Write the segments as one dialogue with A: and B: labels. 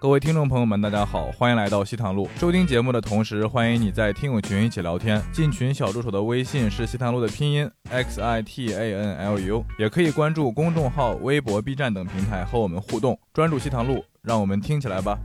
A: 各位听众朋友们，大家好，欢迎来到西塘路。收听节目的同时，欢迎你在听友群一起聊天。进群小助手的微信是西塘路的拼音 x i t a n l u，也可以关注公众号、微博、B 站等平台和我们互动。专注西塘路，让我们听起来吧。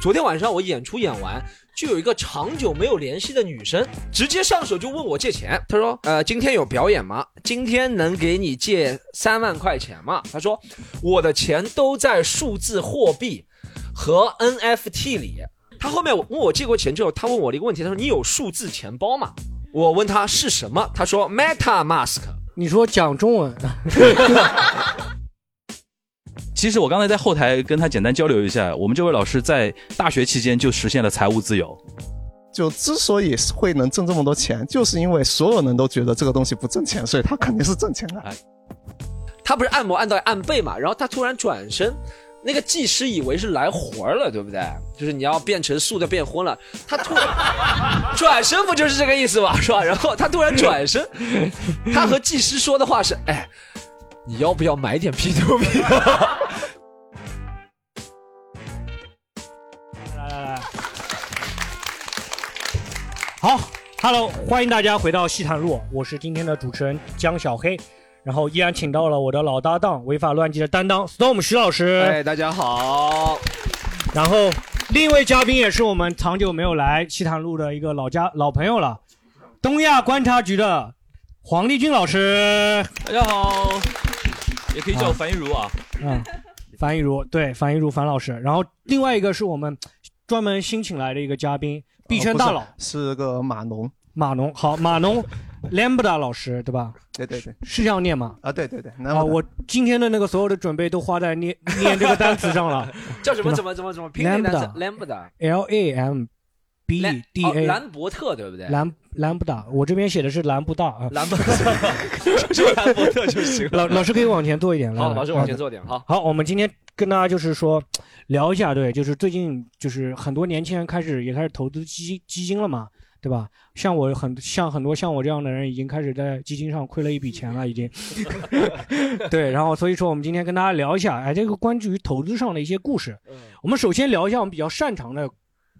B: 昨天晚上我演出演完，就有一个长久没有联系的女生，直接上手就问我借钱。她说：“呃，今天有表演吗？今天能给你借三万块钱吗？”她说：“我的钱都在数字货币和 NFT 里。”她后面我问我借过钱之后，她问我了一个问题，她说：“你有数字钱包吗？”我问她是什么，她说 Meta Mask。
C: 你说讲中 文，
D: 其实我刚才在后台跟他简单交流一下，我们这位老师在大学期间就实现了财务自由。
E: 就之所以会能挣这么多钱，就是因为所有人都觉得这个东西不挣钱，所以他肯定是挣钱的。
B: 她不是按摩按到按背嘛，然后她突然转身，那个技师以为是来活儿了，对不对？就是你要变成素的变荤了，她突然 转身不就是这个意思嘛，是吧？然后她突然转 身，她和技师说的话是：哎，你要不要买点 P to P？
F: 来来来，好，Hello，欢迎大家回到西坦路，我是今天的主持人江小黑，然后依然请到了我的老搭档违法乱纪的担当 Storm 徐老师，
B: 哎，大家好，
F: 然后另一位嘉宾也是我们长久没有来西坦路的一个老家老朋友了，东亚观察局的黄立军老师，
D: 大家好，也可以叫我樊一茹 啊。
F: 嗯，樊一茹，对，樊一茹樊老师，然后另外一个是我们专门新请来的一个嘉宾，币圈大佬。
E: 哦不是是个码农，
F: 码农，好，码农，Lambda 老师，对吧？
E: 对对对，
F: 是这样念吗？
E: 啊，对对对，
F: 啊，我今天的那个所有的准备都花在念 念这个单词上了。
B: 叫什么？怎么怎么怎么拼那单词？Lambda。
F: L A M B D
B: 哦
F: E A
B: 兰伯特对不对？
F: 兰兰布达，我这边写的是兰布达啊。
B: 兰布 就是兰伯特就 行了。
F: 老老师可以往前坐一点，来
B: 好，
F: 来
B: 老师往前坐点，好。
F: 好，我们今天跟大家就是说聊一下，对，就是最近就是很多年轻人开始也开始投资基基金了嘛，对吧？像我很像很多像我这样的人已经开始在基金上亏了一笔钱了，已经。对，然后所以说我们今天跟大家聊一下，哎，这个关于投资上的一些故事。我们首先聊一下我们比较擅长的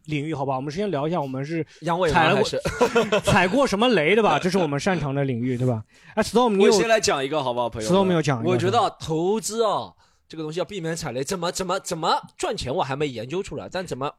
F: 领域，好吧？我们先聊一下我们是
B: 阳痿
F: 踩
B: 吗？还
F: 了过
B: 是？
F: 踩过什么雷，对吧？这是我们擅长的领域，对吧？哎，Storm，你
B: 我
F: 有
B: 先来讲一个好不好，朋友们？
F: 石头没有讲一个
B: 我觉得啊投资啊，这个东西要避免踩雷，怎么怎么怎么赚钱我还没研究出来，但怎么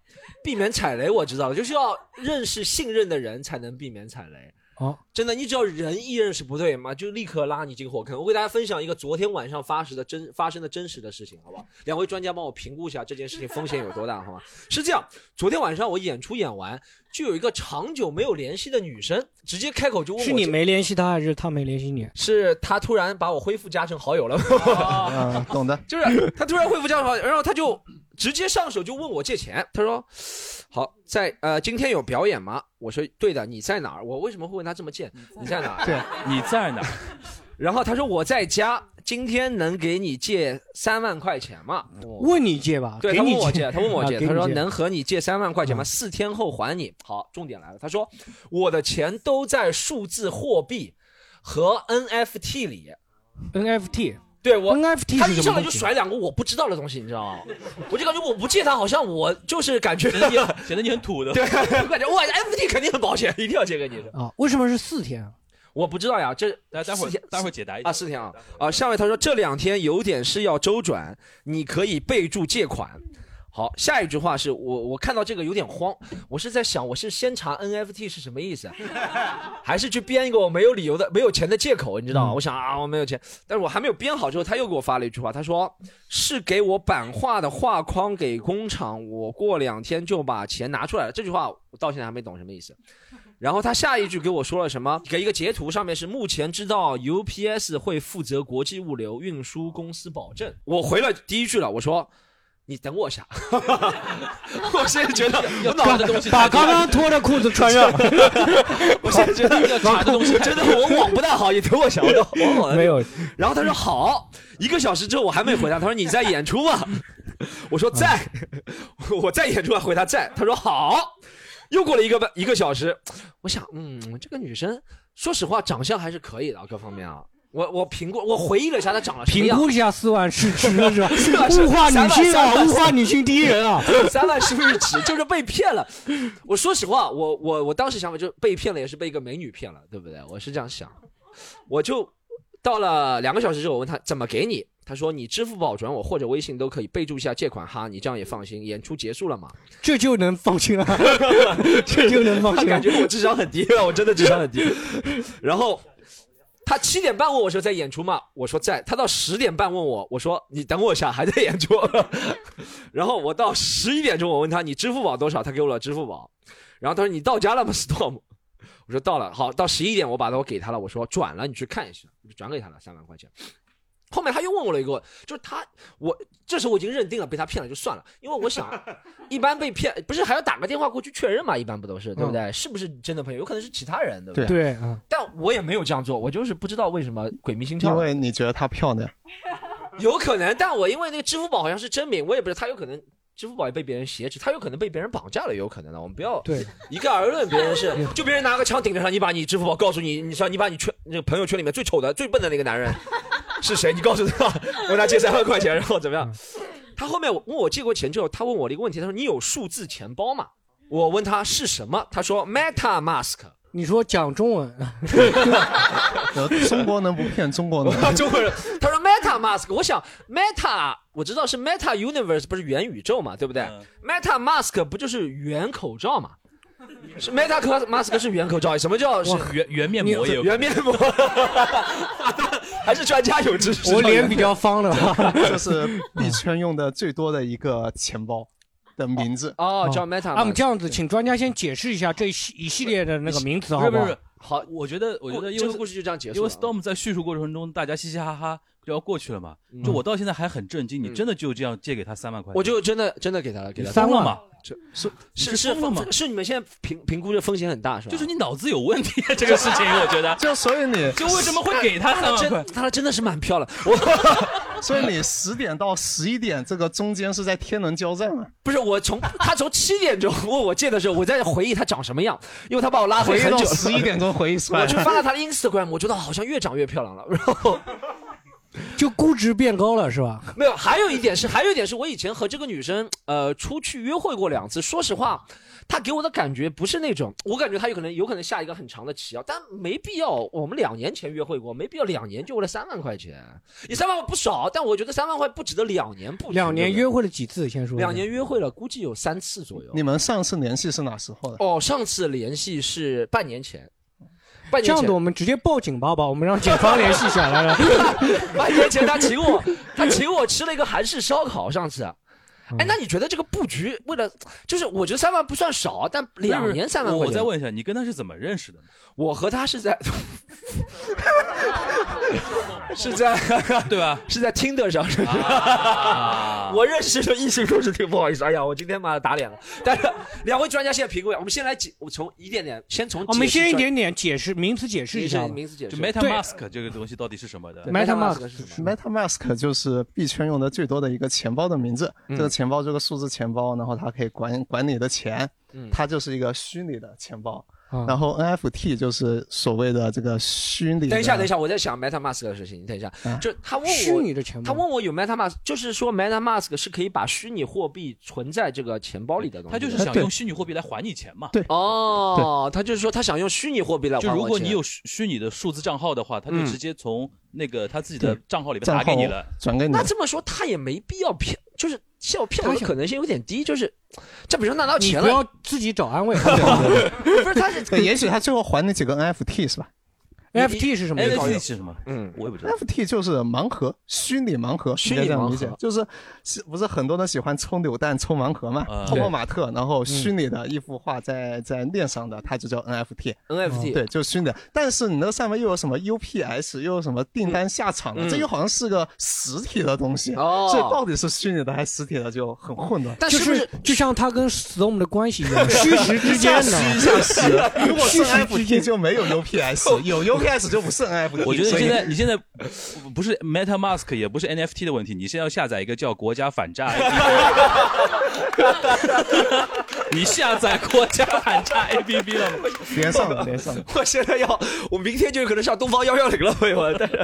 B: 避免踩雷我知道了，就是要认识信任的人才能避免踩雷。
F: 哦，
B: 真的，你只要人一认识不对嘛，就立刻拉你进火坑。我给大家分享一个昨天晚上发生的真发生的真实的事情，好不好？两位专家帮我评估一下这件事情风险有多大，好吗？是这样，昨天晚上我演出演完，就有一个长久没有联系的女生直接开口就问我
F: 是
B: 这，
F: 你没联系他，还是他没联系你？
B: 是他突然把我恢复加成好友了， 哦
E: 嗯，懂的。
B: 就是他突然恢复加成好友，然后他就直接上手就问我借钱，他说：“好，在呃今天有表演吗？”我说：“对的，你在哪儿？”我为什么会问他这么贱？你在哪儿？
D: 对，你在哪儿？
B: 然后他说：“我在家，今天能给你借三万块钱吗？”我
F: 问你借吧，
B: 对
F: 啊给
B: 他问
F: 你
B: 我借，他问我借，
F: 啊给
B: 他
F: 你嗯
B: 说能和你借三万块钱吗？四天后还你。好，重点来了，他说我的钱都在数字货币和 NFT 里。
F: NFT，
B: 对我
F: NFT
B: 他
F: 是
B: 一
F: 什
B: 上
F: 么
B: 来
F: 东
B: 就
F: 西
B: 甩两个我不知道的东西，你知道吗？我就感觉我不借他，好像我就是感觉
D: 显得你很土的。
B: 对，我感觉我 FT 肯定很保险，一定要借给你的。
F: 啊？为什么是四天？
B: 我不知道呀，这
D: 待待会儿待会儿解答一下
B: 啊，四天 啊啊！下面他说这两天有点事要周转，你可以备注借款。好，下一句话是我我看到这个有点慌，我是在想我是先查 NFT 是什么意思，啊还是去编一个我没有理由的没有钱的借口，你知道吗？我想啊我没有钱，但是我还没有编好之后，他又给我发了一句话，他说是给我版画的画框给工厂，我过两天就把钱拿出来了。这句话我到现在还没懂什么意思。然后他下一句给我说了什么？给一个截图，上面是目前知道 UPS 会负责国际物流运输公司保证。我回了第一句了，我说。你等我一下， 我现在觉得我脑子的东西
F: 把刚刚脱的裤子穿上。
B: 我现 在觉得要查的东西真的我网不大好，也等我一下，我网啊好
F: 没有。
B: 然后他说好，一个小时之后我还没回他，他说你在演出吗？ 我说在， 我在演出啊，回他在。他说好，又过了一个半一个小时，我想，嗯，这个女生说实话长相还是可以的，各方面啊。我我评估，我回忆了一下它涨了什么
F: 评
B: 样
F: 估一下四万是值的是
B: 是吧
F: 吧？
B: 是吧
F: 物化女性
B: 三万三
F: 啊，
B: 万
F: 物化女性第一人啊！
B: 三万是不是值？ 就是被骗了。我说实话，我我我当时想法就是被骗了，也是被一个美女骗了，对不对？我是这样想。我就到了两个小时之后，我问他怎么给你，他说你支付宝转我或者微信都可以，备注一下借款哈，你这样也放心。演出结束了 嘛？
F: 这就能放心了，这就能放
B: 他
F: 心了
B: 感。觉我智商很低，我真 的智商很低。然后他七点半问我说在演出吗？我说在。他到十点半问我，我说你等我一下，还在演出。 然后我到十一点钟，我问他你支付宝多少？他给我了支付宝。然后他说你到家了吗，Storm？我 说到了。好，到十一点我把我给他了，我说转了，你去看一下，我就转给他了三万块钱。后面他又问我了一个，就是他，我这时候我已经认定了被他骗了就算了，因为我想，一般被骗不是还要打个电话过去确认嘛，一般不都是对不对？是不是真的朋友？有可能是其他人，对不对？
F: 对啊，
B: 但我也没有这样做，我就是不知道为什么鬼迷心
E: 因
B: 窍，
E: 为你觉得她漂亮，
B: 有可能，但我因为那个支付宝好像是真名，我也不知道，他有可能支付宝也被别人挟持，他有可能被别人绑架了，有可能的，我们不要
F: 对
B: 一概而论别人 是，就别人拿个枪顶着他，你把你支付宝告诉你，你说你把你圈那个朋友圈里面最丑的、最笨的那个男人是谁，你告诉他，我跟他借三万块钱，然后怎么样？
F: 嗯
B: 他后面我问我借过钱之后，他问我了一个问题，他说你有数字钱包吗？我问他是什么，他说 Meta Mask，
F: 你说讲中文，啊
E: 呃中国能不骗中国
B: 我
E: 人？
B: 中国人，他说 Meta Mask，我想 Meta 我知道是 Meta Universe 不是元宇宙嘛，对不对、m
D: 嗯
B: e t a Mask 不就是元口罩嘛？是 Meta Mask 是元口罩，什么叫是
D: 圆圆面膜也有
B: 圆面膜， 还是专家有知识。
F: 我脸比较方的吧？
E: 这是币圈用的最多的一个钱包的名字。
B: 哦，叫 Meta
F: 啊，我
B: Mask。
F: 们这样子，请专家先解释一下这一系一系列的那个名词，
D: 不
F: 好
D: 是
F: 不
D: 不
F: 好
D: 是？，
B: 好，
D: 我觉得我觉得因
B: 这个故
D: 为
B: 事就这样结
D: 因
B: 束
D: 为
B: 了。
D: Storm 在叙述过程中，大家嘻嘻哈哈就要过去了嘛。就
B: 嗯
D: 我到现在还很震惊，你
B: 嗯
D: 真的就这样借给他三万块钱？
B: 我就真的真的给他了，给他了
F: 三
D: 疯了
F: 万
D: 嘛，
B: 是是
D: 你是
B: 是
D: 疯了吗
B: 是你们现在评评估这风险很大是吧？
D: 就是你脑子有问题，这个事情我觉得。
E: 就所以你，
D: 就为什么会给他
B: 他
D: 三万块
B: 真？他真的是蛮 漂亮，我
E: 所以你十点到十一点这个中间是在天人交战啊，
B: 不是我从他从七点钟问我借的时候，我在回忆他长什么样，因为他把我拉
E: 回
B: 黑
E: 忆
B: 很
E: 到
B: 久。
E: 十一点钟回忆出来
B: 我去。翻了他的 Instagram，我觉得好像越长越漂亮了。然后
F: 就估值变高了是吧？
B: 没有，还有一点是，还有一点是我以前和这个女生呃出去约会过两次。说实话，她给我的感觉不是那种，我感觉她有可能有可能下一个很长的棋啊，但没必要。我们两年前约会过，没必要两年就为了三万块钱。你三万块不少，但我觉得三万块不值得两年不
F: 两年约
B: 会，
F: 会了几次？先说
B: 两年约会了，估计有三次左右。
E: 你们上次联系是哪时候的？
B: 哦，上次联系是半年前，半年
F: 这样
B: 前
F: 子，我们直接报警吧，好吧？我们让警方联系一下 来了。
B: 半年前他请我，他请我吃了一个韩式烧烤，上次。
F: 嗯
B: 哎，那你觉得这个布局为了，就是我觉得三万不算少，但两年三万
D: 我
B: 块
D: 我
B: 钱，
D: 再问一下，你跟他是怎么认识的呢？
B: 我和他是在， 是在
D: 对吧？
B: 是在听的上，是吧
D: 啊
B: 我认识的异性都是挺不好意思。哎呀，我今天妈的打脸了。但是两位专家现在评估一下，我们先来解，我从一点点，先从
F: 我
B: 解
F: 们
B: 释
F: 先一
B: 专
F: 点点解释名词解释一
B: 名
F: 下吧
B: 字。名字解释
D: 就 Meta
F: 对
D: Mask 这个东西到底是什么的？
F: MetaMask
B: 是什么？
E: MetaMask 就是币圈用的最多的一个钱包的名字。
B: 嗯
E: 这个钱包就是个数字钱包，然后它可以管管你的钱，
B: 嗯
E: 它就是一个虚拟的钱包。
F: 啊
E: 然后 NFT 就是所谓的这个虚拟的。
B: 等一下，等一下，我在想 MetaMask 的事情。你等一下，
E: 嗯
B: 就他问
F: 啊虚
B: 我，
F: 拟的钱包，
B: 他问我有 MetaMask，就是说 MetaMask 是可以把虚拟货币存在这个钱包里的东西。
D: 他就是
E: 哎
D: 想
E: 对
D: 用虚拟货币来还你钱嘛。
E: 对
B: 哦，他就是说他想用虚拟货币来还
D: 就
B: 我
D: 如果
B: 钱
D: 你有虚虚拟的数字账号的话，他就
B: 嗯
D: 直接从那个他自己的
E: 对
D: 账号里面
E: 账
D: 打
E: 号
D: 给你了。
E: 转给你
B: 那。这么说他也没必要骗，就是要骗我
F: 他
B: 的
F: 想
B: 可能性有点低，就是这比如说拿到
F: 你
B: 钱
F: 不
B: 了，
F: 要自己找安慰。
B: 不是他是
E: 对，也许他最后还你几个 NFT 是吧
F: FT 是什么意思？
D: NFT 是什么？
B: 嗯
D: 我也不知道。
E: ？NFT 就是盲盒，虚拟盲盒，
B: 虚
E: 你可以
B: 拟
E: 这
B: 盲
E: 样
B: 盒
E: 理解，就是是不是很多人喜欢抽扭蛋、抽盲盒嘛
D: 啊？
E: 通过马特，然
B: 嗯
E: 后虚拟的一幅画在在链上的，它就叫 NFT。
B: NFT，
E: 嗯对，就是虚拟的。但是你那上面又有什么 UPS，又有什么订单下场了，
B: 嗯
E: 这又好像是个实体的东西，啊
B: 哦
E: 所以到底是虚拟的还是实体的就很混乱。
B: 但
F: 就是
B: 不是
F: 就像他跟 Storm 的 关系一样，虚实之间的。
E: 一下实，如果是
F: 虚实之
E: NFT
F: 间
E: 就没有 UPS，有 UPS UPS 就不是 NFT，
D: 我觉得
E: 所以
D: 现在你现在不不是 MetaMask 也不是 NFT 的问题，你现在要下载一个叫国家反诈 APP，你 下载国家反诈 APP 了吗？
E: 连上了，连上了。
B: 我现在要，我明天就有可能上东方幺幺零了，朋友们。但是，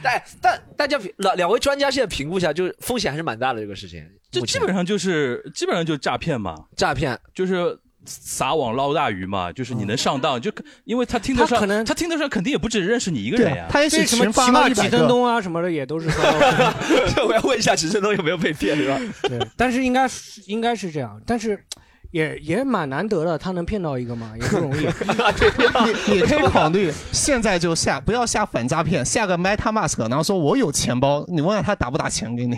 B: 但但大家两两位专家现在评估一下，就是风险还是蛮大的这个事情。
D: 这基本上就是基本上就是诈骗嘛，
B: 诈骗
D: 就是撒网捞大鱼嘛，就是你能上
B: 嗯
D: 当，就可因为他听得
F: 他
D: 上，
F: 可能
D: 他听得上肯定也不止认识你一个
E: 啊
D: 人呀，
F: 所啊以什么骑马急振东啊什么的也都是骚扰。
B: 我要问一下，直升东有没有被骗，是吧？
F: 对， 但是应该是应该是这样，但是也也蛮难得的，他能骗到一个嘛，也不容易。
E: 你可以考虑现在就下，不要下反诈骗，下个 MetaMask，然后说我有钱包，你问问他打不打钱给你，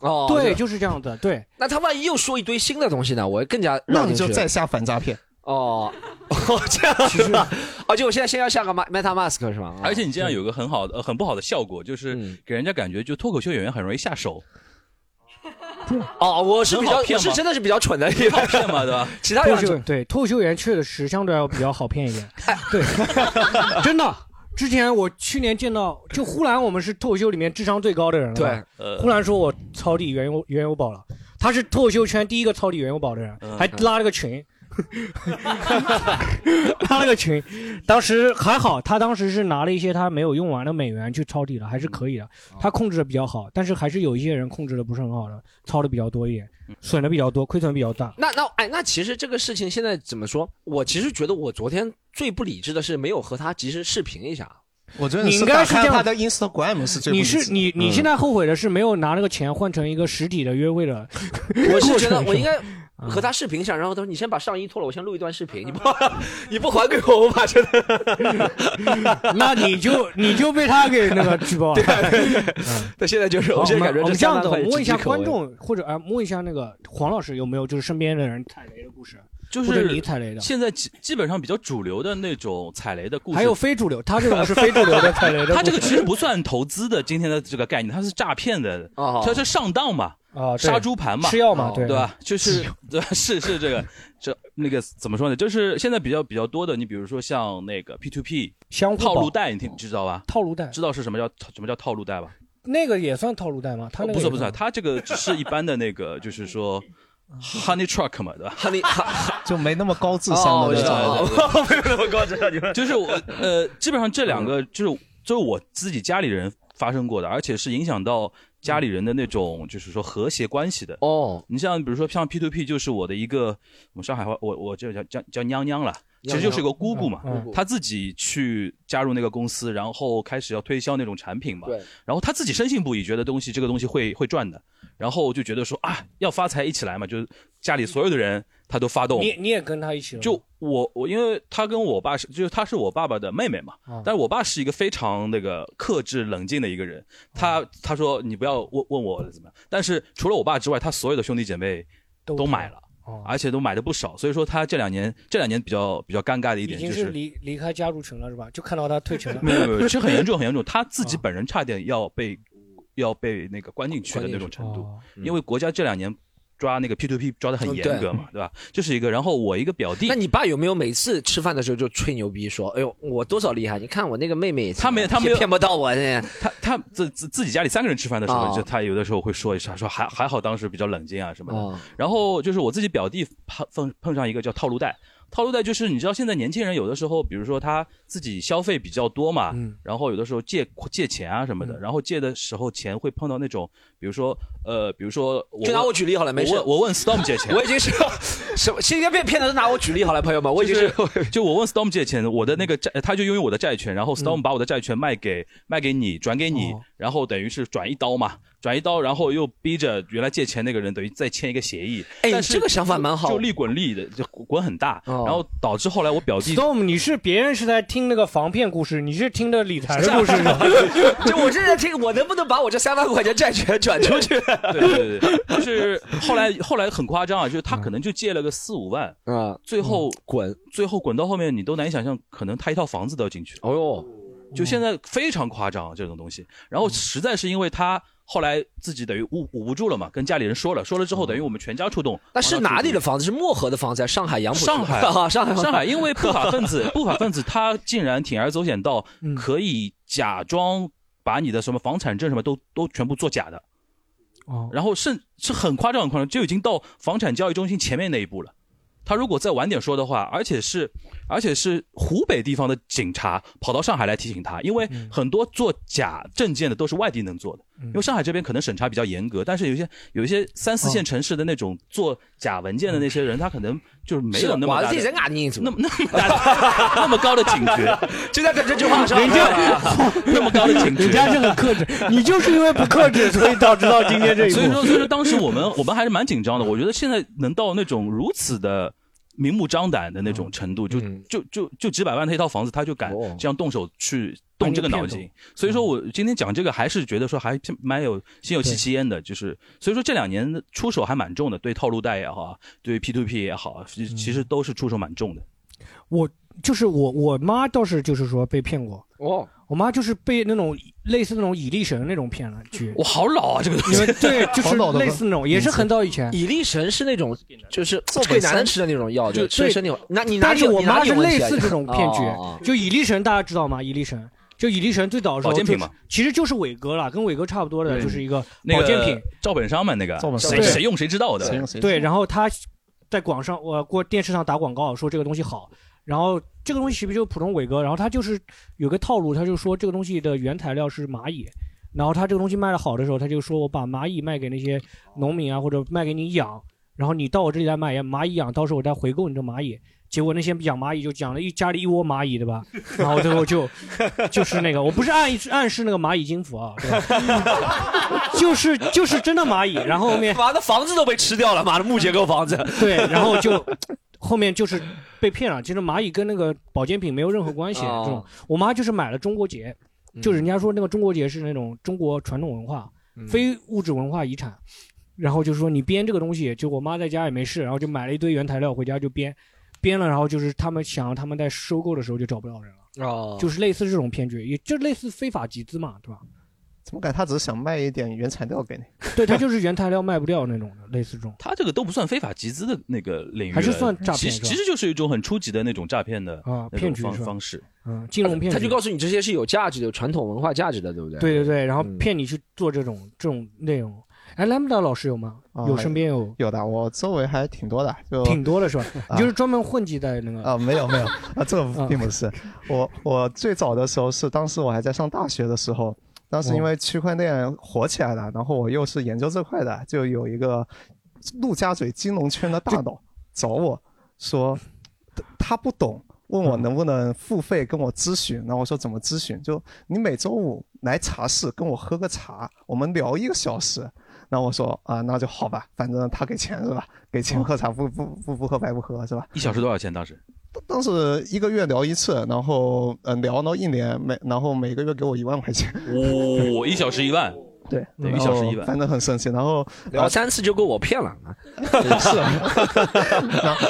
B: 哦，
F: 对，
B: 是
F: 就是这样的，对，
B: 那他万一又说一堆新的东西呢？我更加
E: 那
B: 绕
E: 你
B: 进去
E: 就再下反诈骗。
B: 哦， 哦这样子吧。哦，就我现在先要下个 Ma- Meta Mask 是吧？哦
D: 而且你
F: 嗯
D: 这样有个很好的、呃很不好的效果，就是给人家感觉就脱口秀演员很容易下手，
B: 哦，我是比较
D: 很好骗
B: 我
D: 吗
B: 是真的是比较蠢的一
D: 好
B: 个，
D: 骗嘛，对吧？
B: 其他
F: 脱
B: 人
F: 口秀对脱口秀演员确实相对来说比较好 骗一点，对， 真的。之前我去年见到，就呼兰，我们是脱口秀里面智商最高的人了。
B: 对，
D: 呃
F: 呼，兰说我抄底原油原油宝了，他是脱口秀圈第一个抄底原油宝的人，还拉了个群， 拉了个群。当时还好，他当时是拿了一些他没有用完的美元去抄底了，还是可以的。
B: 嗯
F: 他控制的比较好，但是还是有一些人控制的不是很好的，抄的比较多一点，损的比较多，亏损比较大。
B: 那那哎，那其实这个事情现在怎么说？我其实觉得我昨天最不理智的是没有和他及时视频一下。
E: 我觉得
F: 你
E: 是
F: 应该
E: 打
F: 是
E: 开
F: 这样
E: 他的 Instagram 是最不
F: 你
E: 理智的
F: 是你你现在后悔的是没有拿那个钱换成一个实体的约会的，
B: 我是觉得我应该
F: 嗯
B: 和他视频一下，然后他说你先把上衣脱了，我先录一段视频，你不 你不还给我，我把这个。
F: 那你就你就被他给那个举报了。
B: 啊那现在就是
F: 好
B: 我现在感觉
F: 哦我们我们这
B: 相当
F: 样子，我们问一
B: 岌
F: 下
B: 岌可危
F: 观，众或者哎、问一下那个黄老师有没有就是身边的人踩雷的故事，
D: 就
F: 或者
D: 是
F: 你踩雷的，
D: 现在基基本上比较主流的那种踩雷的故事，
F: 还有非主流，他这种是非主流的踩雷的故 事。
D: 他这个其实不算投资的今天的这个概念，他是诈骗的，
B: 哦
D: 他是上当嘛，
F: 啊，对
D: 杀猪盘嘛
F: 吃。药嘛，
B: 哦
F: 对
D: 对？吧？就是对吧？是是这个，这那个怎么说呢？就是现在比较比较多的，你比如说像那个 P to P
F: 相互
D: 套路
F: 贷，
D: 贷，你听你知道吧？
F: 套路贷，
D: 知道是什么叫什么叫套路贷吧？
F: 那个也算套路贷吗？他
D: 哦
F: 那个
D: 不
F: 也
D: 是不是，，他这个只是一般的那个，就是 说 honey truck 嘛，对吧？
B: 哈尼哈，
E: 就没那么高智
B: 哦
E: 商
B: 我
E: 的
B: 知
E: 那
B: 道
E: 种。
B: 了，我没有那么高智商，你们
D: 就是我呃，基本上这两个就是就是我自己家里人发生过的，而且是影响到家里人的那种就是说和谐关系的。
B: 哦，
D: 你像比如说像 P to P 就是我的一个，我们上海话我我这叫叫叫娘娘了，其实就是个姑姑嘛，
F: 嗯
D: 她自己去加入那个公司，然后开始要推销那种产品嘛，
B: 对，
D: 然后她自己深信不疑，觉得东西这个东西会会赚的，然后就觉得说啊要发财一起来嘛，就是家里所有的人她都发动，
F: 你你也跟他一起了吗，
D: 就我我因为她跟我爸是就是她是我爸爸的妹妹嘛，
F: 啊
D: 但是我爸是一个非常那个克制冷静的一个人，
F: 啊
D: 他他说你不要问问我怎么样，但是除了我爸之外，他所有的兄弟姐妹
F: 都
D: 都买了。
F: 哦，
D: 而且都买的不少，所以说他这两年这两年比较比较尴尬的一
F: 已
D: 点
F: 经
D: 就是是，
F: 离离开家族群了是吧？就看到他退群了。啊
D: 没有没有，没有，这很严重很严重，他自己本人差点要被要被那个关进去的那种程度，
F: 哦
D: 因为国家这两年抓那个 P to P 抓的很严格嘛，对吧？这是一个，然后我一个表弟
B: 那。你爸有没有每次吃饭的时候就吹牛逼说：“哎呦，我多少厉害？你看我那个妹妹也行啊，
D: 他没他没有
B: 骗不到我呢。
D: 他他自自自己家里三个人吃饭的时
B: 哦
D: 候，就他有的时候会说一下，说还还好当时比较冷静啊什”么的。
B: 哦，
D: 然后就是我自己表弟碰碰碰上一个叫套路贷，套路贷就是你知道现在年轻人有的时候，比如说他自己消费比较多嘛，
F: 嗯
D: 然后有的时候借借钱啊什么的，
B: 嗯
D: 然后借的时候钱会碰到那种，比如说呃，比如说我
B: 就拿我
D: 问
B: 举例好了，没事
D: 我问。我问 Storm 借钱
B: 我，已经是什么？现在被骗的都拿我举例好了，朋友们，我已经是
D: 就我问 Storm 借钱，我的那个债他就拥有我的债权，
B: 嗯
D: 然后 Storm 把我的债权卖给卖给你，转给你
F: 哦，
D: 然后等于是转一刀嘛，转一刀，然后又逼着原来借钱那个人等于再签一个协议，
B: 哎
D: 但是
B: 这个想法蛮好
D: 就利滚利的，就滚很大，
B: 哦
D: 然后导致后来我表弟
F: Storm，你是别人是在听那个防骗故事，你是听的理财的故事是吧？
B: 就 我这在听，我能不能把我这三万块钱债权 转出去？
D: 对对对，对就是后来后来很夸张啊，就是他可能就借了个四五万，
B: 嗯啊，
D: 最后、
B: 滚！
D: 最后滚到后面，你都难以想象，可能他一套房子都要进去了。
B: 哦呦，
D: 就现在非常夸张啊这种东西。然后
B: 嗯
D: 实在是因为他后来自己等于捂捂不住了嘛，跟家里人说了，说了之
B: 嗯
D: 后等于我们全家出动。
B: 那是哪里的房子？是漠河的房子，还是上海杨浦区的？，
D: 上海
B: 上海，
D: 上海，因为不法分子， 不法分子他竟然铤而走险到
B: 嗯
D: 可以假装把你的什么房产证什么都都全部做假的，
F: 哦，
D: 然后甚是很夸张很夸张，就已经到房产交易中心前面那一步了。他如果再晚点说的话，而且是而且是湖北地方的警察跑到上海来提醒他，因为
B: 嗯
D: 很多做假证件的都是外地能做的，因为上海这边可能审查比较严格，但是有一些有一些三四线城市的那种做假文件的那些人，他可能就是没
B: 哦是
D: 有
B: 的
D: 那么
B: 我
D: 大
B: 的
D: 的
B: 地人啊，你怎么
D: 那么那 么大的 那么高的警觉，
B: 就在等这句话上？
F: 人家
D: 那么高的警觉，
F: 人家是很克制，你就是因为不 克制，所以导致到今天这一
D: 所以
F: 步。
D: 说，所以说当时我们我们还是蛮紧张的。我觉得现在能到那种如此的明目张胆的那种程度，就
B: 嗯
D: 就就就几百万的一套房子，他就敢
B: 哦
D: 这样动手去动这个脑
F: 把你
D: 筋。所以说我今天讲这个，还是觉得说还挺蛮有心有戚戚焉
F: 嗯
D: 的，就是所以说这两年出手还蛮重的，对套路贷也好啊，对 P to P 也好啊，其其
F: 嗯
D: 实都是出手蛮重的。
F: 我就是我，我妈倒是就是说被骗过，
B: 哦，
F: 我妈就是被那种类似那种蚁力神那种骗了去。
D: 我好老啊，这个东
F: 因为
D: 西。
F: 对，就
E: 好老
F: 是
E: 的
F: 类似那种，也是很早以前。
B: 蚁力神是 那种就是
E: 做
B: 最
E: 本
B: 难
E: 山
B: 吃的那种药，就
F: 就
B: 吃
F: 对
B: 生那种。那你哪
F: 但
B: 里
F: 是
B: 有
F: 我
B: 你哪
F: 妈
B: 里
F: 是
B: 有问题
F: 类
B: 啊
F: 似这种骗局
B: 哦哦哦，
F: 就蚁力神大家知道吗？蚁力神，就蚁力神最早的时候
D: 保健品
F: 就是
D: 嘛，
F: 其实就是伟哥了，跟伟哥差不多的，
D: 对
F: 就是一个
D: 那
F: 保
D: 个
F: 健品。
D: 赵本山嘛，那个
E: 赵本山
D: 谁
F: 对
D: 谁用谁知道的，
E: 谁用谁
F: 对，然后他在广上，我、过电视上打广告说这个东西好，然后这个东西岂不就是普通伟哥？然后他就是有个套路，他就说这个东西的原材料是蚂蚁，然后他这个东西卖的好的时候，他就说我把蚂蚁卖给那些农民啊，或者卖给你养，然后你到我这里来买蚂蚁养，到时候我再回购你这蚂蚁。结果那些养蚂蚁就养了一家里一窝蚂蚁，对吧？然后最后就 就是那个，我不是暗暗示那个蚂蚁金服啊，对吧？
B: 哦
F: 就是就是真的蚂蚁，然后后面
B: 妈的房子都被吃掉了，妈的木结构房子。
F: 对，然后就后面就是被骗了。其实蚂蚁跟那个保健品没有任何关系。
B: 哦嗯
F: 这种我妈就是买了中国结，就人家说那个中国结是那种中国传统文化、
B: 嗯
F: 非物质文化遗产。然后就是说你编这个东西，就我妈在家也没事，然后就买了一堆原材料回家就编，编了，然后就是他们想他们在收购的时候就找不到人了，
B: 哦，
F: 就是类似这种骗局，也就类似非法集资嘛，对吧？
E: 怎么感觉他只是想卖一点原材料给你？
F: 对，它就是原材料卖不掉那种的，类似这种。
D: 他这个都不算非法集资的那个领域了，
F: 还是算诈骗
D: 其实
F: 是吧
D: 其实就是一种很初级的那种诈骗的
F: 啊
D: 那种
F: 骗局
D: 方
F: 是吧
D: 方式。
F: 嗯，金融骗局。
B: 他就告诉你这些是有价值的，有传统文化价值的，对不对？
F: 对对对，然后
B: 嗯
F: 骗你去做这种、这种内容。哎，Lambda 老师有吗？
E: 啊
F: 有身边有
E: 有的，我周围还挺多的，就
F: 挺多的是吧？
E: 啊
F: 你就是专门混迹在那个嗯
E: 啊，没有没有啊， 这个并不是。我我最早的时候是当时我还在上大学的时候，当
F: 哦
E: 时因为区块链火起来了，然后我又是研究这块的，就有一个陆家嘴金融圈的大佬找我说，他他不懂。问
F: 嗯
E: 我能不能付费跟我咨询，然后我说怎么咨询？就你每周五来茶室跟我喝个茶，我们聊一个小时。那我说啊，那就好吧，反正他给钱是吧？给
F: 哦
E: 钱喝茶不不不不喝白不喝是吧？
D: 一小时多少钱？当时
E: 当时一个月聊一次，然后呃聊到一年，每然后每个月给我一万块钱，
D: 哇，哦一小时一万，
E: 对，
D: 对一小时一万
E: 反正很生气。然后
B: 聊三次就够我骗了。
E: 也是，然后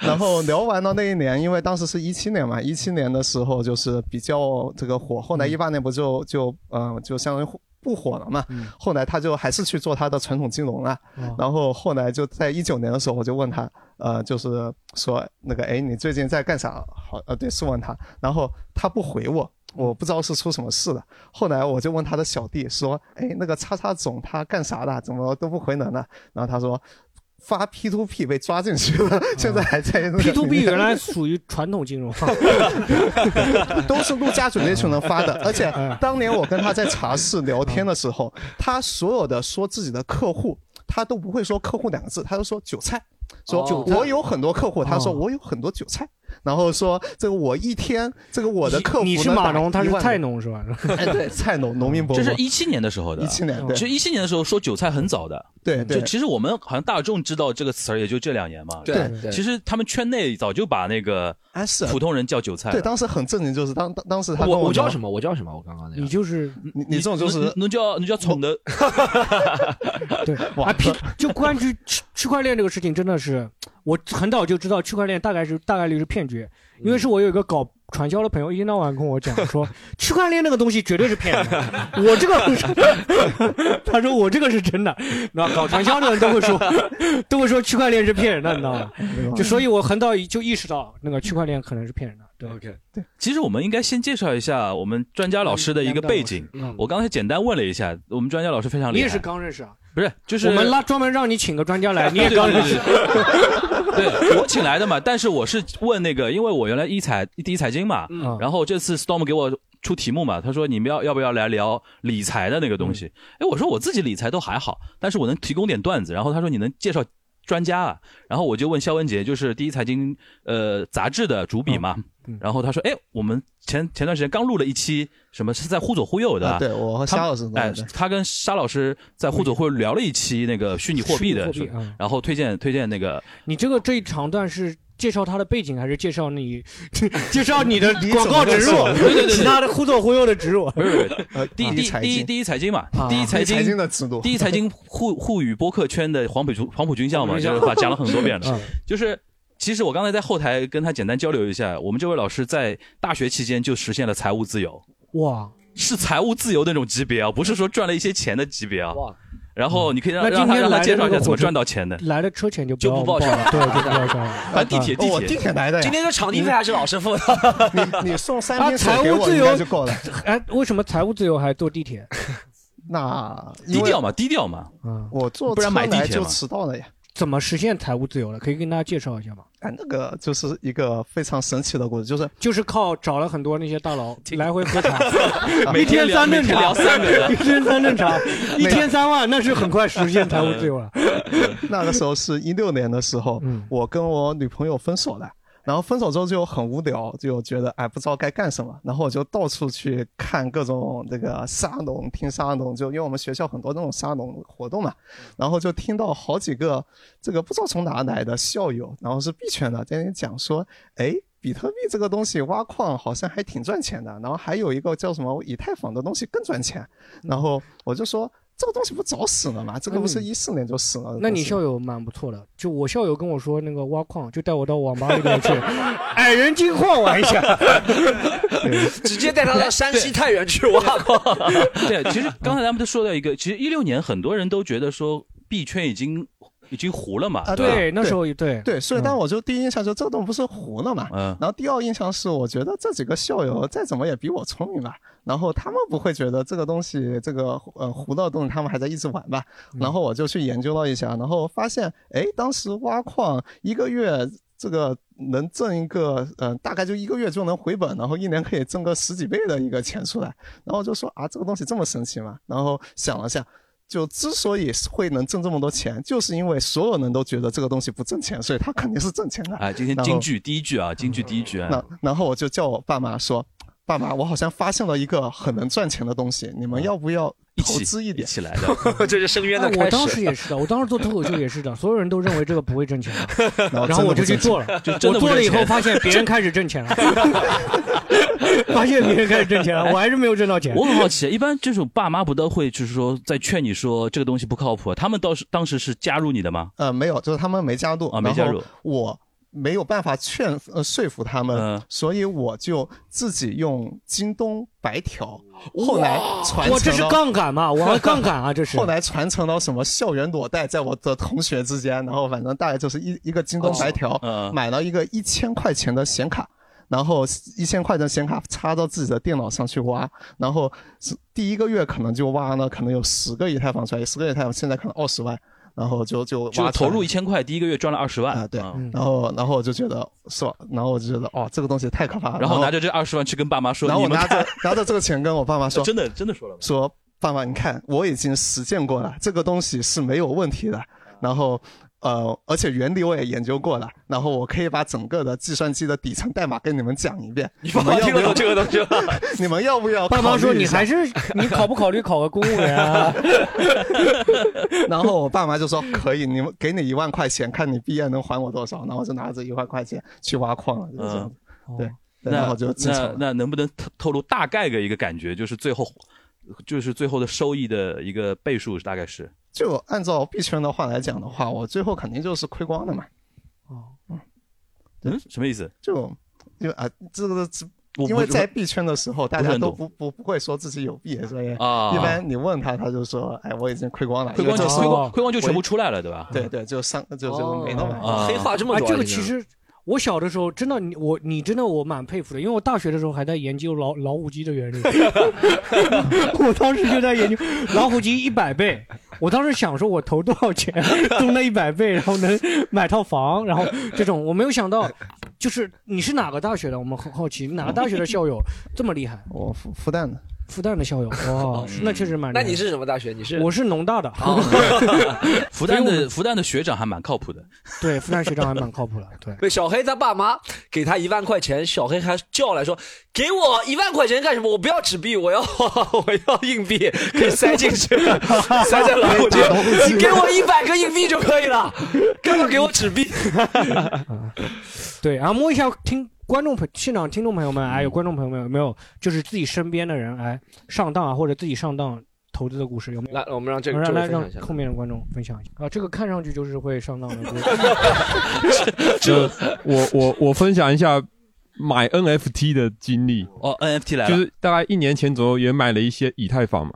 E: 然后聊完了那一年，因为当时是一七年嘛，一七年的时候就是比较这个火，
D: 嗯
E: 后来一八年不就就嗯、呃就相当于不火了
D: 嗯
E: 嘛，
B: 嗯
E: 后来他就还是去做他的传统金融了，啊
F: 哦
E: 然后后来就在一九年的时候，我就问他，呃，就是说那个，哎，你最近在干啥？好，呃，对，是问他，然后他不回我，我不知道是出什么事了。后来我就问他的小弟说，哎，那个叉叉总他干啥的？怎么都不回人了？然后他说。发 P to P 被抓进去了， 现在还在那个
F: 哦 P to
E: 里
F: B，
E: 面
F: 原来属于传统金融，
E: 都是陆家嘴那群人发 的，而且
F: 嗯
E: 当年我跟他在茶室聊天的时候，他所有的说自己的客户，他都不会说客户两个字，他就说韭菜，说
B: 哦
E: 我有很多客户，他说
F: 哦
E: 我有很多韭菜，然后说这个我一天这个我的客户
F: 你你是
E: 能打
F: 码农，他是
E: 1万
F: 菜，农 是吧？
E: 哎对，菜农农民伯
D: 这
E: 伯
D: 是，一七年的时候的
E: 一。七年
D: 其实
E: 对
D: 一七年的时候说韭菜很早的，
E: 对
D: 就
E: 对，
D: 其实我们好像大众知道这个词儿也就这两年嘛。
B: 对对
D: 其实他们圈内早就把那个
E: 哎是，
D: 普通人叫韭菜了。
E: 对当时很震惊，就是当当当时他
B: 我
E: 跟
B: 我
E: 我
B: 叫
E: 聊
B: 什么？我叫什么？我刚刚那
F: 你
B: 个。
F: 就是
E: 你你这种就是
D: 侬叫侬叫宠的，
F: 对啊，P 就关于区区块链这个事情，真的是我很早就知道区块链大概是大概率是骗局，因为是我有一个搞传销的朋友一天到晚跟我讲说，区块链那个东西绝对是骗人的，我这个， 他说我这个是真的， 那啊搞传销的人都 会说，都会说区块链是骗人的，你知道吗？就所以，我很早就意识到那个区块链可能是骗人的。对
B: ，OK，
F: 对，
D: 其实我们应该先介绍一下我们专家老师的一个背景
F: 嗯。
D: 我刚才简单问了一下，我们专家老师非常厉害。
F: 你也是刚认识啊？
D: 不是，就是
F: 我们拉专门让你请个专家来，你也刚认识。
D: 对我请来的嘛，但是我是问那个，因为我原来一财第一财经嘛，
F: 嗯
D: 然后这次 Storm 给我出题目嘛，他说你们要要不要来聊理财的那个东西？哎、我说我自己理财都还好，但是我能提供点段子。然后他说你能介绍专家啊？然后我就问肖文杰，就是第一财经呃杂志的主笔嘛，然后他说哎，我们前前段时间刚录了一期什么是在忽左忽右的、
E: 啊对我和
D: 他
E: 沙老师
D: 哎
E: 对，
D: 他跟沙老师在忽左忽右聊了一期那个虚拟货币的，
F: 虚拟货币嗯
D: 然后推荐推荐那个。
F: 你这个这一长段是介绍他的背景，还是介 绍你介绍你的广告植入？
D: 对对对，
F: 其他的忽左忽右的植入。
D: 不是不是
E: 呃，
D: 第第第一第一财经嘛
F: 啊，
D: 第一财
E: 第一财
D: 经
E: 经的尺度
D: 第一财经沪沪语播客圈的黄埔军黄埔军校嘛，
F: 黄埔军
D: 就
F: 校
D: 是把讲了很多遍
F: 嗯
D: 了。 就是其实我刚才在后台跟他简单交流一下，我们这位老师在大学期间就实现了财务自由，
F: 哇，
D: 是财务自由那种级别啊，不是说赚了一些钱的级别啊。然后你可以让
F: 那
D: 让
F: 今
D: 他
F: 天
D: 让他
F: 来
D: 介绍一下怎么赚
F: 赚
D: 到钱的。
F: 来的车钱就
D: 就
F: 要
D: 不
F: 报
D: 报
F: 了，
D: 销
F: 对，就不报销了。
B: 啊
D: 反正地铁地
E: 哦
D: 铁
E: 我地铁来的呀
B: 今 天这场地费还是老师付的，
E: 你你送三
F: 啊，
E: 瓶水
F: 财
E: 给
F: 务
E: 我
F: 自
E: 应
F: 由
E: 该就够了。
F: 哎，为什么财务自由还坐地铁？
E: 那因
D: 低
E: 为
D: 调嘛，低调嘛。
E: 我坐
D: 不然
E: 车
D: 买地
E: 来
D: 铁
E: 就
D: 嘛
E: 迟到了呀。
F: 怎么实现财务自由的？可以跟大家介绍一下吗？
E: 哎，那个就是一个非常神奇的故事，就是
F: 就是靠找了很多那些 大 佬 来回喝茶，
D: 每
F: 一
D: 天
F: 天
D: 聊
F: 三顿
D: 每天
F: 茶
D: 聊三个，人
F: 一天三 顿茶，一天三万，那是很快实现财务自由了。
E: 那个时候是一六年的时候，我跟我女朋友分手了。然后分手之后就很无聊，就觉得哎不知道该干什么，然后我就到处去看各种这个沙龙，听沙龙，就因为我们学校很多那种沙龙活动嘛，然后就听到好几个这个不知道从哪来的校友，然后是币圈的，在那里讲说，哎，比特币这个东西挖矿好像还挺赚钱的，然后还有一个叫什么以太坊的东西更赚钱，然后我就说这个东西不早死了吗？这个不是一四年就死了的东西吗、
F: 那你校友蛮不错的，就我校友跟我说那个挖矿，就带我到网吧里面去， 矮人精矿玩一下。
B: 直接带他到山西太原去挖矿。
D: 对，其实刚才咱们都说到一个，其实一六年很多人都觉得说币圈已经已经糊了嘛，
E: 啊
D: 吧
F: 对，那时候也对，嗯
E: 对，所以但我就第一印象就这个洞不是糊了嘛，
D: 嗯
E: 然后第二印象是我觉得这几个校友再怎么也比我聪明吧，然后他们不会觉得这个东西这个呃糊到洞他们还在一直玩吧，
F: 嗯
E: 然后我就去研究了一下，然后发现哎当时挖矿一个月。这个能挣一个，呃，大概就一个月就能回本，然后一年可以挣个十几倍的一个钱出来，然后我就说啊，这个东西这么神奇吗？然后想了下，就之所以会能挣这么多钱，就是因为所有人都觉得这个东西不挣钱，所以他肯定是挣钱的。
D: 哎，今天
E: 然后
D: 京剧第一句啊，京剧第一句啊，
E: 那然后我就叫我爸妈说，爸妈，我好像发现了一个很能赚钱的东西，你们要不要
D: 嗯一
E: 投
D: 起
E: 资一
D: 一
E: 点？
D: 起来的，
B: 这是深渊
F: 那
B: 的
F: 我
B: 开
F: 当时
B: 始。
F: 也是的，我当时做脱口秀也是的，所有人都认为这个不会挣钱的，
E: 然
F: 然后我就去做
E: 了。
F: 了，
D: 就真的不
F: 我做
D: 挣
F: 了以后
D: 钱
F: 发现 别人开始挣钱了，发现别人开始挣钱了，我还是没有挣到钱。
D: 我很好奇，一般这种爸妈不都会就是说在劝你说这个东西不靠谱，他们倒是当时是加入你的吗？
E: 呃，没有，就是他们没加入
D: 啊没加入，
E: 我没有办法劝呃说服他们，
D: 嗯
E: 所以我就自己用京东白条，后来传
F: 哇，这
E: 承
F: 是
E: 到
F: 杠杆嘛？我玩杠杆啊，这是
E: 后。来传承到什么校园裸贷，在我的同学之间，然后反正大概就是一一个京东白条
D: 嗯，嗯
E: 买了一个一千块钱的显卡，然后一千块钱的显卡插到自己的电脑上去挖，然后是第一个月可能就挖呢，可能有十个以太坊出来，十个以太坊现在可能二十万，然后就就
D: 就
E: 挖出
D: 投
E: 来
D: 入一千块，第一个月赚了二十万
E: 啊，对
D: 嗯，
E: 然后然后我就觉得是吧，然后我就觉得哦，这个东西太可怕了，
D: 然后
E: 后
D: 拿着这二十万去跟爸妈说，
E: 然后
D: 你
E: 我
D: 们
E: 拿
D: 看
E: 着拿着这个钱跟我爸妈说，
D: 真的真的说了吗？
E: 说：“爸爸，你看，我已经实践过了，这个东西是没有问题的。然后，呃，而且原理我也研究过了。然后我可以把整个的计算机的底层代码跟你们讲一遍。你
B: 爸
E: 们
B: 妈
E: 要
B: 听
E: 不
B: 得
E: 要
B: 懂？这个东西 吗？
E: 你们要不要？”
F: 爸妈说你 还。是啊你考不考虑考个公务员啊？
E: 然后我爸妈就说：“可以，你们给你一万块钱，看你毕业能还我多少。”然后我就拿着一万块钱去挖矿了，就这样子。
F: 嗯哦
E: 对，对然
D: 那
E: 后就进
D: 那
E: 城了。
D: 那能不能透透露大概的一个感觉，就是最后就是最后的收益的一个倍数大概是？
E: 就按照币圈的话来讲的话，我最后肯定就是亏光的嘛。
D: 嗯，什么意思？
E: 就就啊，这个这
D: 我
E: 因为
D: 我
E: 在币圈的时候，大家
D: 很
E: 都
D: 懂
E: 不不不会说自己有币，所以
D: 啊
E: 一般你问他，他就说：“哎，我已经亏光了。”
D: 亏光就
E: 因为这时候
D: 亏光亏光就全部
E: 我
D: 出来了，对吧？
E: 对对，就上就就
B: 哦
E: 没那么
D: 啊
B: 黑化这么
F: 啊，
B: 多啊，
F: 这个
B: 你
F: 其实我小的时候真的，你我你真的我蛮佩服的，因为我大学的时候还在研究老老虎机的 原理，我当时就在研究老虎机一百倍，我当时想说我投多少钱 中那一百倍，然后能买套房，然后这种我没有想到，就是你是哪个大学的？我们很好奇，哪个大学 的校友这么厉害？
E: 我复复旦的，
F: 复旦的校友，哇，那确实蛮厉
B: 哦那
F: 害。
B: 你是什么大学？哦你是
F: 我是农大的，
D: 复旦的复旦的学长还蛮靠谱的，
F: 对，复旦学长还蛮靠谱的，对。
B: 对小黑他爸妈给他一万块钱，小黑还叫来说：“给我一万块钱干什么？我不要纸币，我要 我要硬币，可以塞 进去，塞在老虎机。你给我一百个硬币就可 以了，干嘛给我纸币？
F: 对，然后摸一下听观众朋现场听众朋友们，哎，有观众朋友们有没有就是自己身边的人哎上当啊，或者自己上当投资的故事有没有？
B: 来，我们让这
F: 我
B: 个
F: 们
B: 这
F: 让
B: 位
F: 来
B: 分
F: 让
B: 享一下。
F: 后面的观众分享一下啊，这个看上去就是会上当的故事，
C: 就我我我分享一下买 NFT 的经历，
D: 哦，NFT 来
C: 就
D: 了，
C: 是大概一年前左右也买了一些以太坊嘛，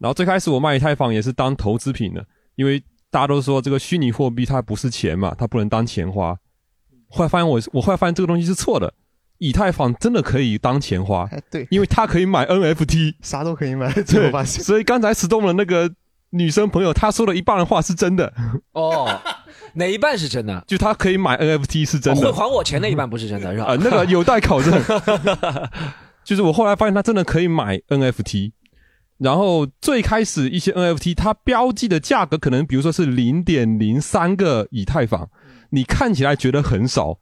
C: 然后最开始我卖以太坊也是当投资品的，因为大家都说这个虚拟货币它不是钱嘛，它不能当钱花。后来发现我我后来发现这个东西是错的，以太坊真的可以当钱花，
E: 哎，对，
C: 因为它可以买 NFT。
E: 啥都可以买，最后
C: 对
E: 发，现
C: 所以刚才石动的那个女生朋友，她说了一半的话是真的，
B: 哦，哪一半是真的？哦
C: 就她可以买 NFT 是真
B: 会
C: 的。
B: 还我钱那一半不是真的，是
C: 啊、
B: 吧？
C: 那个有待考证。就是我后来发现，它真的可以买 NFT。然后最开始一些 NFT，它标记的价格可能，比如说是零点零三个以太坊，你看起来觉得很少，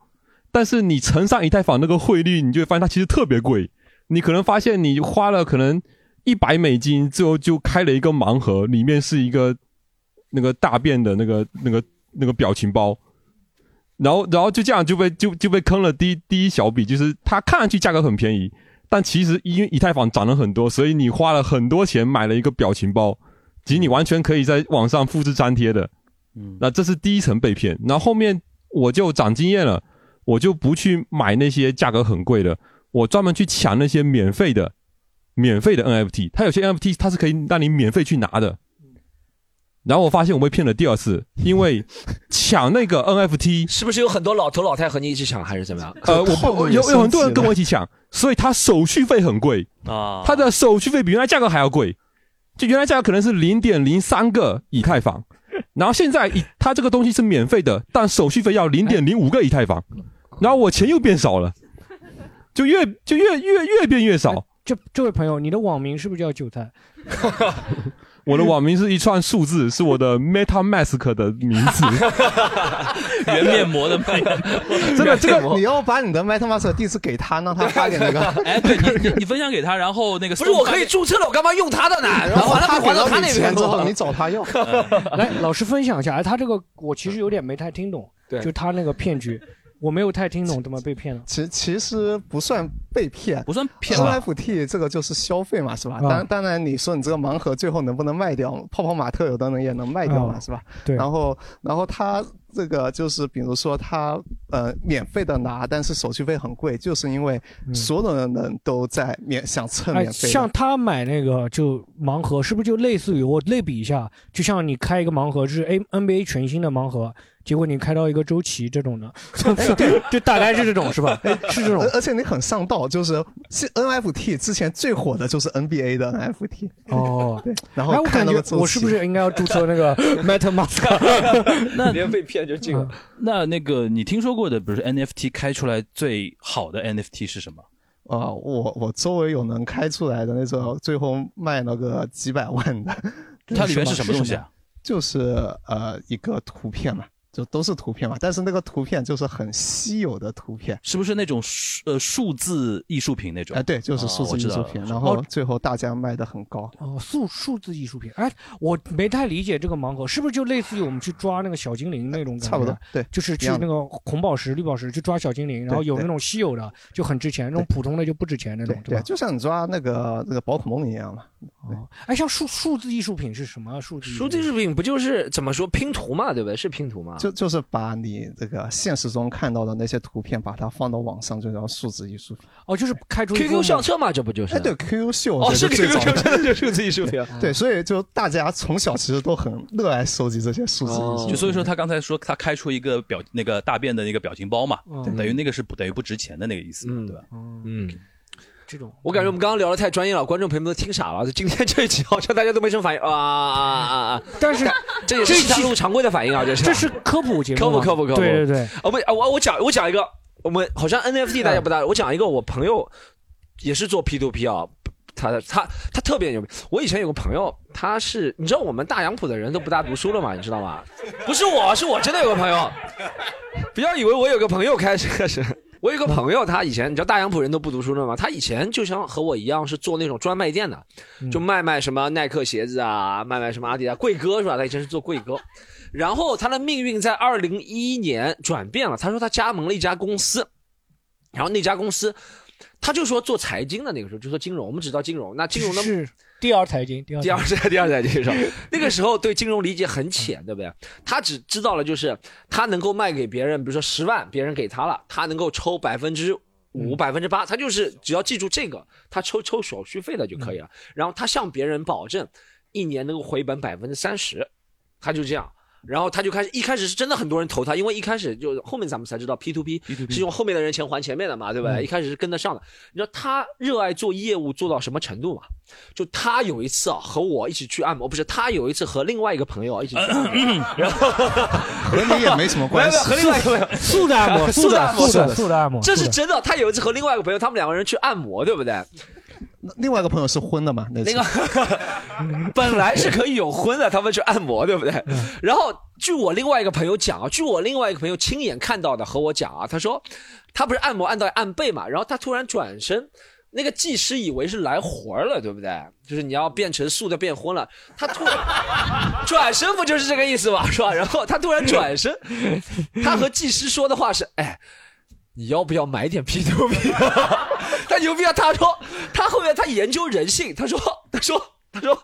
C: 但是你乘上以太坊那个汇率，你就会发现它其实特别贵。你可能发现你花了可能一百美金，最后就开了一个盲盒，里面是一个那个大便的那个那个那个表情包，然后然后就这样就被就就被坑了第一第一小笔，就是它看上去价格很便宜，但其实因为以太坊涨了很多，所以你花了很多钱买了一个表情包，其实你完全可以在网上复制粘贴的。
D: 嗯，
C: 那这是第一层被骗，然后后面我就长经验了，我就不去买那些价格很贵的，我专门去抢那些免费的，免费的 NFT，它有些 NFT 它是可以让你免费去拿的。
B: 嗯
C: 然后我发现我被骗了第二次，因为抢那个 NFT
B: 是不是有很多老头老太和你一起抢，还是怎么样？
C: 呃，我
E: 套路
C: 不
E: 也
C: 有
E: 升
C: 有很多人
E: 级
C: 跟
E: 了
C: 我一起抢，所以它手续费很贵，
D: 啊，
C: 它的手续费比原来价格还要贵，就原来价格可能是零点零三个以太坊，然后现在以它这个东西是免费的，但手续费要零点零五个以太坊，然后我钱又变少了，就越就越越越变越少。
F: 这这位朋友，你的网名是不是叫韭菜？
C: 我的网名是一串数字，是我的 MetaMask 的名字。
D: 圆面膜的卖，，
E: 真的这个，你要把你的 MetaMask 地址给 他，让他发给那个
D: 哎，对你你你分享给他，然后那个
B: 不是，我可以注册了，我干嘛用他的呢？啊然后还了
E: 他
B: 不
E: 给
B: 还到
E: 到
B: 他
E: 你
B: 那
E: 钱
B: 边
E: 之后，你找他要。
F: 来，老师分享一下，哎，他这个我其实有点没太听懂，
B: 对
F: 就他那个骗局，我没有太听懂怎么被骗了。
E: 其其实不算被骗。
D: 不算骗吧？
E: NFT 这个就是消费嘛，是吧？
F: 嗯
E: 当当然，你说你这个盲盒最后能不能卖掉？泡泡玛特有的人也能卖掉嘛，
F: 嗯
E: 是吧？
F: 对
E: 然后，然后他这个就是，比如说他呃免费的拿，但是手续费很贵，就是因为
F: 嗯
E: 所有的人都在免想蹭
F: 哎，
E: 免费的。
F: 像他买那个就盲盒，是不是就类似于我类比一下，就像你开一个盲盒是哎 A NBA 全新的盲盒，结果你开到一个周琦这种的， 就大概是 这种是吧？是这种
E: 哎而而且你很上道，就是是 NFT 之前最火的就是 NBA 的 NFT，
F: 哦。
E: 对，然
F: 哎，
E: 后
F: 我
E: 看
F: 感
E: 到
F: 觉
E: 了周
F: 我是不
E: 琦
F: 是应该要注册那 个 MetaMask？
D: 那
B: 连被骗就进了。
D: 那那个你听说过的，比如说 NFT 开出来最好的 NFT 是什么？
E: 啊，我我周围有能开出来的那种，最后卖了个几百万的，
D: 它里面是什么东西啊？
E: 就是呃一个图片嘛，就都是图片嘛，但是那个图片就是很稀有的图片，
D: 是不是那种数呃数字艺术品那
E: 哎、
D: 种？
E: 对，就是
D: 哦
E: 数字
D: 我
E: 艺
D: 知道
E: 术
D: 了
E: 品，然后最后大家卖的很高，
F: 哦，数数字艺术品。哎，我没太理解这个盲盒，是不是就类似于我们去抓那个小精灵那种感觉？啊
E: 差不多，对。
F: 就是去那个红宝石、绿宝石去抓小精灵，然后有那种稀有的就很值钱，那种普通的就不值钱那
E: 对
F: 种，对
E: 对，
F: 吧？
E: 就像你抓那个那个宝可梦一样嘛，
F: 哎，像数数字艺术品是什么数字？
B: 数字艺术品不就是怎么说拼图嘛，对不对？是拼图嘛？
F: 啊
E: 就就是把你这个现实中看到的那些图片，把它放到网上，就叫数字艺术品。
F: 哦，就是开出
B: QQ 相册嘛，这不就是？
E: 哎，对，QQ 秀
B: 哦，是
E: 这
B: QQ
E: 最早
B: 相
E: 的
B: 册，就是数字艺术品。
E: 对，所以就大家从小其实都很热爱收集这些数字艺
B: 哦
E: 术品。
D: 就所以说他刚才说他开出一个表那个大便的那个表情包嘛，
F: 嗯
D: 等于那个是不等于不值钱的那个意思，对吧？
B: 嗯，
F: 这种，
B: 我感觉我们刚刚聊的太专业了，观众朋友们都听傻了。今天这一集好像大家都没什么反应啊啊啊啊！
F: 但是
B: 这也是西塘路常规的反应啊，这是
F: 这是科普节目
B: 科
F: 嘛，
B: 普科普科普。
F: 对对对，
B: 哦不啊，我我讲我讲一个，我们好像 NFT 大家
F: 嗯
B: 不大，我讲一个我朋友也是做 P to P 啊，他他他特别牛逼。我以前有个朋友，他是你知道我们大洋浦的人都不大读书了嘛，你知道吗？不是我，是我真的有个朋友， 不要以为我有个朋友开始开始。 我有个朋友，他以前你知道大洋浦人都不读书了嘛，他以前就像和我一样是做那种专卖店的，就卖卖什么耐克鞋子啊，卖卖什么阿迪达贵哥是吧？他以前是做贵哥，然后他的命运在二零一一年转变了。他说他加盟了一家公司，然后那家公司，他就说做财经的那个时候就说金融，我们只知道金融，那金融的
F: 是第二财经，第二
B: 第二代，第二代 介绍。那个时候对金融理解很浅，对不对？他只知道了就是他能够卖给别人，比如说十万，别人给他了，他能够抽百分之。五百分之八，他就是只要记住这个，他抽抽手续费的就可以了。然后他向别人保证，一年能够回本百分之三十，他就这样。然后他就开始，一开始是真的很多人投他，因为一开始就后面咱们才知道 P to P 嗯是用后面的人钱还前面的嘛，对吧？一开始是跟得上的。你知道他热爱做业务做到什么程度吗？就他有一次啊，和我一起去按摩，不是他有一次和另外一个朋友啊一起
F: 呃
B: 去按
F: 嗯
B: 摩， 然后
E: 和你也没什么关系。
B: 和另外一个朋友，
F: 素的按 摩，
B: 素
F: 素
B: 的
F: 的
B: 按摩
F: 素的素的按摩，
B: 这是
F: 素的
B: 真的。他有一次和另外一个朋友，他们两个人去按摩，对不对？
E: 另外一个朋友是婚的嘛？那
B: 那
E: 那
B: 个 本来是可以有婚的，他们去按摩，对不对？然后据我另外一个朋友讲啊，据我另外一个朋友亲眼看到的和我讲啊，他说他不是按摩按到按背嘛，然后他突然转身。那个技师以为是来活儿了，对不对？就是你要变成素的变荤了。他突然转身，不就是这个意思吗？是吧？然后他突然转身， 他和技师说的话是：“哎，你要不要买点 P to P？” 他牛逼啊！他说他后面他研究人性，他说他说他说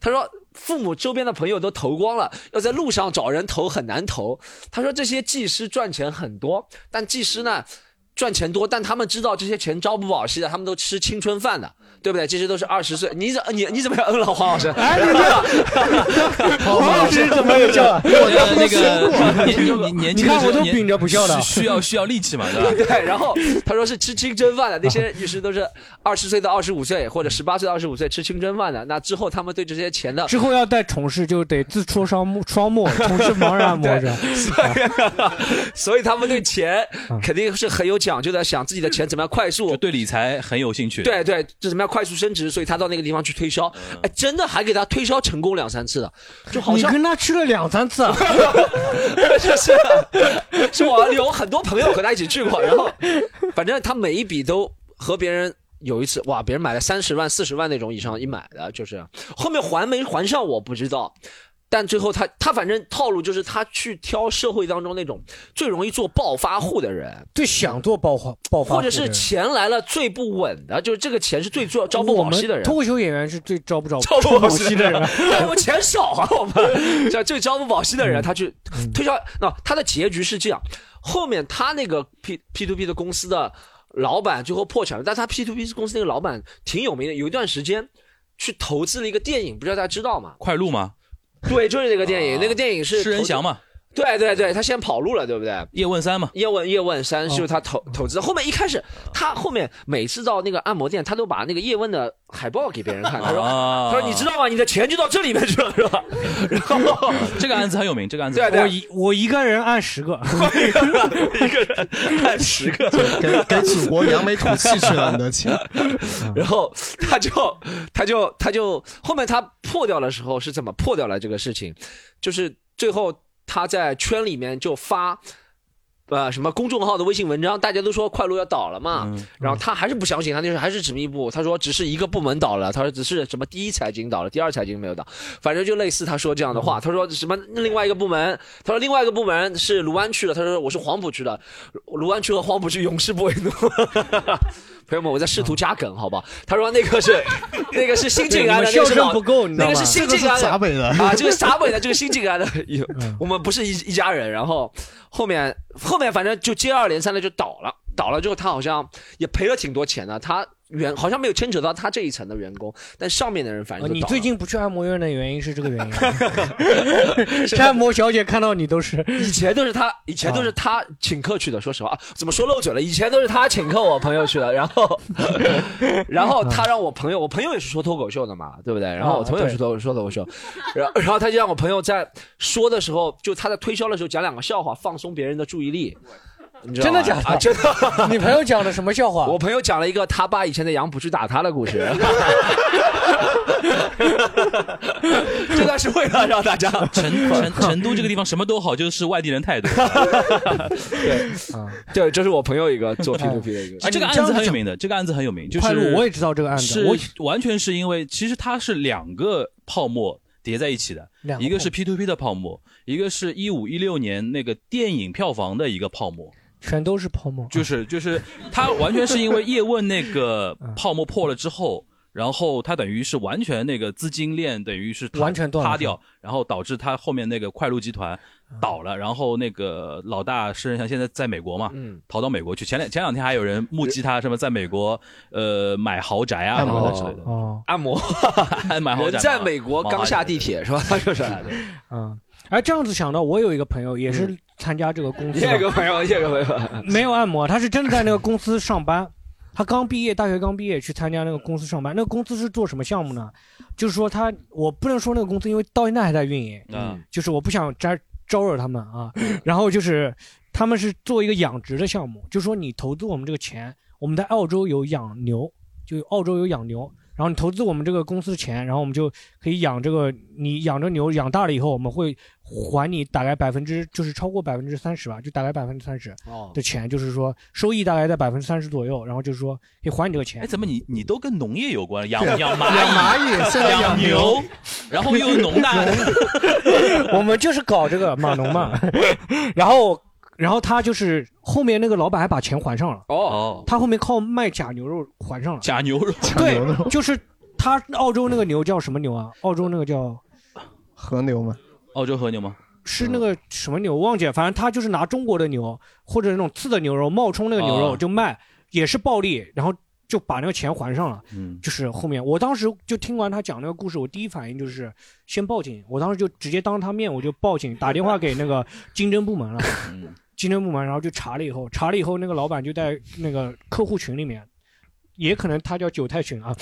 B: 他说父母周边的朋友都投光了，要在路上找人投很难投。他说这些技师赚钱很多，但技师呢？赚钱多，但他们知道这些钱朝不保夕的，他们都吃青春饭的，对不对？这些都是二十岁，你怎你你怎么样？嗯了黄老师？哎，
E: 黄老师怎么有叫？我
D: 呃，那
E: 刚
D: 个
E: 刚
D: 年年年轻的时
F: 你看我
D: 候
F: 都
D: 年
F: 秉着不孝的
D: 需需要需要力气嘛，对吧？
B: 对，然后他说是吃清真饭的，那 些律师都是二十岁到二十五岁，或者十八岁到二十五岁吃清真饭的。那之后他们对这些钱 的
F: 之后要再从事，就得自戳双目 双目，从事盲人按摩者。
B: 所以他 们对钱
F: 嗯
B: 肯定是很有讲究的，想自己的钱怎么样快
D: 就
B: 速。
D: 对理财很有兴趣。，
B: 对对，就怎么样快速升值，所以他到那个地方去推销，
D: 嗯
B: 哎，真的还给他推销成功两三次的，就好
F: 你
B: 像
F: 跟他去了两三次 啊，
B: 就是啊是我有很多朋友和他一起去过，然后反正他每一笔都和别人有一次哇，别人买了三十万、四十万那种以上一买的，就是后面还没还上我不知道。但最后他他反正套路就是他去挑社会当中那种最容易做暴发户的人，
F: 对，想做爆发爆发户
B: 或
F: 的
B: 者
F: 人，
B: 是钱来了最不稳的，就是这个钱是最做朝不
F: 我
B: 保
F: 们
B: 夕的人。
F: 脱口秀演员是最招 不着
B: 朝不保
F: 夕
B: 夕
F: 的人。
B: 但我钱少啊，我 们这最朝不保夕的
D: 嗯
B: 人，他去推销，那、他的结局是这样，后面他那个 P P to P 的公司的老板最后破产了，但他 P to P 公司那个老板挺有名的，有一段时间去投资了一个电影，不知道大家知道吗？
D: 快录 嘛，
B: 对，就是那个电影，
D: 啊
B: 那个电影是
D: 施仁祥
B: 嘛？
D: 嘛，
B: 对对对，他先跑路了，对不对？
D: 啊叶问三嘛，哦
B: 叶问叶问三是他投投资的，后面一开始他后面每次到那个按摩店，他都把那个叶问的海报给别人看，他说。
D: 啊，
B: 他说：“你知道吗？你的钱就到这里面去了，是吧？”然后，
D: 这个案子很有名，这个案子
B: 对
F: 我
B: 对，
F: 一我一个人按十个，
B: 一个人按十个，
E: 给给祖国扬眉吐气去了，你的钱。
B: 然后他就他就他就后面他破掉的时候是怎么破掉了这个事情，就是最后他在圈里面就发。呃，什么公众号的微信文章，大家都说快路要倒了嘛，
F: 嗯
B: 然后他还是不相信，他就是还是执迷不悟。他说只是一个部门倒了，他说只是什么第一财经倒了，第二财经没有倒，反正就类似他说这样的
F: 嗯
B: 话。他说什么另外一个部门，他说另外一个部门是卢湾区的，他说我是黄埔区的，卢湾区和黄埔区永世不为奴。 朋友们，我在
F: 嗯
B: 试图加梗，好吧？他说那个是，那个是新晋安的，
F: 对你
B: 那个
F: 们
B: 是
F: 笑声
B: 老
F: 不够你知道
B: 那
F: 吗
B: 个是新晋安
F: 这个是闸北的
B: 啊，这个是闸北的，这个新晋安 的，有
F: 嗯
B: 我们不是一一家人。然后后面后面反正就接二连三的就倒了，倒了之后他好像也赔了挺多钱的，他员好像没有牵扯到他这一层的员工，但上面的人反正就
F: 哦你
B: 倒了
F: 最近不去按摩院的原因是这个原因啊， 按摩小姐看到你都是
B: 以前都是他，以前都是他请客去的。说实话，啊怎么说漏嘴了？以前都是他请客我朋友去的，然后， 然后他让我朋友，我朋友也是说脱口秀的嘛，对不对？然
D: 啊
B: 后我朋友也
F: 哦
B: 是脱说脱口秀， 然后然后他就让我朋友在说的时候，就他在推销的时候讲两个笑话，放松别人的注意力。你知道吗
F: 真的假的
B: 啊真的。
F: 你朋友讲的什么笑 话？
B: 我朋友讲了一个他爸以前在杨浦区打他的 故事，这段是为了让大家
D: 成成成都这个地方什么都好，就是外地人太多。
B: 对，
F: 嗯
B: 对，这是我朋友一个做 P to P 的一个。
D: 啊，这个案子很有名的，这个案子很有名，就是
F: 快录我也知道这个案子
D: 是
F: 我
D: 完全是因为其实它是两个泡沫叠在一起的
F: 两，个
D: 一个
F: 泡
D: 是 P to P 的泡沫，一个是一五一六年那个电影票房的一个泡沫。
F: 全都是泡沫。
D: 就是就是他完全是因为叶问那个
F: 嗯
D: 泡沫破了之后，然后他等于是完全那个资金链等于是塌
F: 完全断了嗯
D: 塌掉，然后导致他后面那个快鹿集团倒了，然后那个老大施仁祥现在在美国嘛，
F: 嗯
D: 逃到美国去。前两前两天还有人目击他什么在美国呃买豪宅啊
B: 按
D: 什
B: 摩
D: 么之类的，
F: 哦，
B: 按摩，
D: 买豪宅嘛。
B: 人在美国刚下地铁是吧？他就是。啊
F: 嗯，哎，这样子想到，我有一个朋友也
B: 嗯
F: 是参加这个公司
B: 谢
F: 的，
B: 谢各位朋友，谢谢各位朋友。
F: 没有按摩，他是真的在那个公司上班。他刚毕业，大学刚毕业去参加那个公司上班。那个公司是做什么项目呢？就是说他，我不能说那个公司，因为到现在还在运营。
D: 嗯
F: 就是我不想招招惹他们啊。然后就是他们是做一个养殖的项目，就说你投资我们这个钱，我们在澳洲有养牛，就澳洲有养牛，然后你投资我们这个公司的钱，然后我们就可以养这个，你养着牛养大了以后，我们会还你大概百分之就是超过百分之三十吧，就大概百分之三十
B: 哦
F: 的钱，就是说收益大概在百分之三十左右，然后就是说可以还你这个钱
D: 哎，。怎么你你都跟农业有关？养
F: 对
D: 养蚂蚁，
F: 养蚂蚁现在
D: 养
F: 养
D: 牛
F: 牛，
D: 然后又有 农大，
F: 我们就是搞 这个码农嘛。 然后，然后他就是后面那个老板还把钱还上了。
B: 哦，
F: 他后面靠卖假牛肉还上了。
D: 假 牛肉，
F: 对，就是他澳洲那个牛叫什么牛啊？澳洲那个叫
E: 和牛嘛，
D: 澳哦洲和牛吗？
F: 是那个什么牛忘记了，反正他就是拿中国的牛或者那种次的牛肉冒充那个牛
D: 哦
F: 肉就卖，也是暴利，然后就把那个钱还上了。
D: 嗯，
F: 就是后面我当时就听完他讲那个故事，我第一反应就是先报警，我当时就直接当着他面我就报警，打电话给那个经侦部门了。 经侦部门，然后就查了以后，查了以后，那个老板就在那个客户群里面，也可能他叫韭菜群啊，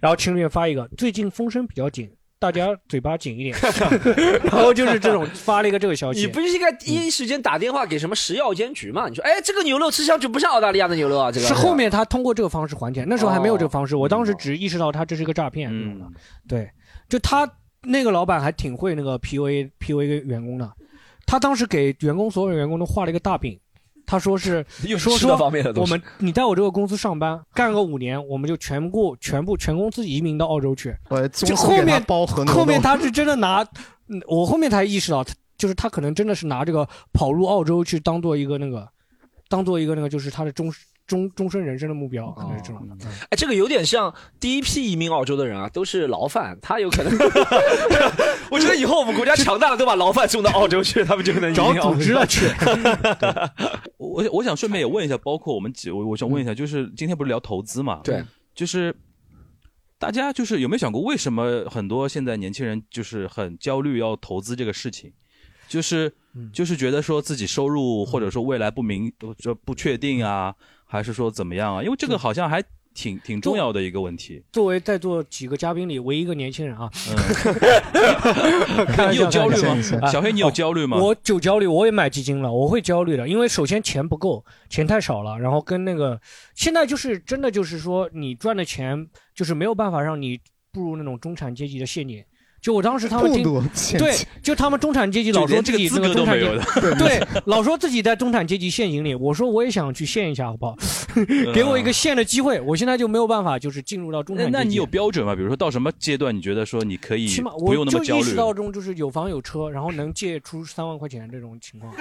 F: 然后群里面发一个最近风声比较紧，大家嘴巴紧一点， 然后就是这种发了一个这个消息。
B: 你不是应
F: 嗯
B: 该第一时间打电话给什么食药监局吗？你说，哎，这个牛肉吃上去不是澳大利亚的牛肉啊，这个哦
F: 是后面他通过这个方式还钱，那时候还没有这个方式，我当时只意识到他这是一个诈骗，懂
B: 嗯
F: 吗对，就他那个老板还挺会那个 PUA PUA 员工的，他当时给员工所有员工都画了一个大饼，他 说是
B: 又是
F: 说
B: 吃
F: 说
B: 的方面的东
F: 我
B: 西
F: 们你在我这个公司上班干个五年，我们就全部全部全公司移民到澳洲去，
E: 我
F: 就
E: 宗师
F: 后
E: 给他
F: 面
E: 包和牛
F: 后面
E: 肉
F: 他是真的拿，嗯我后面才意识到，他就是他可能真的是拿这个跑入澳洲去当做一个那个，当做一个那个就是他的终终终身人生的目标，可能是这种的。
B: 哎，这个有点像第一批移民澳洲的人啊，都是牢饭，他有 可能。我觉得以后我们国家强大了，都把牢饭送到澳洲去，他们就能移民澳洲。哎
D: 我我想顺便也问一下，包括我们几，我我想问一
F: 嗯
D: 下，就是今天不是聊投资嘛？
B: 对，
D: 就是大家就是有没有想过，为什么很多现在年轻人就是很焦虑要投资这个事情？就是
F: 嗯
D: 就是觉得说自己收入或者说未来不明这不确定啊，还是说怎么样啊？因为这
F: 嗯
D: 个好像还挺挺重要的一个问题。
F: 作为在座几个嘉宾里唯一一个年轻人啊，
D: 嗯你有焦虑吗
F: 开玩笑开玩？笑
D: 小黑，你有焦虑吗？
F: 我就焦虑，我也买基金了，我会焦虑的，因为首先钱不够，钱太少了，然后跟那个现在就是真的就是说你赚的钱就是没有办法让你步入那种中产阶级的陷阱，就我当时他们
E: 不
F: 听
E: 读钱
F: 对
E: 钱，
F: 就他们中产阶级
D: 就
F: 老说
D: 连这
F: 自
D: 个
F: 己
D: 资
F: 这个
D: 格都
F: 中产
D: 没
F: 阶
D: 有
F: 级， 对，老说自己在中产阶级陷阱里。我说我也想去陷一下，好不好？
D: 嗯
F: 给我一个陷的机会，我现在就没有办法，就是进入到中产
D: 那
F: 阶级。
D: 那你有标准吗？比如说到什么阶段，你觉得说你可以
F: 起码
D: 不
F: 我
D: 用那
F: 就
D: 么焦
F: 意
D: 虑
F: 识？到中就是有房有车，然后能借出三万块钱这种 情况，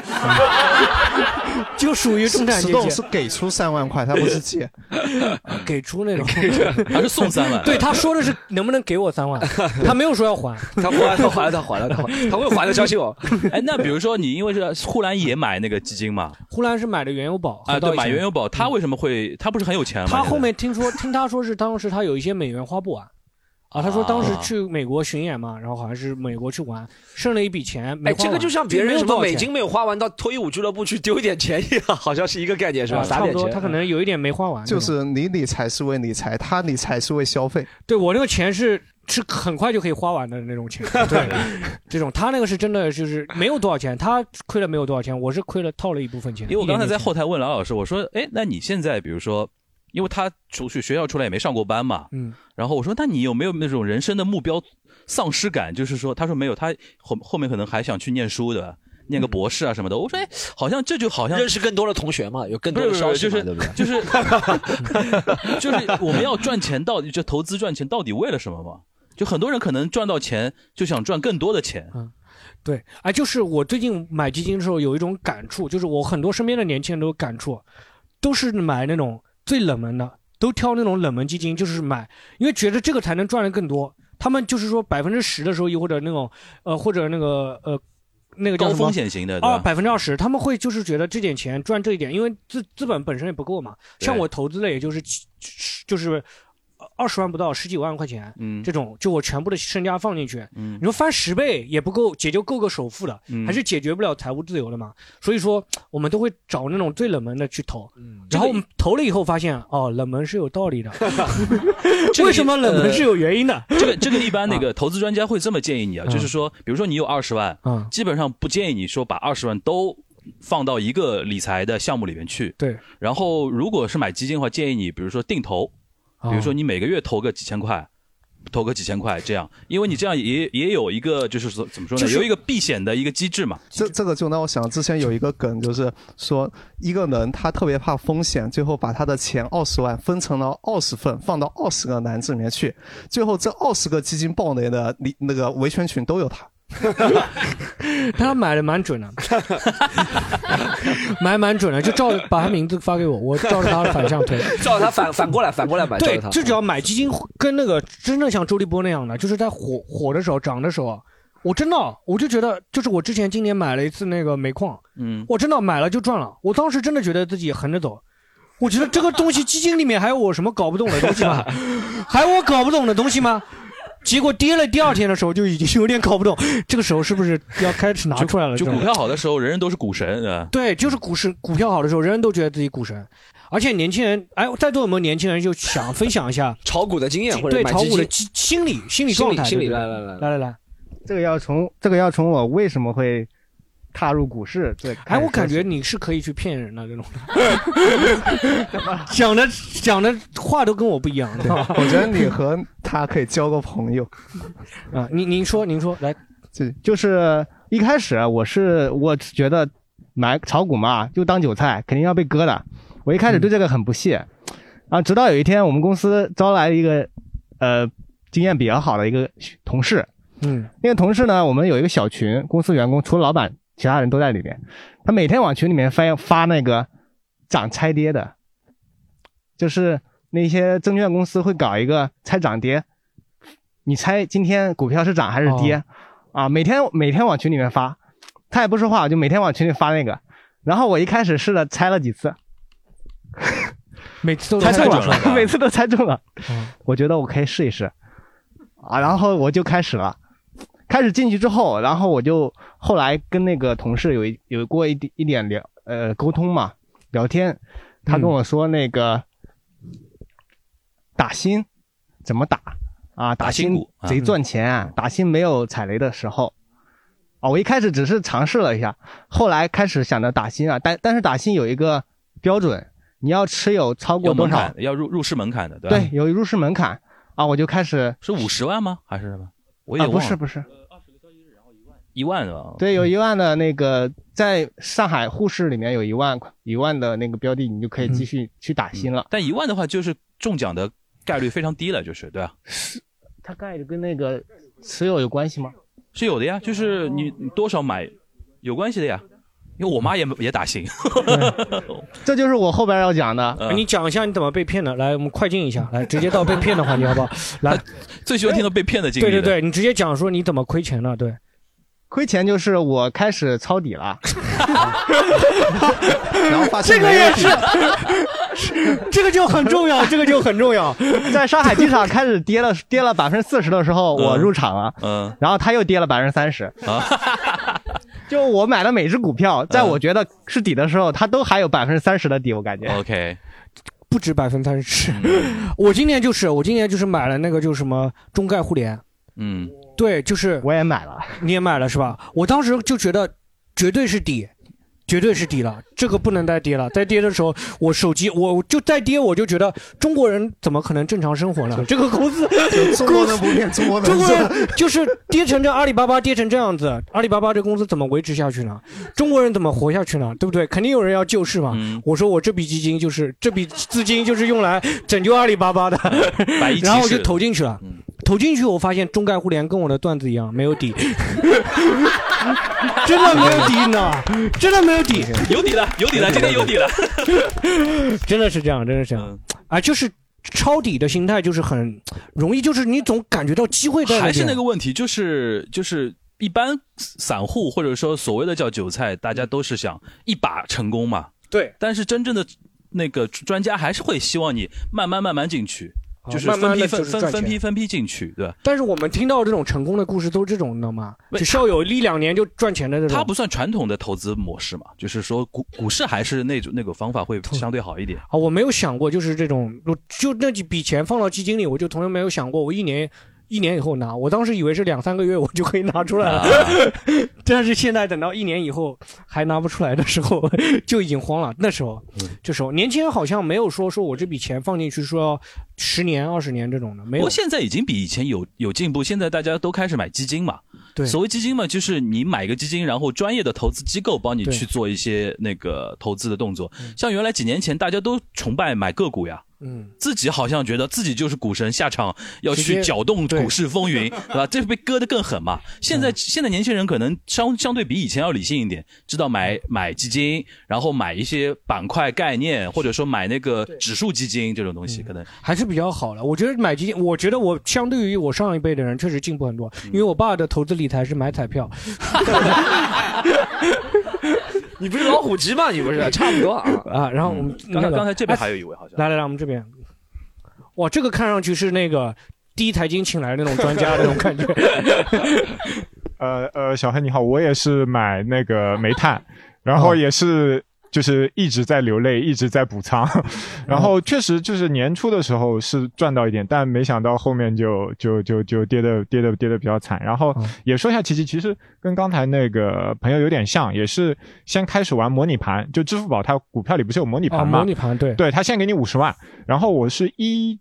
F: 就属于中产阶
E: 石头是
F: 级，
E: 给出三万块，他不是 借。
F: 给出那种，
D: 还是送
B: 啊
D: 三万？
F: 对，他说的是能不能给 我三万，他没有说要还。
B: 他还他还了他还了他还了他会还的，相信我。
D: 哎，那比如说你因为是呼兰也买那个基金嘛，
F: 呼兰是买的原油宝，
D: 啊，
F: 和到
D: 对，
F: 以
D: 买
F: 前
D: 原油宝，
B: 嗯
D: 他为什么会？他不是很有钱吗？
F: 他后面听说，听他说是当时他有一些美元花不完，啊，他说当时去美国巡演嘛，然后好像是美国去玩，剩了一笔钱没
B: 哎，
F: 花完
B: 这个就像别人什么美金
F: 没
B: 没有花完，到脱衣舞俱乐部去丢一点钱一样，好像是一个概念 是
F: 有多
B: 吧？
F: 少钱啊
B: 撒
F: 差不
B: 点
F: 多，
B: 钱，
F: 他可能有一点没花完。
E: 就
F: 那种
E: 是你理财是为理财，他理财是为消费。
F: 对我那个钱是是很快就可以花完的那种钱，对，这种他那个是真的就是没有多少钱，他亏了没有多少钱，我是亏了套了一部分钱。
D: 因为我刚才在
F: 一点点钱
D: 后台问老老师，我说，哎，那你现在比如说，因为他出去学校出来也没上过班嘛，
F: 嗯，
D: 然后我说，那你有没有那种人生的目标丧失感？就是说，他说没有，他后后面可能还想去念书的，念个博士啊什么的。我说，哎，好像这就好像
B: 嗯认识更多的同学嘛，有更
D: 不
B: 多
D: 是
B: 的
D: 不是
B: 消
D: 不
B: 息
D: 是，就是
B: 嘛，对
D: 就
B: 不对？
D: 是 就是我们要赚钱到底，就投资赚钱到底为了什么嘛？就很多人可能赚到钱就想赚更多的钱，
B: 嗯
F: 对，哎，就是我最近买基金的时候有一种感触，就是我很多身边的年轻人都有感触，都是买那种最冷门的，都挑那种冷门基金，就是买，因为觉得这个才能赚的更多。他们就是说百分之十的收益，或者那种呃，或者那个呃，那个叫
D: 高
F: 什么
D: 风险型的，对
F: 二
D: 吧？
F: 百分之二十，他们会就是觉得这点钱赚这一点，因为资资本本身也不够嘛。
D: 对
F: 像我投资类，也就是几就是二十万不到，十几万块钱，
D: 嗯
F: 这种就我全部的身家放进去，
D: 嗯
F: 你说翻十倍也不够，也就够个首付了，
D: 嗯
F: 还是解决不了财务自由的嘛。所以说，我们都会找那种最冷门的去投，
B: 嗯
F: 然后我们投了以后发现，哦，冷门是有道 理的，
D: 这个
F: 为什么冷门是有原因的？
D: 这个这个一般那个投资专家会这么建议你啊，
F: 啊嗯
D: 就是说，比如说你有二十万，
F: 嗯
D: 基本上不建议你说把二十万都放到一个理财的项目里面去。
F: 对，
D: 然后如果是买基金的话，建议你比如说定投，比如说
F: 哦
D: 你每个月投个几千块。投个几千块这样，因为你这样也也有一个就是说怎么说呢，
F: 就是
D: 有一个避险的一个机制嘛。
E: 这这个就让我想，之前有一个梗，就是说一个人他特别怕风险，最后把他的钱二十万分成了二十份，放到二十个篮子里面去，最后这二十个基金暴雷的里那个维权群都有他。
F: 但 他买的蛮准 的，买得蛮准的，就照把他名字发给我，我照着他的反向 推。
B: 照着他反反过来反过来买，照
F: 对
B: 着他，
F: 就
D: 嗯
F: 只要买基金，跟那个真正像周立波那样的，就是在火火的时候、涨的时候，我真的我就觉得，就是我之前今年买了一次那个煤矿，
D: 嗯，
F: 我真的买了就赚了，我当时真的觉得自己横着走。我觉得这个东西基金里面还有我什么搞不懂的东西吗？还有我搞不懂的东西吗？结果跌了第二天的时候就已经有点搞不懂，这个时候是不是要开始拿出来了？
D: 就
F: 呃这种
D: 股票好的时候，人人都是股神，呃，
F: 对，就是股市股票好的时候，人人都觉得自己股神，而且年轻人，哎，在座有没有年轻人就想分享一下
B: 炒股的经验或者
F: 对
B: 买
F: 炒
B: 基
F: 股的
B: 金，
F: 基心理心理
B: 心
F: 状
B: 理
F: 态？
B: 心理
F: 对不对
B: 来来来
F: 来来来，
G: 这个要从这个要从我为什么会踏入股市这开
F: 哎，
G: 始
F: 我感
G: 说
F: 觉你是可以去骗人的这种的，讲的讲的话都跟我不一样，对吧？
E: 我觉得你和他可以 交个朋友。
F: 啊，您您说您说来，
E: 这
G: 就是一开始我是我只觉得买炒股嘛，就当韭菜，肯定要被割的。我一开始对这个很不屑，然后直到有一天我们公司招来一个呃经验比较好的一个同事，
F: 嗯，
G: 那个同事呢，我们有一个小群，公司员工除了老板，其他人都在里面。他每天往群里面发发那个涨拆跌的，就是那些证券公司会搞一个拆涨跌，你猜今天股票是涨还是跌？
F: 哦
G: 啊，每天每天往群里面发，他也不说话，就每天往群里发那个。然后我一开始试了猜了几次，
F: 每次 都
G: 猜
F: 来
G: 中
F: 我
G: 了，每次都猜中了。
F: 嗯
G: 我觉得我可以试一试啊，然后我就开始了。开始进去之后，然后我就后来跟那个同事有一有过一点一点聊呃沟通嘛，聊天，他跟我说那个、打新怎么打啊？
D: 打
G: 打
D: 新股啊
G: 贼赚钱啊！打新没有踩雷的时候啊，我一开始只是尝试了一下，后来开始想着打新啊，但但是打新有一个标准，你要持有超过
D: 要
G: 多
D: 门
G: 少
D: 槛，要入入市门槛的，对吧？
G: 对，有入市门槛啊，我就开始
D: 是五十万吗？还是什么？我也
G: 啊
D: 忘了、
G: 不是不是
D: 一万啊，
G: 对，有一万的那个，在上海沪市里面有一万一万的那个标的，你就可以继续去打新了。
D: 但一万的话就是中奖的概率非常低了，就是对吧、
G: 它概率跟那个持有有关系吗？
D: 是有的呀，就是你你多少买有关系的呀，因为我妈也也打新，
G: 这就是我后边要讲的。
F: 你讲一下你怎么被骗的，来，我们快进一下，来，直接到被骗的环节好不好？来，
D: 最喜欢听到被骗的经历
F: 对
D: 了。
F: 对对，你直接讲说你怎么亏钱了，对，
G: 亏钱就是我开始抄底了，
E: 然后发现
F: 这个
E: 没有
F: 也
E: 底
F: 是，这个就很重要，这个就很重要。
G: 在上海机场开始跌了跌了百分之四十的时候，我入场了，
D: 嗯，啊
G: 然后它又跌了百分之三十。 就我买的每只股票，
D: 嗯
G: 在我觉得是底的时候，它都还有百分之三十的底，我感觉。
D: OK，
F: 不止百分之三十，我今年就是我今年就是买了那个就是什么中概互联，
D: 嗯，
F: 对，就是
G: 我也买了，
F: 你也买了是吧？我当时就觉得绝对是底，绝对是底了，这个不能再跌了。再跌的时候，我手机我我就再跌，我就觉得中国人怎么可能正常生活呢？这个公司
E: 就中国人不变，中国人
F: 中国
E: 做
F: 人就是跌成这阿里巴巴跌成这样子，阿里巴巴这公司怎么维持下去呢？中国人怎么活下去呢？对不对？肯定有人要救市嘛。我说我这笔基金就是这笔资金就是用来拯救阿里巴巴的，
D: 百亿骑士
F: 然后我就投进去了。投进去，我发现中概互联跟我的段子一样，没有底， 真的没有底，你知道吧？真的没有底，
D: 有底了，有底了，今天有底了。
F: 真的是这样，真的是
D: 嗯
F: 这样啊！就是抄底的心态，就是很容易，就是你总感觉到机会在
D: 还是
F: 边
D: 那个问题，就是就是一般散户或者说所谓的叫韭菜，大家都是想一把成功嘛。
F: 对，
D: 但是真正的那个专家还是会希望你慢慢慢慢进去，
F: 啊
D: 就是
F: 慢慢
D: 分批
F: 地
D: 分
F: 就是
D: 分
F: 赚
D: 分
F: 钱
D: 批分批进去，对吧？
F: 但是我们听到这种成功的故事都是这种，你知道吗？
D: 喂
F: 只是要有一两年就赚钱的这种。
D: 它不算传统的投资模式嘛，就是说股股市还是那种那个方法会相对好一点。
F: 啊，我没有想过，就是这种，我就那几笔钱放到基金里，我就从来没有想过，我一年一年以后拿。我当时以为是两三个月我就可以拿出来了， 但是现在等到一年以后还拿不出来的时候，就已经慌了。那时候，这时候年轻人好像没有说说我这笔钱放进去说要十年二十年这种的，没
D: 不
F: 有
D: 过。现在已经比以前有有进步，现在大家都开始买基金嘛。
F: 对
D: 所谓基金嘛，就是你买个基金，然后专业的投资机构帮你
F: 对
D: 去做一些那个投资的动作。像原来几年前，大家都崇拜买个股呀。
F: 嗯，
D: 自己好像觉得自己就是股神，下场要
F: 直
D: 去
F: 接
D: 搅动
F: 对嗯
D: 股市风 云，对吧？这被割得更狠嘛。现在、现在年轻人可能相相对比以前要理性一点，知道买买基金，然后买一些板块概念，或者说买那个指数基金这种东
F: 嗯
D: 西，可能
F: 还是比较好的。我觉得买基金，我觉得我相对于我上一辈的人确实进步很多，因为我爸的投资理财是买彩票，
B: 你不是老虎机吗？你不是差不多啊。
F: 啊，然后我们、
D: 刚才
F: 那个
D: 刚才这边
F: 哎
D: 还有一位好像。
F: 来来来，我们这边，哇，这个看上去是那个第一财经请来的那种专家的那种感觉。
H: 呃呃，小黑你好，我也是买那个煤 炭，然
F: 哦
H: 后也是就是一直在流泪，一直在补仓，
F: 哦
H: 然后确实就是年初的时候是赚到一点，但没想到后面就就就就跌的跌的跌的比较惨。然
F: 哦
H: 后也说一下琪琪，其实跟刚才那个朋友有点像，也是先开始玩模拟盘，就支付宝它股票里不是有模拟
F: 啊，
H: 盘吗？
F: 模拟盘对，
H: 对他先给你五十万，然后我是一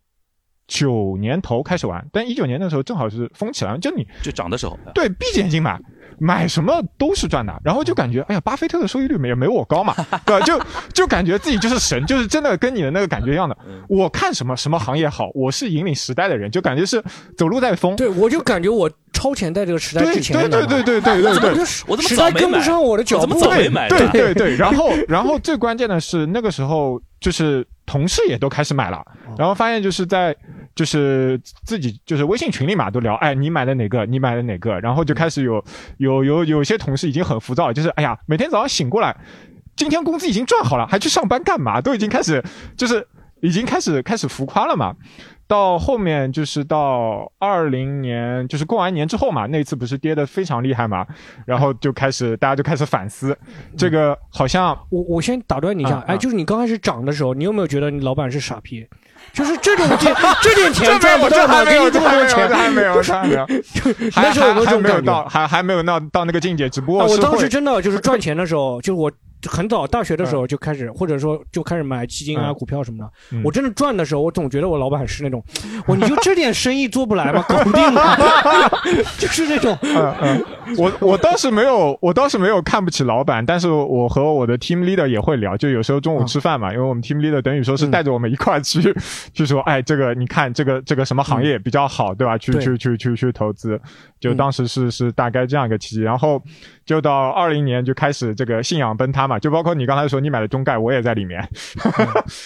H: 九年头开始玩，但一九年的时候正好是风起来，就你
D: 就涨的时候，
H: 对闭着眼睛买。买什么都是赚的，然后就感觉，哎呀，巴菲特的收益率没也没我高嘛， 对吧，就就感觉自己就是神，就是真的跟你的那个感觉一样的。
D: 嗯
H: 我看什么什么行业好，我是引领时代的人，就感觉是走路带风。
F: 对我就感觉我超前在这个时代
H: 对
F: 之
H: 对
F: 前
H: 对对对对对对，
F: 就
D: 我怎么
F: 时
D: 早
F: 代
D: 没
F: 跟不
D: 买
F: 上我的脚
D: 我怎么
F: 步
D: 早
F: 啊
D: 没
H: 对
D: 买
H: 对
D: 的
H: 对 对，然后然后最关键的是那个时候就是同事也都开始买了，然后发现就是在就是自己就是微信群里嘛都聊，哎你买了哪个你买了哪个，然后就开始有有有有些同事已经很浮躁了，就是哎呀每天早上醒过来，今天工资已经赚好了，还去上班干嘛？都已经开始就是已经开始开始浮夸了嘛。到后面就是到二零年，就是过完年之后嘛，那次不是跌得非常厉害嘛，然后就开始大家就开始反思，这个好像
F: 嗯我我先打断你一下
H: 啊，
F: 哎，
H: 啊
F: 就是你刚开始涨的时候，你有没有觉得你老板是傻逼？就是这种点这点钱赚不
H: 这
F: 到
H: 还
F: 吗？
H: 没
F: 给
H: 有，
F: 你
H: 这
F: 这么
H: 还没
F: 多
H: 有，这
F: 钱，
H: 还没 有，这还没有，还
F: 那时候有没有这
H: 还
F: 种
H: 没有
F: 感觉？
H: 到，还还没有到到那个境界，只不
F: 啊
H: 过
F: 我
H: 是
F: 当时
H: 会
F: 真的就是赚钱的时候，就是我很早大学的时候就开始，或者说就开始买基金啊、
I: 嗯
F: 股票什么的
I: 嗯。
F: 我真的赚的时候，我总觉得我老板是那种，我你就这点生意做不来吗？搞不定吗？ 就是这种。
H: 嗯嗯， 我我倒是没有，我倒是没有看不起老板，但是我和我的 team leader 也会聊，就有时候中午吃饭嘛，因为我们 team leader 等于说是带着我们一块儿去、去说，哎，这个你看这个这个什么行业比较好，对吧？去
I: 对
H: 去去去去投资，就当时是是大概这样一个契机，然后就到二零年就开始这个信仰崩塌嘛，就包括你刚才说你买的中概，我也在里面，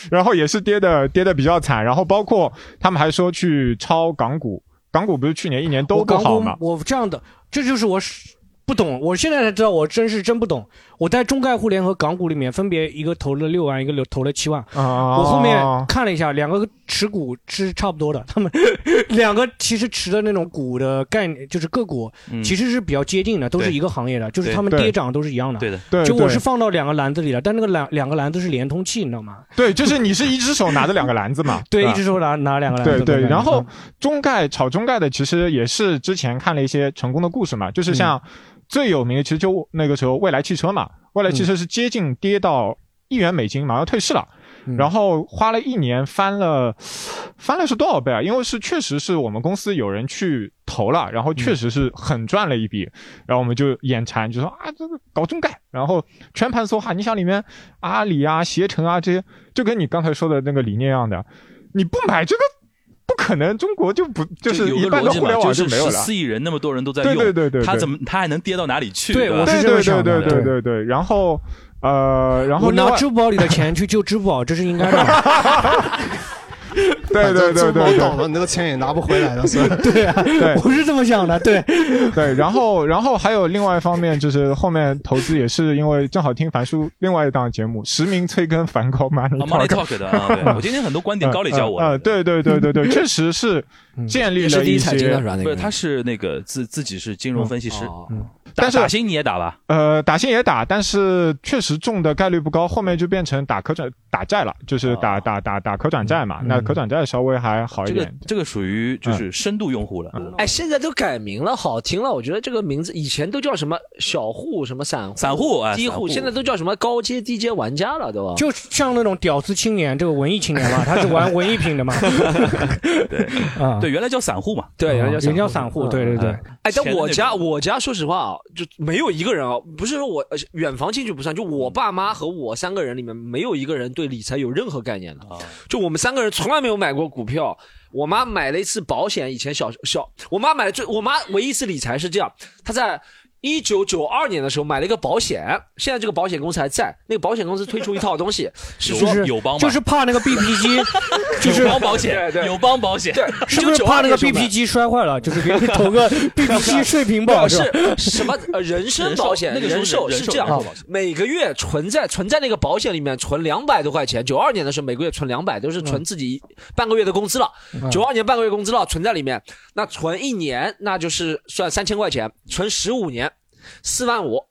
H: 然后也是跌的跌的比较惨，然后包括他们还说去抄港股。港股不是去年一年都
F: 我
H: 不
F: 刚
H: 好
F: 工
H: 嘛？
F: 我这样的，这就是我是不懂。我现在才知道，我真是真不懂。我在中概互联和港股里面分别一个投了六万，一个投了七万。
D: 啊
H: 哦
F: 我后面看了一下，两个持股是差不多的，他们 两个其实持的那种股的概念，就是个股，
D: 嗯
F: 其实是比较接近的，都是
D: 对
F: 一个行业的，就是
D: 对
F: 他们
D: 对
F: 跌涨都是一样的。
D: 对的对
F: 就我
D: 对
F: 是放到两个篮子里的，但那个篮两个篮子是连通器，你知道吗？，
H: 对，就是你是一只手拿着两个篮子嘛
D: 啊
F: 对，
H: 吧
F: 一直说拿拿两个篮子。
H: 对对，
F: 吧
H: 然后中概炒中概的，其实也是之前看了一些成功的故事嘛，就是
F: 嗯
H: 像最有名的，其实就那个时候蔚来汽车嘛，蔚来汽车是接近跌到一元美金，马上要退市了。
D: 嗯
H: 然后花了一年翻了，翻了是多少倍啊？因为是确实是我们公司有人去投了，然后确实是很赚了一笔，然后我们就眼馋，就说啊这个搞中概，然后全盘梭哈。你想里面阿里啊、携程啊这些，就跟你刚才说的那个理念一样的，你不买这个不可能，中国就不就是
D: 有
H: 一
D: 个
H: 半
D: 逻
H: 的
D: 辑
H: 互
D: 嘛，
H: 联
D: 就
H: 网
D: 是
H: 没有
D: 十
H: 了。
D: 四亿人那么多人都在
H: 对
D: 用，
H: 对对对
D: 他
H: 对
D: 怎么他还能跌到哪里去？
F: 对
D: 吧
F: 我
H: 对
F: 是这么
H: 对
F: 想
H: 对
F: 的
H: 对对对对，然后呃，然后
F: 我
H: 另
F: 拿
H: 外
F: 支付宝里的钱去救支付宝，这是应该 的。
H: 对对对对对，
E: 倒了，你那个钱也拿不回来了，是吧？
F: 对啊，
H: 对
F: 我是这么想的。对，
H: 对，然后然后还有另外一方面，就是后面投资也是因为正好听樊叔另外一档节目《实名催更梵高 Money
D: 啊，Money
H: Talk
D: Talk 的啊，对我今天很多 观点高磊教我的
H: 呃，呃对对对对对，确实是
F: 嗯
H: 建立了一些，
D: 不是，他是那个自自己是金融分析
F: 嗯
D: 师，
F: 哦
H: 但是
D: 打星你也打吧？
H: 呃，打新也打，但是确实中的概率不高，后面就变成打可转打债了，
D: 啊
H: 就是打打打打可转债嘛。
F: 嗯
H: 那可转债稍微还
B: 嗯
H: 好一
D: 这个
H: 点，
D: 这个属于就是
H: 嗯
D: 深度用户了。
B: 哎，现在都改名了，好听了。我觉得这个名字以前都叫什么小户、什么散户、
D: 散户哎
B: 低
D: 散
B: 户，
D: 户
B: 现在都叫什么高阶、低阶玩家了，对吧？
F: 就像那种屌丝青年，这个文艺青年嘛，他是玩文艺品 的嘛。
D: 对
F: 啊
D: 对，原来叫散户嗯嘛，哦
B: 对，原来
F: 人叫散户，对对对。
B: 哎，但
D: 前
B: 我
D: 那
B: 家
D: 种
B: 我家说实话啊，就没有一个人啊，不是说我呃远房亲戚不算，
D: 嗯
B: 就我爸妈和我三个人里面没有一个人对理财有任何概念
D: 啊
B: 的，就我们三个人从来没有买过股票。我妈买了一次保险，以前小小，我妈买了最，我妈唯一一次理财是这样，她在。一九九二年的时候买了一个保险，现在这个保险公司还在。那个保险公司推出一套东西，是说
F: 就是就是怕那个 BP 机，就是
D: 友邦保险，
B: 对对
D: 友邦保险，
B: 对，
F: 是不是怕那
B: 1992年的
F: 个
B: 时候买
F: BP 机摔坏了，就是给你 投个 BP 机睡平保
B: 不
F: 吧
B: 是什么 呃人身保险、
D: 人寿那个时候
B: 人寿
D: 人
B: 是
D: 寿
B: 这样
D: 人寿保险，
B: 每个月存在存在那个保险里面存两百多块钱。九二年的时候每个月存两百，都是存自己半个月的工资了
F: 嗯。
B: 九二年半个月工资了，存在里面，那存一年那就是算三千块钱，存十五年四万五。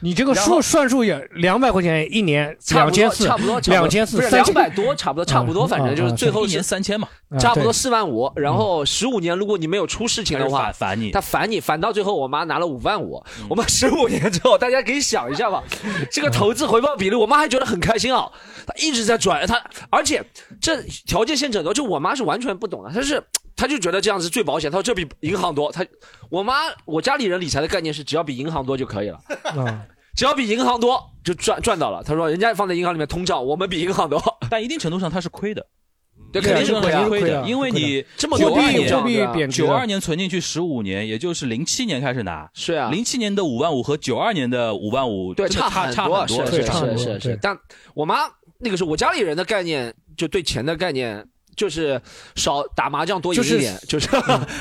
F: 你这个数算数也两百块钱一年，
B: 差
F: 两
B: 不
F: 千
B: 多，
F: 四，
B: 差不多，
F: 两千四，
B: 两
F: 3000
B: 百多，差不多，差不多，
F: 嗯
B: 反正就是
F: 嗯
B: 最后
D: 一年三千嘛，
F: 嗯
B: 差不多
F: 对
B: 四万五。然后十五年，如果你没有出事情的
D: 还
B: 话，
D: 是返返你嗯
B: 他返你，返到最后，我妈拿了五万五。我妈十五年之后，大家可以想一下吧，这个投资回报比率，我妈还觉得很开心啊。她一直在转，她而且这条件限制很多，就我妈是完全不懂的，她是。她就觉得这样是最保险，她说这比银行多。她，我妈，我家里人理财的概念是只要比银行多就可以了。
F: 嗯
B: 只要比银行多就赚赚到了。他说人家放在银行里面通胀，我们比银行多，
D: 但一定程度上它是亏的。
B: 对，肯定是亏啊
F: 肯定是亏的
D: 因为你
B: 这么多
D: 92
B: 年
D: 年
B: 货币
F: 货币贬值
D: 九
F: 了
D: 二年存进去十五年，也就是零七年开始拿，
B: 是啊
D: 零七年的五万五和九二年的五万五，
B: 对，
D: 真的
B: 差
D: 差
B: 很
D: 很
B: 是
D: 多了，
B: 是
D: 差很
B: 是
D: 多
B: 是
D: 了
B: 是。但我妈那个时候，我家里人的概念就对钱的概念。就是少打麻将多赢一点，就是、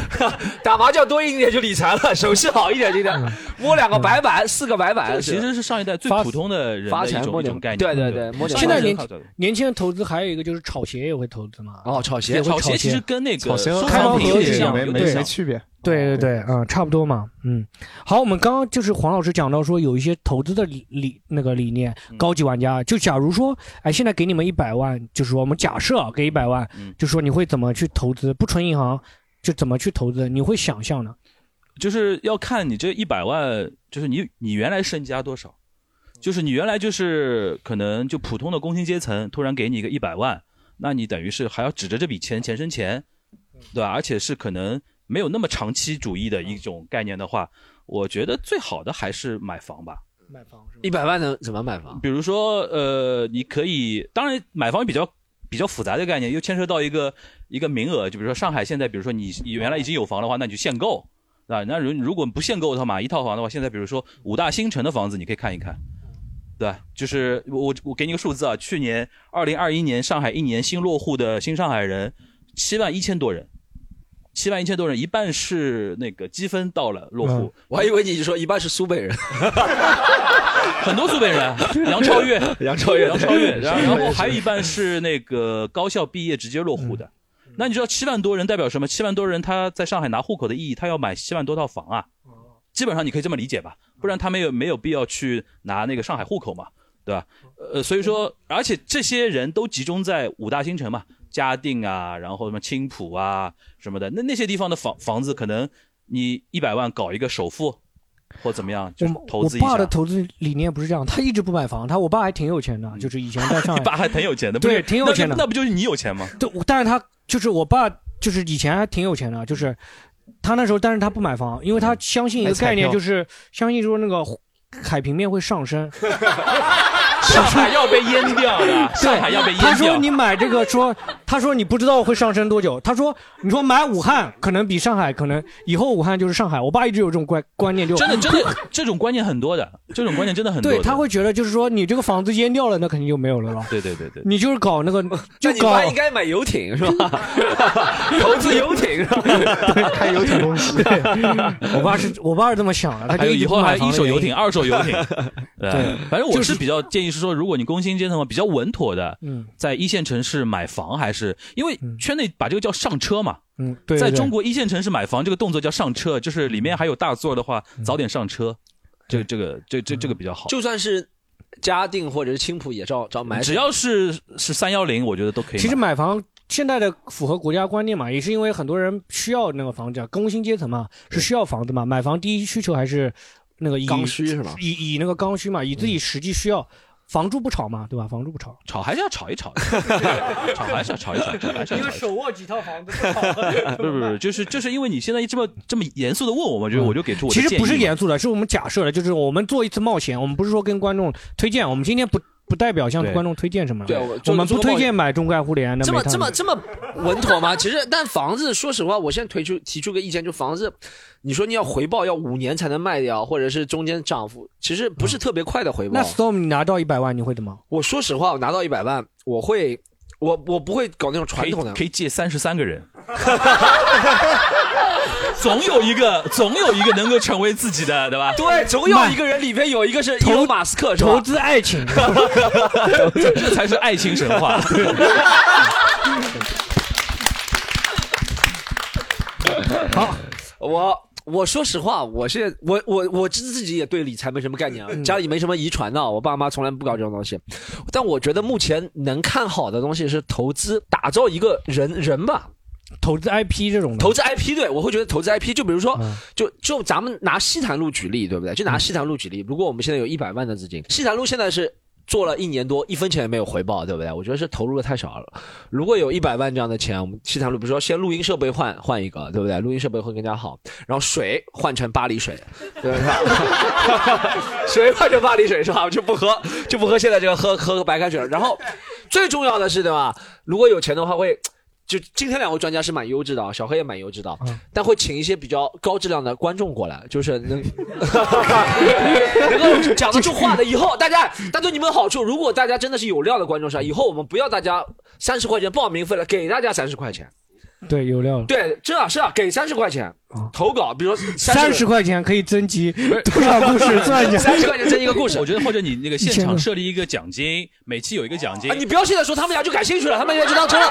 B: 打麻将多赢一点就理财了，手气好一点就一点，
F: 嗯
B: 摸两个白板，四个白板，
D: 其实是上一代最普通的人
B: 发
D: 的一
B: 财
D: 种
B: 摸
D: 一
B: 点
D: 种概念。
B: 对对对摸点
F: 现在年
D: 上一代
F: 年轻人投资还有一个就是炒鞋也会投资嘛，
B: 哦，炒
F: 也
B: 鞋
F: 会
D: 炒鞋其实跟那个
E: 炒鞋和
D: 收
E: 开
D: 藏
E: 盲
D: 品
E: 盒
D: 有点
E: 也
D: 像
E: 没
D: 有
E: 没
D: 点
E: 没
D: 像
E: 区别。哦
F: 对对对，嗯，差不多嘛，嗯。好，我们刚刚就是黄老师讲到说有一些投资的理理那个理念，
D: 嗯
F: 高级玩家就假如说，哎，现在给你们一百万，就是说我们假设啊给一百万，
D: 嗯
F: 就说你会怎么去投资？不存银行就怎么去投资？你会想象呢？
D: 就是要看你这一百万，就是你你原来身家多少。就是你原来就是可能就普通的工薪阶层，突然给你一个一百万，那你等于是还要指着这笔钱钱生钱，对吧？而且是可能没有那么长期主义的一种概念的话，我觉得最好的还是买房吧。
F: 买房
B: 一百万能怎么买房？
D: 比如说，呃，你可以，当然买房比较比较复杂的概念，又牵涉到一个一个名额，就比如说上海现在，比如说你你原来已经有房的话，那你就限购，啊，那如如果不限购的话嘛，一套房的话，现在比如说五大新城的房子，你可以看一看，对吧？就是我我我给你个数字啊，去年二零二一年上海一年新落户的新上海人七万一千多人。七万一千多人，一半是那个积分到了落户，
B: 我还以为你说一半是苏北人，，
D: 很多苏北人，梁超越
B: 梁超越
D: 梁超越，
B: 对
D: 然后
B: 是
D: 然后还有一半是那个高校毕业直接落户的。
B: 嗯
D: 那你知道七万多人代表什么？七万多人他在上海拿户口的意义，他要买七万多套房啊。基本上你可以这么理解吧，
F: 嗯
D: 不然他没有没有必要去拿那个上海户口嘛，对吧？呃，所以
F: 嗯
D: 说，而且这些人都集中在五大新城嘛，嘉定啊，然后什么青浦啊什么的，那那些地方的房房子可能你一百万搞一个首付或怎么样，就是投
F: 我
D: 资一下。
F: 爸的投资理念不是这样，他一直不买房，他我爸还挺有钱的，就是以前在 上
D: 嗯
F: 海，
D: 你爸还挺有钱的，不
F: 对
D: 是
F: 挺有
D: 那就
F: 钱的
D: 那不就是你有钱吗？
F: 对，我但是他就是我爸，就是以前还挺有钱的，啊就是他那时候，但是他不买房，因为他相信一个概念，
D: 嗯买彩票
F: 就是相信说那个海平面会上升。
D: 上海要被淹掉 的，上海要被
F: 对，
D: 淹掉。
F: 他说你买这个说，他说你不知道会上升多久。他说你说买武汉可能比上海可能以后武汉就是上海。我爸一直有这种观观念，就
D: 真的真 的这种观念很多的，这种观念真的很多的。
F: 对他会觉得就是说你这个房子淹掉了，那肯定就没有了咯。
D: 对对对对，
F: 你就是搞那个
B: 那
F: 就
B: 你
F: 搞
B: 爸应该买游艇是吧？投资游艇是吧？
E: 开游艇公司。
F: 我爸是我爸是这么想啊的，他
D: 还
F: 就
D: 有
F: 一
D: 以
F: 直不
D: 后还
F: 买
D: 有
F: 房
D: 一
F: 的
D: 手
F: 原因
D: 游艇、二手游 艇，对
F: 对
D: 反正我是比较建议是说，如果你工薪阶层的话，比较稳妥的，
F: 嗯
D: 在一线城市买房，还是因为圈内把这个叫上车嘛。
F: 嗯，对，
D: 在
F: 对
D: 中国一线城市买房这个动作叫上车，就是里面还有大座的话，
F: 嗯
D: 早点上车，这这个这这这个比较好。
B: 就算是嘉定或者是青浦也照照买，
D: 只要是是三幺零，我觉得都可以买。
F: 其实买房现在的符合国家观念嘛，也是因为很多人需要那个房子啊，工薪阶层嘛是需要房子嘛，买房第一需求还是那个以
B: 刚需是吧
F: 以以那个刚需嘛，以自己实际需要，房住不炒嘛，对吧？房住不炒，
D: 炒还是要炒一炒， 炒还是要炒一炒，炒还是要炒一炒。
F: 手握几套房子，
D: 不是不是，就是就是因为你现在这么这么严肃的问我嘛，就是我就给出我的
F: 嗯其
D: 建议
F: 实不是
D: 嘛
F: 严肃的，是我们假设的，就是我们做一次冒险，我们不是说跟观众推荐，我们今天不不代表向
D: 对
F: 观众推荐什么的，
B: 对我
F: 我们
B: 做
F: 不
B: 做个冒
F: 推
B: 险
F: 荐买中概互联的，
B: 这么
F: 煤炭
B: 这么
F: 的
B: 这么稳妥吗？其实，但房子，说实话，我现在提出提出个意见，就房子，你说你要回报要五年才能卖掉，或者是中间涨幅，其实不是特别快的回报。
F: 那 storm 你拿到一百万你会怎么？
B: 我说实话，我拿到一百万，我会，我我不会搞那种
D: 可
B: 传
D: 以
B: 统的
D: 可。以借三十三个人，总有一个总有一个能够成为自己的，对吧？
B: 对，总有一个人里面哎有一个是伊隆马斯克，是吧
F: 投资 爱情，
D: 这才是爱情神话。
B: 我我说实话，我是我我我自自己也对理财没什么概念啊，
F: 嗯
B: 家里没什么遗传的啊，我爸妈从来不搞这种东西。但我觉得目前能看好的东西是投资，打造一个人人吧。
F: 投资 IP 这种的，嗯
B: 投资 IP 对，我会觉得投资 IP 就比如说，就就咱们拿西坛路举例，对不对？就拿西坛路举例，如果我们现在有一百万的资金，西坛路现在是做了一年多，一分钱也没有回报，对不对？我觉得是投入的太少了。如果有一百万这样的钱，我们西坛路比如说先录音设备换换一个，对不对？录音设备会更加好，然后水换成巴黎水，对吧？水换成巴黎水是吧？就不喝就不喝现在这个喝喝白开水了。然后最重要的是，对吧？如果有钱的话会。就今天两位专家是蛮优质的啊，小黑也蛮优质的啊，但会请一些比较高质量的观众过来，就是能 能够讲得出话的。以后大 家，但对你们有好处，如果大家真的是有料的观众是吧？以后我们不要大家三十块钱报名费了，给大家三十块钱。
F: 对有料了。
B: 对，这啊是啊，给三十块钱投稿，比如说
F: 三十
B: 哦十
F: 块钱可以 征集多少故事算一下？
B: 三十块钱这一个故事
D: 我。觉得或者你那个现
F: 一千
D: 场
F: 个
D: 设立一个奖金，每期有一个奖金
B: 啊，。你不要现在说他们俩就感兴趣了，他们俩就当真了。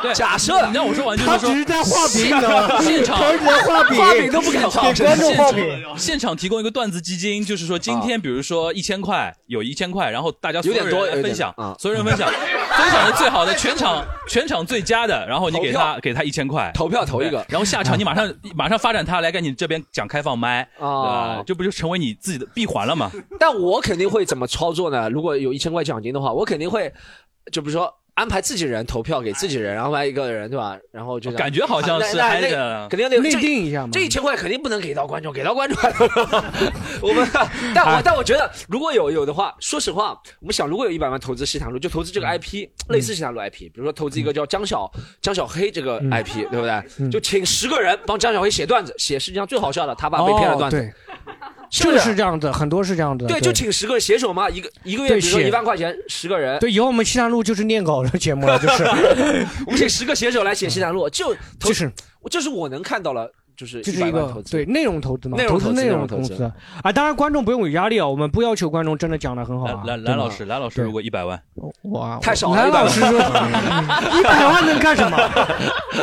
D: 对
B: 假设了
D: 你让我说完就
F: 他
D: 是
F: 只是
D: 说。
F: 在画饼，你知道吗？
D: 现场
F: 他只是在画饼，
B: 画饼都不敢画
F: 给观众画饼。啊
D: 现场提供一个段子基金，就是说今天比如说一千块，有一千块，然后大家所
B: 有点
D: 人
B: 多
D: 来
B: 有点
D: 分享
B: 多啊，
D: 所有人分享，分享的最好的，全场全场最佳的，然后你给
B: 投
D: 他
B: 票
D: 给他一千块，
B: 投票投一个
D: 对然后下场你马 上马上发展他来跟你这边讲开放麦
B: 啊
D: 对吧这不就成为你自己的闭环了吗？
B: 但我肯定会怎么操作呢？如果有一千块奖金的话，我肯定会，就比如说安排自己人投票给自己
F: 哎
B: 人，然后来一个人对吧？然后就这样
D: 感觉好像是
B: 那那
D: 还是
B: 那肯定得
F: 内
B: 这
F: 定一下嘛
B: 这一千块肯定不能给到观众，给到观众， 我们，但
F: 哎
B: 我但我觉得如果有有的话，说实话，我们想如果有一百万投资西塘路，就投
D: 嗯
B: 资这个 IP，类
F: 嗯
B: 似西塘路 IP，比如说投资一个叫张小张小黑这个 IP，对不对？
F: 嗯
B: 就请十个人帮张小黑写段子，写世界上最好笑的他爸被骗的段子，
F: 哦对，
B: 是不
F: 就是是这样子，很多是这样子的。
B: 对，就请十个写手嘛，一个一个月，
F: 对
B: 比如说
F: 写
B: 一万块钱，十个人，
F: 对，以后我们西南路就是念稿的节目了，就是嗯
B: 我们请十个写手来写西南路，就就
F: 就是
B: 这是我能看到了，就是
F: 这
B: 100
F: 是
B: 万
F: 一个
B: 投资
F: 对内容投资嘛，
B: 内容
F: 投
B: 投
F: 资
B: 资
F: 内
B: 内
F: 容
B: 容投
F: 投
B: 资
F: 资啊。当然，观众不用有压力啊，我们不要求观众真的讲的很好啊。
D: 蓝
F: 对
D: 蓝
F: 吗
D: 老师，蓝老师如果一百万，
E: 哇，
B: 太少了，
F: 蓝
B: 100万
F: 老师说， 一百万能干什么？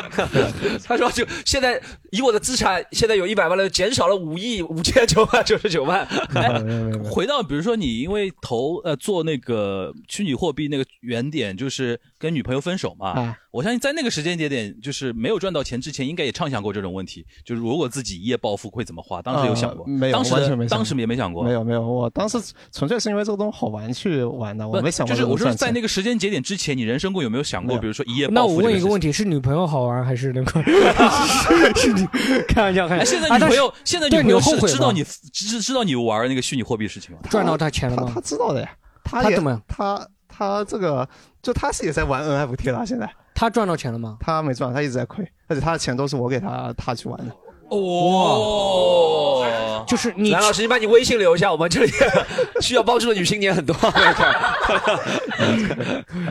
B: 他说就现在以我的资产，现在有一百万了，减少了五亿五千九百九十九万，
E: 没有没有没有没有
D: 回到比如说你因为投呃做那个虚拟货币那个原点，就是跟女朋友分手嘛，
E: 啊
D: 我相信在那个时间节点，就是没有赚到钱之前，应该也畅想过这种问题，就是如果自己一夜暴富会怎么花，当时有想过，
E: 呃 没有
D: 当时的
E: 完全没想过
D: 当时也没想过，
E: 没有没有，我当时纯粹是因为这个东西好玩去玩的，
D: 不
E: 我没想过
D: 就是我说
E: 是
D: 在那个时间节点之前，你人生过有没有想
E: 没
D: 过，
E: 有
D: 比如说一夜
F: 那
D: 暴
F: 我
D: 富？
F: 问一个问
D: 题，
F: 题：是女朋友好玩还是 那个？是你 开玩笑，开
D: 哎，
F: 玩笑。
D: 现在女
F: 啊但
D: 朋
F: 是
D: 友，现在
F: 对
D: 女朋友
F: 你有后
D: 是
F: 悔
D: 知道
F: 吗
D: 你知知道你玩那个虚拟货币事情吗？
F: 赚到他钱了
E: 他
F: 吗
E: 他？知道的呀，他
F: 他
E: 也
F: 怎么样？
E: 他他这个就他是也在玩 NFT 了，现在
F: 他赚到钱了吗？
E: 他没赚，他一直在亏，而且他的钱都是我给他他去玩的。
D: 哦，
F: 就是你
B: 蓝老师，你把你微信留一下，我们这里 需要帮助的女青年很多，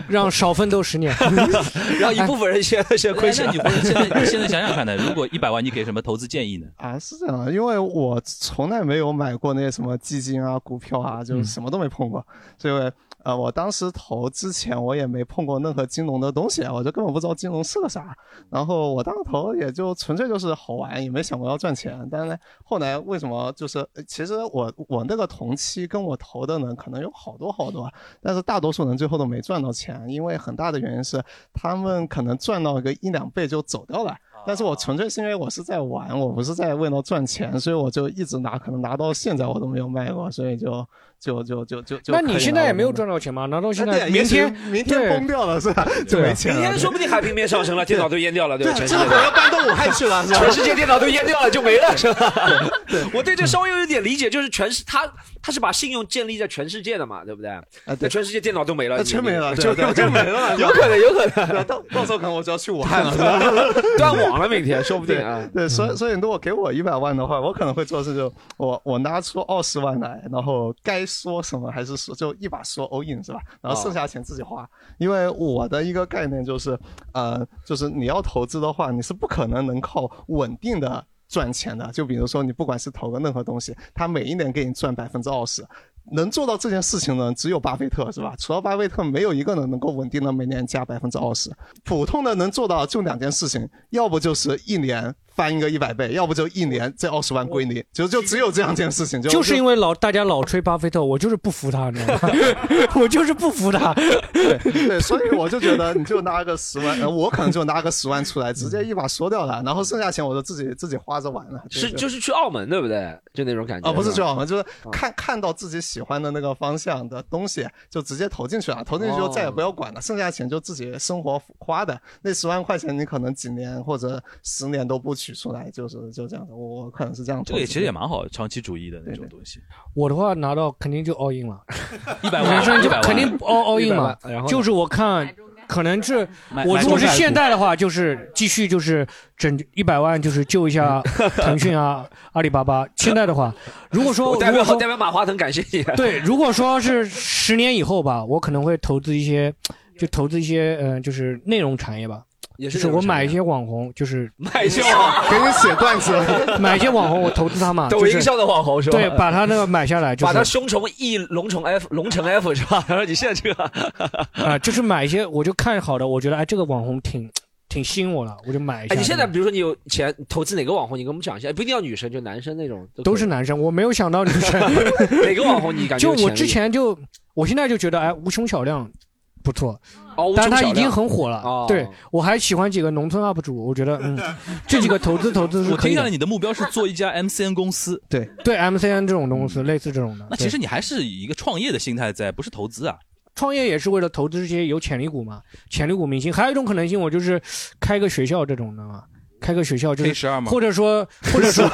F: 让少奋 斗十年，
B: 让一部分人先先
D: 亏
B: 亏钱
D: 是。哎你会现在现在想想看呢，如果一百万，你给什么投资建议呢？
E: 啊，是这样的，因为我从来没有买过那些什么基金啊、股票啊，就是什么都没碰过，所以呃，我当时投之前我也没碰过任何金融的东西，啊我就根本不知道金融是个啥。然后我当时投也就纯粹就是好玩，也没想过要赚钱。但是后来为什么就是，呃其实我我那个同期跟我投的人可能有好多好多，但是大多数人最后都没赚到钱，因为很大的原因是他们可能赚到个一两倍就走掉了。但是我纯粹是因为我是在玩，我不是在为了赚钱，所以我就一直拿，可能拿到现在我都没有卖过，所以就就就就就就。
F: 那你现在也没有赚。到钱吗？难道现
E: 那
F: 在
E: 哎对
F: 明天
E: 也许明
F: 对
E: 天崩掉了是吧？就没钱
B: 明
E: 了。
B: 天说不定海平面上升了，电脑都淹掉了，对吧？全世
E: 这
B: 界
E: 个火要搬到武汉去了是吧？
B: 全世界电脑都淹掉了就没了，是吧？我对这稍微有一点理解，就是全是他他是把信用建立在全世界的嘛，对不对？
E: 啊，
B: 那
E: 对，
B: 全世界电脑都没了，
E: 那全没了，
B: 就
E: 对对
B: 就
E: 就
B: 没
E: 没
B: 了，
E: 了，
B: 有可能有可能
E: 对 到到时候可能我就要去武汉了，是吧？
B: 断网了，明天说不定
E: 对
B: 啊。
E: 对，所以所以如果给我一百万的话，我可能会做的事就我我拿出二十万来，然后该说什么还是说，就一把说 all in 是吧？然
D: 哦
E: 后剩下的钱自己花，因为我的一个概念就是，呃，就是你要投资的话，你是不可能能靠稳定的。赚钱的，就比如说你不管是投个任何东西，他每一年给你赚百分之二十，能做到这件事情呢，只有巴菲特是吧？除了巴菲特，没有一个人能够稳定的每年加百分之二十。普通的能做到就两件事情，要不就是一年翻一个一百倍，要不就一年这二十万归你，就就只有这两件事情。就
F: 就是因
E: 为
F: 为老大家老吹巴菲特，我就是不服他，你知道吗？ 我就是不服他。
E: 对，所以我就觉得你就拿个十万，呃我可能就拿个十万出来，直接一把说掉了，然后剩下钱我就自己自己花着玩了。对
B: 是
E: 对
B: 就是去澳门对不对？就那种感觉
E: 啊，不是
B: 吧
E: 最好玩，就是看看到自己喜欢的那个方向的东西，就直接投进去了，投进去就再也不要管了，剩下钱就自己生活花的。那十万块钱，你可能几年或者十年都不取出来，就是就这样的。我我可能是这样
D: 这
E: 投资的。
D: 个也其实也蛮好，长期主义的那种
E: 对
D: 东 西。
F: 我的话拿到肯定就 all in 了，
D: 一百
F: 人
D: 万，
F: 生
D: 一
F: 就
D: 百万，
F: 肯定 all all in 嘛
B: 100万然后。呢
F: 就是我看，可能是
D: 买
F: 我
D: 买
F: 如果是
D: 中概股
F: 现在的话，就是继续就是整一百万，就是救一 下腾讯啊、阿里巴巴。现在的话，如果说
B: 我代
F: 如
B: 表
F: 果
B: 我
F: 说
B: 代表马化腾感谢你。啊
F: 对，如果说是十年以后吧，我可能会投资一些，就投资一些，嗯、就是内容产业吧，
B: 也
F: 就是
B: 这种
F: 我买一
B: 产
F: 些网红，就是
B: 业买一些网
E: 给你写段子，
F: 买一些网红，我投资他嘛，
B: 抖
F: 就
B: 音
F: 是
B: 上的网红是吧？
F: 对，把他那个买下来，就
B: 把
F: 是
B: 他
F: 啊、
B: 胸虫 E 龙虫 F 龙城 F 是吧？然后你现在这个
F: 啊就是买一些，我就看好的，我觉得哎，这个网红挺挺吸引我了，我就买一下。
B: 哎，你现在比如说你有钱投资哪个网红，你跟我们讲一下，哎不一定要女生，就男生那种
F: 都
B: 可
F: 是
B: 以
F: 男生，我没有想到女生，
B: 哪个网红你感觉
F: 就
B: 有
F: 我
B: 潜
F: 之
B: 力
F: 前就，我现在就觉得哎，无穷小亮。不错
B: 哦，
F: 但是它
B: 小
F: 已经
B: 量
F: 很火了。
B: 哦
F: 对我还喜欢几个农村 UP 主，我觉得 嗯，这几个投资投资是
D: 我
F: 可以
D: 听下
F: 的
D: 来，。你的目标是做一家 MCN 公司，
E: 对
F: 对 MCN 这种东
B: 嗯
F: 西，类似这种的，
D: 那
F: 对
D: 其实你还是以一个创业的心态在，不是投资啊。
F: 创业也是为了投资这些有潜力股嘛，潜力股明星。还有一种可能性，我就是开个学校这种的嘛，开个学校就
D: K
F: 是
D: 12吗
F: 或者说 或者说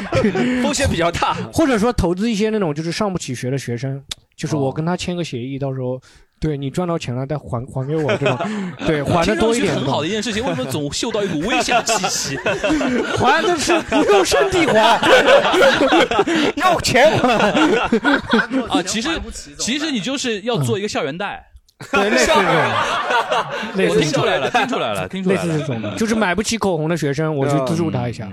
B: 风险比较大，
D: 啊
F: 或者说投资一些那种就是上不起学的学生，就是
D: 哦
F: 我跟他签个协议，到时候对你赚到钱了再还还给我这 种，对还的多一
D: 听上去
F: 点吧。
D: 很好的一件事情， 为什么总 嗅到一股危险的气息？
F: 还的是不用身 体还，要钱还。
D: 啊，其实其实你就是要做一个校园贷，
F: 嗯对，类 似这种，类
D: 我
F: 似
D: 听出来了，听出来了，听出来
F: 类似这种的，
D: 了。
F: 就是买不起口红的学生，我去资助他一下。
E: 啊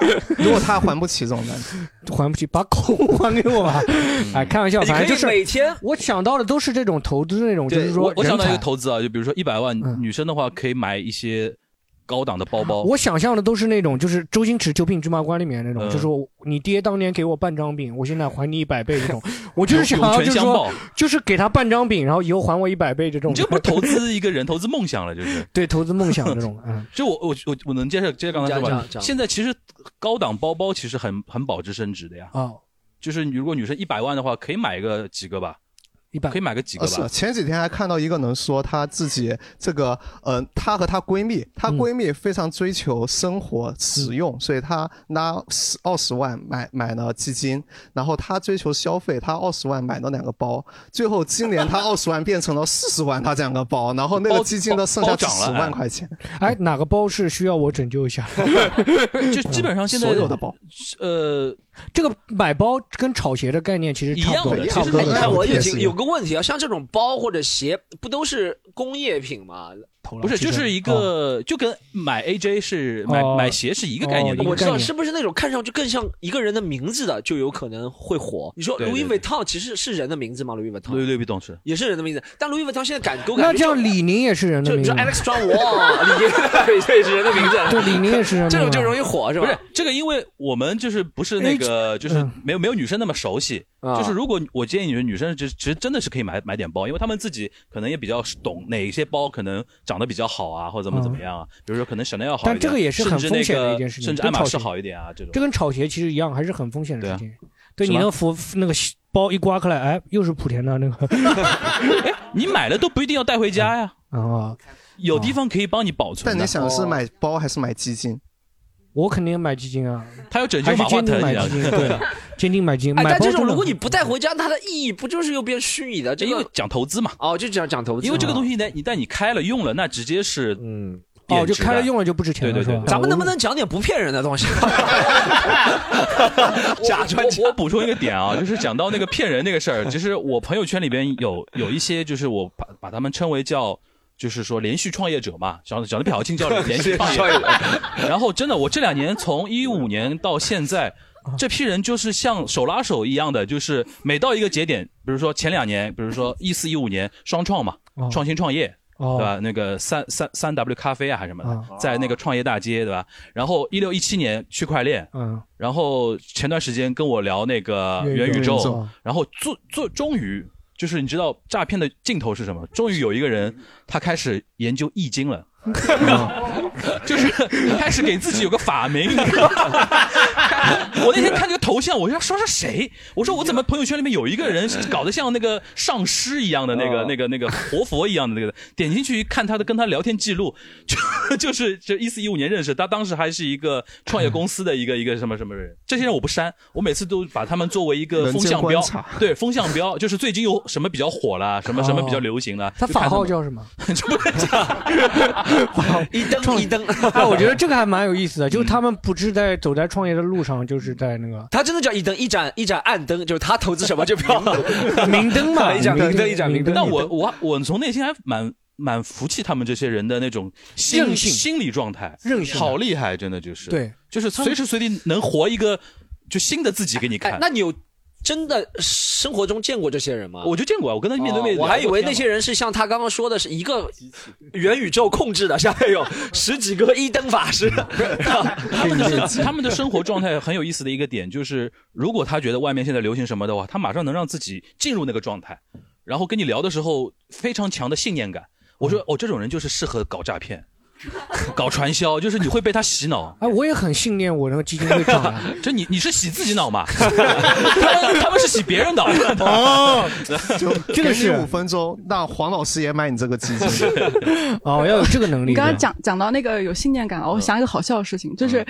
E: 嗯如果他还不起怎么办？
F: 还不起，把口红还给我吧。哎，开玩笑，
D: 嗯你可以
F: 反正就是
D: 每
B: 天
F: 我想到的都是这种投资那种，就是说
D: 我我想到一个
F: 人才嗯
D: 投资啊，就比如说一百万，女生的话可以买一些高档的包包。
F: 我想象的都是那种，就是周星驰《九品芝麻官》里面那种，
D: 嗯
F: 就是我你爹当年给我半张饼，我现在还你一百倍这 种。我就是想
D: 涌
F: 要，
D: 泉
F: 就是
D: 相报
F: 说，就是给他半张饼，然后以后还我一百倍这种。
D: 你这不是投资一个人，投资梦想了，就是。
F: 对投资梦想这种，嗯，
D: 就我我我我能接受，接着刚才说
F: 讲
D: 吧
F: 讲。讲
D: 现在其实高档包包其实很很保值升值的呀。
F: 哦，
D: 就是你如果女生一百万的话，可以买个几个吧？
F: 一百
D: 可以买个几个
E: 呃，是
D: 吧？
E: 前几天还看到一个人说她自己这个，呃，她和她闺蜜，她闺蜜非常追求生活实用，所以她拿十二十万买买了基金，然后她追求消费，她二十万买了两个包，最后今年她二十万变成了四十万，她这两个包，然 后那个基金的剩下十万块钱，
F: 哎，哪个包是需要我拯救一下？
D: 就基本上现在
E: 所有的包，
D: 呃，
F: 这个买包跟炒鞋的概念其实
B: 一
F: 差不多，差不多的。
B: 哎
F: 差不多
B: 我
F: 的
B: 也挺有个问题啊，像这种包或者鞋，不都是工业品吗？
D: 不是，就是一
F: 哦
D: 个呃就跟买 AJ 是买
B: 哦
D: 买鞋是一个概念的。
B: 我知道是不是那种看上去更像一个人的名字的，就有可能会火。你说
D: 对对
B: Louis Vuitton 其实是人的名字吗？Louis Vuitton
D: 对对，不懂事。
B: 也是人的名字，但 Louis Vuitton 现在敢给我
F: 那
B: 感觉
F: 这样李宁也是人的
B: 就
F: 名
B: 你
F: 字
B: 说
F: 吗，
B: Alex John Wall，李宁这也是人的名字，
F: 对李宁也是人的
B: 这种
F: 名字
B: 就容易火是吧？
D: 不是这个，因为我们就是不是那
F: 哎
D: 个，就是
F: 嗯
D: 没有没有女生那么熟悉。
B: 啊
D: 就是如果我建议你们女生，其实其实真的是可以买买点包，因为她们自己可能也比较懂哪些包可能长得比较好啊，或者怎么怎么样啊。比如说可能 Chanel 好一点，
F: 嗯但这个也是很
D: 甚至那
F: 风险的
D: 个
F: 一件事情
D: 甚至爱马仕好一点啊，这种。啊
F: 这跟炒鞋其实一样，还是很风险的事情。对,、
D: 是
F: 你
D: 吧
F: 那服那个包一刮开来，哎，又是莆田的那 个
D: 你买了都不一定要带回家呀，
F: 啊。
D: 有地方可以帮你保存的。哦
E: 但你想的是买包还是买基金？
F: 我肯定买基金啊，
D: 他要拯救
F: 还是
D: 马化
F: 坚定
D: 腾
F: 买
D: 一样
F: 基 金，对，坚定买基金。
B: 哎，
F: 买
B: 但
F: 包
B: 这
F: 真
B: 种
F: 的
B: 如果你不带回家，它的意义不就是又变虚拟的？这
D: 因为
B: 个
D: 讲投资嘛。
B: 哦，就讲讲投资，
D: 因为这个东西呢，你但你开了用了，那直接是
B: 嗯
F: 哦，就开了用了就不值钱了，
D: 对对对
F: 是吧？哦
B: 咱们能不能讲点不骗人的东西？ 假
D: 装我我补充一个点啊，就是讲到那个骗人那个事 儿，其实我朋友圈里边有有一些，就是我把把他们称为叫。就是说，连续创业者嘛，讲讲的比较好听，叫连续 创业
B: 连续
D: 者
B: 创。
D: 然后，真的，我这两年从一五年到现在，这批人就是像手拉手一样的，就是每到一个节点，比如说前两年，比如说一四一五年双创嘛
F: 哦，
D: 创新创业，
F: 哦
D: 对吧？那个三三三 W 咖啡啊，还是什么
F: 啊
D: 的，在那个创业大街，对吧？然后一六一七年区块链，
F: 嗯，
D: 然后前段时间跟我聊那个
F: 元宇
D: 元宇
F: 宙
D: 宙，然后最最终于就是你知道诈骗的尽头是什么？终于有一个人他开始研究易经了。就是开始给自己有个法名， 我那天看这个头像，我要说是谁？我说我怎么朋友圈里面有一个人 搞得像那个上师一样的
E: 哦
D: 那个、那个那个活佛一样的那个？ 点进去一看他的跟他聊天记录， 就就是就一四一五年认识，他当时还是一个创业公司的一
E: 嗯
D: 个一个什么什么人。这些人我不删，我每次都把他们作为一个
E: 人
D: 风
E: 间
D: 向
E: 观
D: 标
E: 察，
D: 对风向标，就是最近有什么比较火了，什么什么比较
F: 哦
D: 流行了。
F: 他
D: 就
F: 法
D: 看
F: 号
D: 们
F: 叫什么？
B: 一灯一灯，
F: 哎，我觉得这个还蛮有意思
D: 嗯
F: 的，就是他们不是在走在创业的路上，就是在那个
B: 他真的叫一灯一盏一盏暗灯，就是他投资什么就不要
F: 明灯嘛
B: 一盏
F: 明
B: 明灯
F: 灯
B: 一盏明
F: 明
B: 灯。
F: 灯
D: 但我我我从内心还蛮蛮服气他们这些人的那种心
F: 韧性
D: 心理状态，
F: 韧性
D: 好厉害，真的就是
F: 对，
D: 就是随时随地能活一个就新的自己给你看。
B: 哎，那你有真的生活中见过这些人吗？
D: 我就见过，啊，我跟他面对面聊过天
B: 哦
D: 嘛、
B: 我还以为那些人是像他刚刚说的，是一个元宇宙控制的，下面有十几个一灯 法师。
D: 他们的生他们的生活状态很有意思的一个点就是，如果他觉得外面现在流行什么的话，他马上能让自己进入那个状态。然后跟你聊的时候非常强的信念感。我
F: 嗯
D: 说，哦，这种人就是适合搞诈骗、搞传销，就是你会被他洗脑。
F: 哎，我也很信念我那个基金会 涨啊。
D: 这你你是洗自己脑嘛？他们他们是洗别人脑。
F: 哦
E: 就
F: 这个
E: 给
F: 是
E: 你五分钟，那黄老师也买你这个基金。
F: 哦，要有这个能力。
I: 你刚才讲讲到那个有信念感，
D: 嗯
I: 我想一个好笑的事情，就是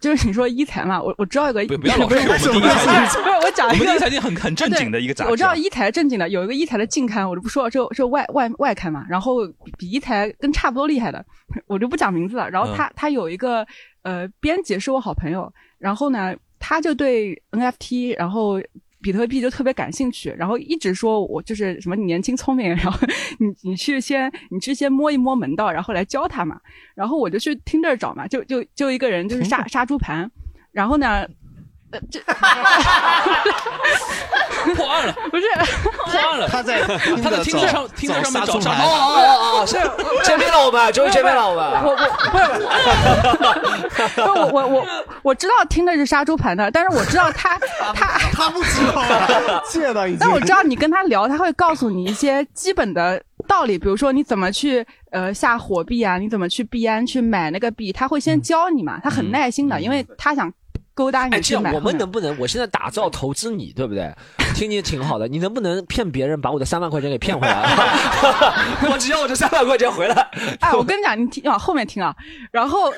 I: 就是你说一财嘛，我我知道有个
D: 不 要老说我们第一
I: 不是
D: 财经
I: 不是我讲一
D: 我们
I: 个
D: 第一财经很很正经的一个杂志啊
I: 我知道一台正经的有一个一台的近刊，我就不说了，这这外外外刊嘛，然后比一台更差不多厉害的， 我就不讲名字了。然后他
J: 嗯
I: 他有一个呃编辑是我好朋友，然后呢他就对 NFT 然后。比特币就特别感兴趣，然后一直说我就是什么你年轻聪明，然后 你你去先你去先摸一摸门道，然后来教他嘛。然后我就去听这儿找嘛，就就就一个人就是 杀杀猪盘，然后呢
K: 呃
D: 破案了，
I: 不是
D: 破案了，他
E: 在
D: 他在 听着上听着上面找上
B: 哦哦哦哦， 现在见面了，我们终于见面了，我们。
I: 我不是我我我我知道听的是杀猪盘的，但是我知道 他他
E: 他不知
B: 哎
E: 道，借到已经。
I: 但我知道你跟他聊，他会告诉你一些基本的道理，比如说你怎么去呃下火币啊，你怎么去币安去买那个币，他会先教你嘛，他很耐心的，因为他想勾搭
B: 嗯哎，
I: 你
B: 这
I: 去
B: 样
I: 买。
B: 我们 能不能？我现在打造投资你，对不对？听你挺好的，你能不能骗别人把我的三万块钱给骗回来？ 我只要我这三万块钱回来。
I: 哎，我跟你讲，你听往后面听啊，然后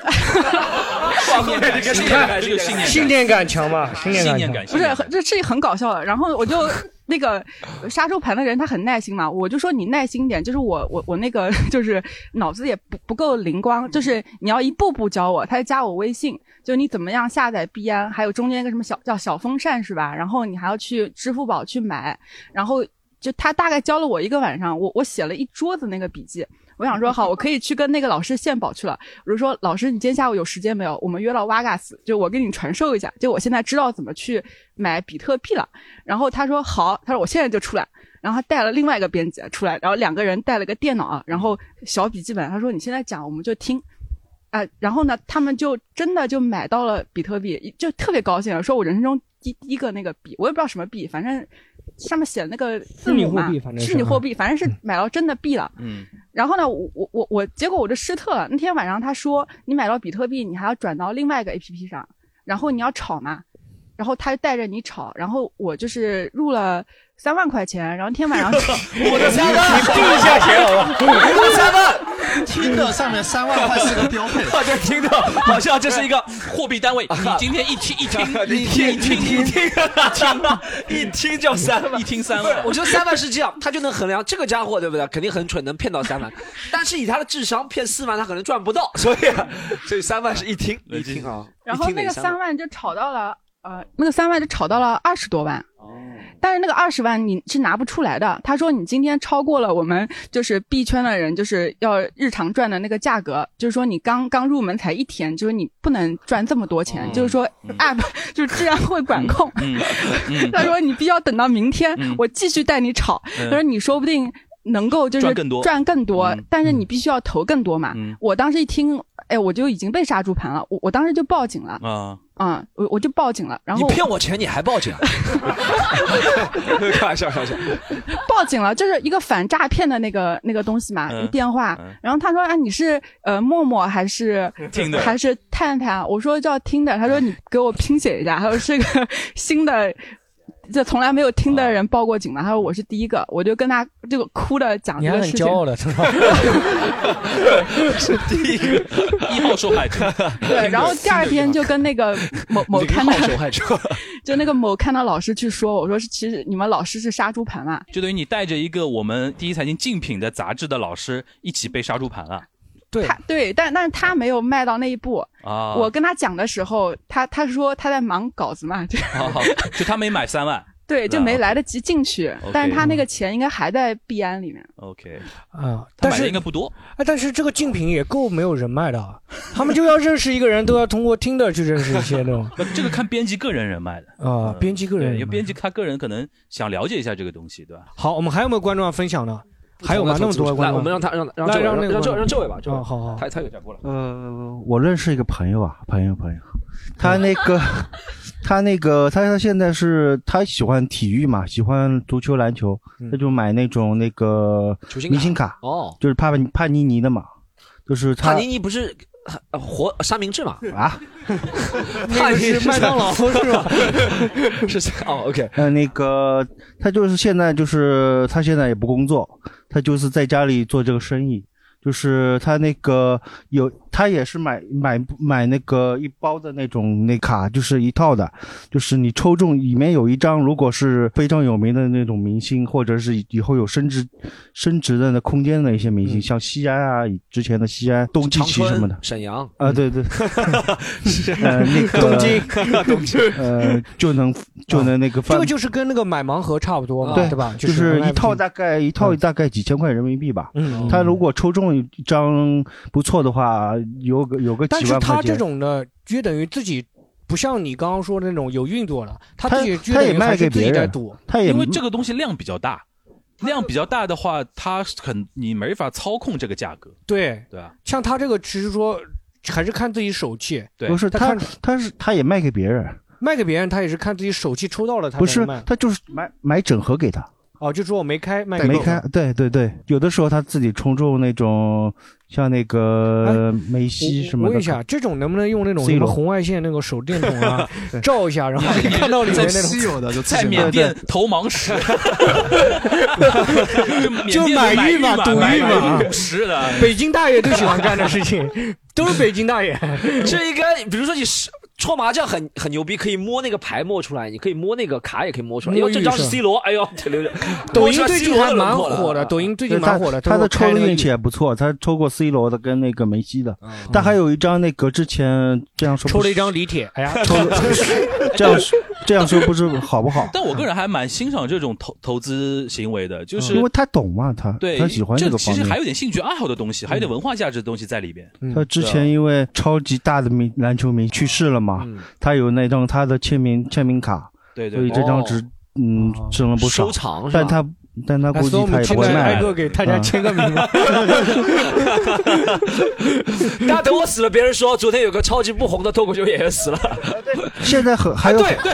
B: 往后面这个信念感，这个信念
F: 信念感强嘛，信念感强。
I: 不是，很这是很搞笑的。然后我就 那个杀猪盘的人，他很耐心嘛，我就说你耐心点，就是我我我那个 就是脑子也不不够灵光，就是你要一步步教我。他就加我微信，就你怎么样下载币安，还有中间一个什么小叫小风扇是吧？然后你还要去支付宝去买，然后就他大概教了我一个晚上，我我写了一桌子那个笔记。我想说好，我可以去跟那个老师献宝去了。我就说老师，你今天下午有时间没有？我们约到瓦嘎斯，就我给你传授一下。就我现在知道怎么去买比特币了。然后他说好，他说我现在就出来。然后他带了另外一个编辑出来，然后两个人带了个电脑啊，然后小笔记本。他说你现在讲，我们就听。啊，然后呢，他们就真的就买到了比特币，就特别高兴啊，说我人生中第第一个那个币，我也不知道什么币，反正上面写的那个字母
F: 虚拟货
I: 嘛
F: 币反，正是
I: 虚拟货币，反正是买到真的币了。
D: 嗯，
I: 然后呢，我我我我，结果我就失特了。那天晚上他说，你买到比特币，你还要转到另外一个 APP 上，然后你要炒嘛，然后他就带着你炒，然后我就是入了三万块钱，然后天晚上
B: 我的三万
E: 你闭一下钱好吧
B: 我的三万。
E: 听的上面三万块是个标 配。
D: 啊
B: 这听到好像这是一个
D: 货币单位，你今天一听一 听
B: 一听一听一听一听就三万，
D: 一听三
B: 不
D: 万
B: 是，我觉得三万是这样，他就能衡量这个家伙对不对？肯定很蠢，能骗到三 万，但是以他的智商骗四万，他可能赚不到， 所以所以三万是一听 一听啊，
I: 然后
B: 一听
I: 那
B: 得
I: 个
B: 三
I: 三万就炒到了呃，那个三万就炒到了二十多万。
J: 哦
I: 但是那个二十万你是拿不出来的。他说你今天超过了我们就是币圈的人就是要日常赚的那个价格，就是说你刚刚入门才一天，就是你不能赚这么多
J: 哦
I: 钱，就是说
J: 嗯
I: app、就是 质量会管控。
D: 嗯
I: 他说你必须要等到明天，我继续带你炒。
J: 嗯
I: 他说你说不定能够就是
J: 赚更多
I: 赚更多，但是你必须要投更多嘛。
J: 嗯
I: 我当时一听，哎，我就已经被杀猪盘了，我我当时就报警了。
D: 啊，
I: 嗯，我我就报警了，然后
B: 你骗我钱你还报警？啊 开玩笑，开玩笑。
I: 报警了，就是一个反诈骗的那个那个东西嘛，
B: 嗯
I: 电话。然后他说啊，你是呃陌陌 还是
J: Tinder
I: 还是探探？啊我说叫 Tinder，他说
B: 嗯
I: 你给我拼写一下，他说是个 新的。就从来没有听
B: 啊
I: 的人报过警嘛，他说我是第一个，我就跟他这个哭的讲
F: 你
I: 这
F: 还
I: 个
F: 很
I: 事情
F: 骄。傲的，是吧？
D: 是第一个一号受害者。
I: 对，然后第二天就跟那 个某某看的，
B: 者，
I: 就那个某看的老师去说，我说是其实你们老师是杀猪盘嘛，
D: 就等于你带着一个我们第一财经竞品的杂志的老师一起被杀猪盘了
F: 对
I: 他对，但但是他没有迈到那一步。
D: 啊！
I: 我跟他讲的时候，他他说他在忙稿子嘛，就
D: 啊就他没买三万，
I: 对，就
F: 啊
I: 没来得及进去。但是他那个钱应该还在币安里面。
D: OK
F: 啊，
D: 他
F: 但
D: 买的
F: 是
D: 应该不多。
F: 哎，但是这个竞品也够没有人脉的啊，他们就要认识一个人，都要通过 Tinder 去认识一些那种
D: 不这个看编辑个人人脉的。嗯
F: 啊，编辑个
D: 对，
F: 人
D: 因为
F: 人脉。
D: 编辑他个人可能想了解一下这个东西，对吧？
F: 好，我们还有没有观众要分享的？还有吗？那么多观
B: 来，
F: 众，
B: 我们让他让让
F: 来
B: 这位
F: 让那个
B: 让这位
F: 观
B: 让这
F: 众
B: 位吧，这位
F: 哦好好
B: 他他有点过来。
F: 嗯
K: 呃，我认识一个朋友啊，朋友朋友，他那个
J: 他那个他他现在是他喜欢体育嘛，喜欢足球、篮球，
F: 嗯
J: 他就买那种那个
B: 球星卡
J: 明星卡，
B: 哦
J: 就是帕帕尼尼的嘛，就是他
B: 帕尼尼不是呃活三明治嘛？
J: 啊，
B: 帕尼尼
J: 那个是麦当劳是 吧？
B: 是这样哦，OK，
J: 呃，那个他就是现在就是他现在也不工作，他就是在家里做这个生意。就是他那个有，他也是买买买那个一包的那种那卡，就是一套的，就是你抽中里面有一张，如果是非常有名的那种明星，或者是以后有升值升值的那空间的一些明星，像西安啊，之前的西安、东契
B: 嗯长
J: 奇什么
B: 春
J: 的，
B: 沈阳
J: 啊，对对， 呃，那个
B: 东京，东京，
J: 呃，就能就能那个
F: 这
J: 翻
F: 个就是跟那个买盲盒差不多嘛，
J: 对
F: 对吧？
J: 就是一套
F: NFT
J: 大概一套大概几千块人民币吧。
F: 嗯
J: 他如果抽中一张不错的话，有个有个
F: 但
J: 几
F: 是
J: 万块钱。
F: 他这种的约等于自己不像你刚刚说的那种有运作了，他自己
J: 他也
F: 约等于
J: 卖
F: 还
J: 给
F: 是自
J: 别
F: 己在
J: 人嗯
F: 赌，，
D: 因为这个东西量比较大，量比较大的话，它很你没法操控这个价格，
F: 对
D: 对啊吧？
F: 像他这个只是说还是看自己手气，
J: 不是
F: 他
J: 他
F: 看
J: 他是他也卖给别人，
F: 卖给别人，他也是看自己手气抽到了他
J: 不
F: 才
J: 是
F: 卖
J: 他就是买买整盒给他，
F: 哦，就说我没开卖给
J: 没
F: 你
J: 开。对对对，有的时候他自己抽中那种像那
F: 哎
J: 个梅西什么
F: 问
J: 的
F: 一。下，这种能不能用那种
J: C
F: 什么
J: 罗
F: 红外线那个手电筒啊
J: 对
F: 照一下，然 后看到里面那种
D: 在缅甸投盲 石，缅甸买
F: 玉嘛，赌
D: 玉
B: 哎
F: 嘛，
D: 是的，
F: 哎北京大爷都喜欢干的事 情，哎都是北京大爷。
B: 这应该，比如说你是搓麻将很很牛逼，可以摸那个牌摸出来，你可以摸那个卡也可以摸出来。因
F: 摸
B: 为
F: 玉
B: 这张是
F: 是吧
B: C 罗，哎呦，流流
F: 抖音最近还蛮火的，抖音最近蛮火的，
J: 他的
F: 都是
J: 抽
F: 开那
J: 的
F: 个嗯
J: 运气也不错，他抽过 C 罗的跟那个梅西的，但还有一张那个之前这样说不
F: 抽了一
J: 是
F: 张李铁，哎呀，
J: 抽了 这样说这样说不是好不好？嗯
D: 但我个人还蛮欣赏这种投投资行为的，就是
J: 因为他懂嘛，他
D: 对
J: 他喜欢
D: 这
J: 个
D: 其
J: 方
D: 实还有
J: 面。嗯
D: 点兴趣爱好的东西，还有点文化价值的东西在里边。
J: 他
B: 嗯
J: 之
B: 啊
J: 前因为超级大的名篮球迷去世了嘛，
B: 嗯
J: 他有那张他的签名签名卡，
D: 对对
J: 所以
D: 对
J: 这张只嗯
F: 哦
J: 挣了不少，
B: 哦收藏是吧
J: 但他但他
F: 哎
J: 估计
F: 所以我
J: 他
F: 们
J: 也
F: 现
J: 不会
F: 在
J: 卖
F: 挨个
J: 的。
F: 给大家
J: 嗯
F: 签个名吧。
B: 大家等我死了，别人说昨天有个超级不红的脱口秀演员死了。
J: 现在很还有
B: 哎对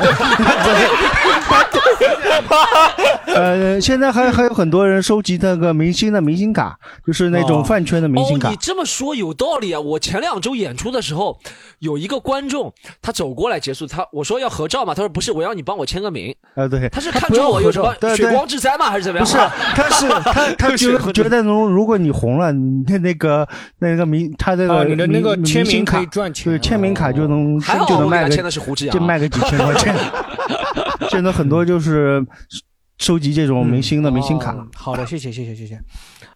B: 对对，
J: 呃，现在还还有很多人收集那个明星的明星卡，就是 那种饭圈的明星
B: 哦，
J: 卡
B: 你。这么说有道理啊！我前两周演出的时候，有一个观众他走过来结束，他我说要合照嘛，他说不是，我要你帮我签个名。
J: 啊，对，
B: 他是
J: 他
B: 看
J: 不
B: 中
J: 要
B: 我有
J: 合
B: 什
J: 照
B: 么
J: 对
B: 血
J: 对
B: 光之灾吗？还是怎么样？
J: 不是，他是 他他觉得觉得如如果你红了，你那那个那个名他这
F: 哦
J: 个
F: 你的
J: 明
F: 那个
J: 明
F: 签名
J: 星
F: 可
J: 卡
F: 以赚钱哦
J: 对，签名卡就能
B: 还好
J: 就能
B: 我给他
J: 卖个
B: 签的是胡志阳
J: 就卖个几千块 钱。现在很多就是收集这种明星的明星卡，
B: 哦
F: 嗯好的，谢谢，谢谢，谢谢。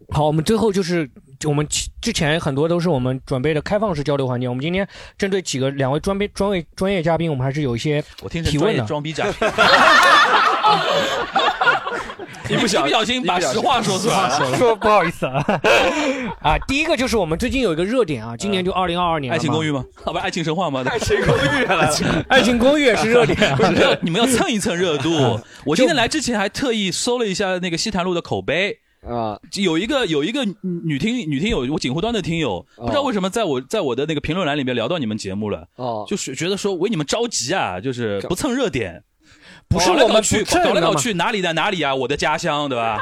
F: 好，我们最后就是我们其之前很多都是我们准备的开放式交流环节，我们今天针对几个两位专业专业专业嘉宾，我们还是有一些
D: 我听成
F: 提
D: 专
F: 问
D: 业
F: 的。
D: 装逼展， 你不小心把实话说出来了，
F: 说不好意思啊 啊，第一个就是我们最近有一个热点啊，今年就二零二二年
D: 嗯爱
F: 了嘛
D: 情公寓吗？啊，不是爱情神话 吗？爱
B: 情公寓
F: 来 了爱情公寓也是热点
D: 你们 要你们要蹭一蹭热度。我今天来之前还特意搜了一下那个西坛路的口碑。
B: 啊，
D: 有一个有一个女听女听友，我锦湖端的听友，
F: 哦
D: 不知道为什么在我在我的那个评论栏里面聊到你们节目了，
B: 哦，
D: 就是觉得说为你们着急啊，就是不蹭热点，
F: 不是
D: 搞来
F: 我们
D: 搞去
F: 不蹭
D: 搞来搞
F: 的嘛
D: 去哪里的哪里啊，我的家乡对 吧？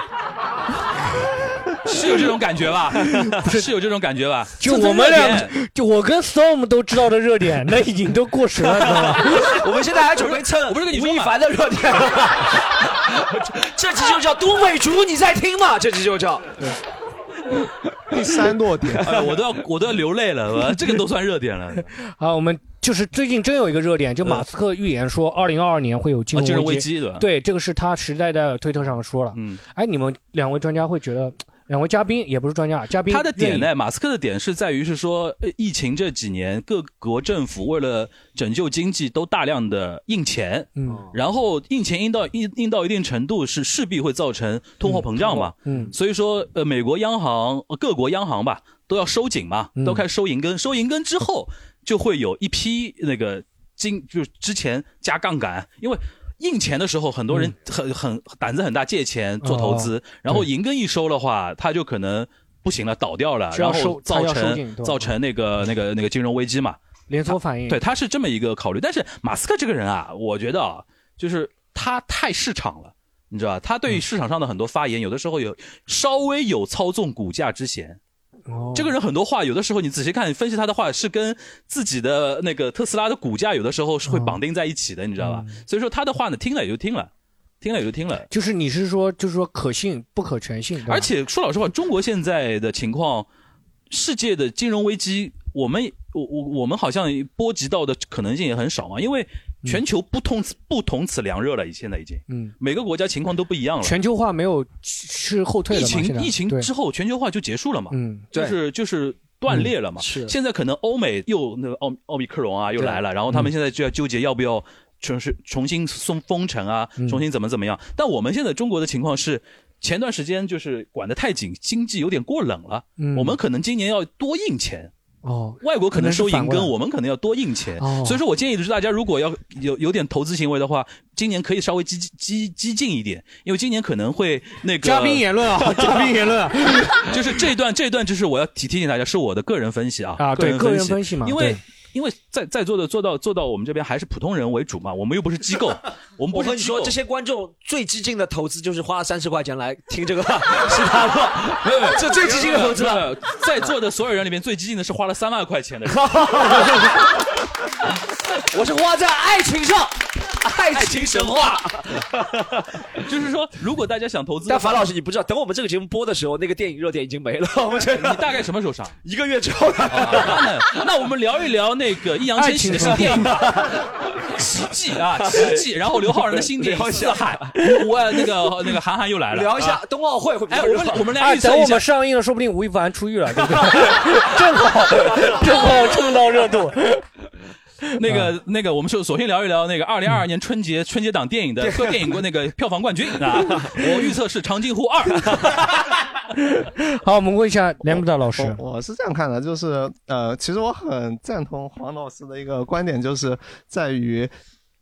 D: 是有这种感觉吧？是有这种感觉吧？
F: 就
D: 蹭蹭
F: 我们
D: 热
F: 俩
D: 点，
F: 就我跟 Storm 都知道的热点，那已经都过时了，你知道吗？
B: 我们现在还准备蹭
D: 我不是跟你
B: 吴
D: 说
B: 亦
D: 嘛
B: 凡的热 点，这集就叫东北竹，你在听吗？这集就叫
E: 第三落点，
D: 哎，我都要我都要流泪了， 我这个都算热点了。
F: 啊，我们就是最近真有一个热点，就马斯克预言说，二零二二年会有金
D: 呃啊金
F: 融
D: 融
F: 危
D: 危机对吧
F: 对，这个是他实在在推特上说了。
D: 嗯，
F: 哎，你们两位专家会觉得，两位嘉宾也不是专家，嘉宾
D: 他的点
F: 愿意
D: 呢，马斯克的点是在于是说，呃疫情这几年各国政府为了拯救经济，都大量的印钱，
F: 嗯，
D: 然后印钱印到印印到一定程度，是势必会造成通货膨胀嘛，
F: 嗯嗯
D: 所以说呃，美国央行、呃各国央行吧，都要收紧嘛，
F: 嗯
D: 都开始收银根，收银根之后，就会有一批那个金，就是之前加杠杆，因为。印钱的时候，很多人很很胆子很大，借钱做投资，
F: 嗯哦
D: 然后银根一收的话，它就可能不行了，倒掉了，
F: 是要
D: 然
F: 收
D: 后造
F: 它要收紧
D: 成
F: 对吧
D: 造成那个那个那个金融危机嘛。
F: 连锁反应。
D: 对，他是这么一个考虑。但是马斯克这个人啊，我觉得啊，就是他太市场了，你知道吧？他对于市场上的很多发言，有的时候有稍微有操纵股价之嫌。
F: 哦
D: 这个人很多话，有的时候你仔细看分析他的话，是跟自己的那个特斯拉的股价有的时候是会绑定在一起的，你知道吧？所以说他的话呢，听了也就听了，听了也就听了。
F: 就是你是说，就是说可信不可全信，对吧
D: 而且说老实话，中国现在的情况，世界的金融危机，我们我我我们好像波及到的可能性也很少嘛，因为全球不同、不同此凉热了，现在已经，
F: 嗯，
D: 每个国家情况都不一样了。
F: 全球化没有是后退
D: 哦
F: 了
D: 疫
F: 嘛现
D: 情
F: 在
D: 疫情
F: 对
D: 之后，全球化就结束了嘛，
F: 嗯
D: 就
F: 对
D: 是就是。断裂了嘛？
F: 嗯是
D: 现在可能欧美又那个奥奥密克戎啊又
F: 对
D: 来了，然后他们
F: 嗯
D: 现在就要纠结要不要重是重新松封城啊，
F: 嗯
D: 重新怎么怎么样。但我们现在中国的情况是，前段时间就是管得太紧，经济有点过冷了。
F: 嗯
D: 我们可能今年要多印钱，
F: 哦，
D: 外国可能收银
F: 可能是反过来
D: 根，我们可能要多印钱。
F: 哦
D: 所以说我建议就是大家如果要有有点投资行为的话，今年可以稍微激激激进一点，因为今年可能会那个
F: 嘉宾言 论啊嘉宾言论啊
D: 就是这段这段就是我要提提醒大家是我的个人分析啊
F: 啊对
D: 个
F: 个
D: 人
F: 人分析嘛
D: 因为
F: 对。
D: 因为在在座的做到做到我们这边还是普通人为主嘛，我们又不是机 构，我们不
B: 我
D: 是
B: 跟你
D: 机构
B: 说，这些观众最激进的投资就是花三十块钱来听这个是他的，
D: 没有没有，
B: 这最激进的投资
D: 没有没
B: 了
D: 有。在座的所有人里面最激进的是花了三万块钱的人。
B: 我是花在爱情上，爱
D: 情神话。就是说，如果大家想投资的话，
B: 但樊老师，你不知道，等我们这个节目播的时候，那个电影热点已经没 了。我们这
D: 你大概什么时候上？哦
B: 一个月之后的。
D: 那那我们聊一聊那个易烊千玺的新电影《奇迹》啊，《奇 迹》，然后刘昊然的新电影《四海》，我那个 那个韩寒又来了，
B: 聊一下
D: 啊
B: 冬奥会会比
D: 哎，
B: 较
D: 我
B: 热啊
D: 们我们俩
F: 哎，
D: 预测
F: 等
D: 一
F: 我
D: 下
F: 们，上映了，说不定吴亦凡出狱 了，对不 对？正好 正好蹭到热度。
D: 那个那个，我们就首先聊一聊那个二零二二年春节春节档电影 的各电影那个票房冠军啊，我预测是《长津湖二》。
F: 好，我们问一下连不达老师，
E: 我我是这样看的，就是呃，其实我很赞同黄老师的一个观点，就是在于。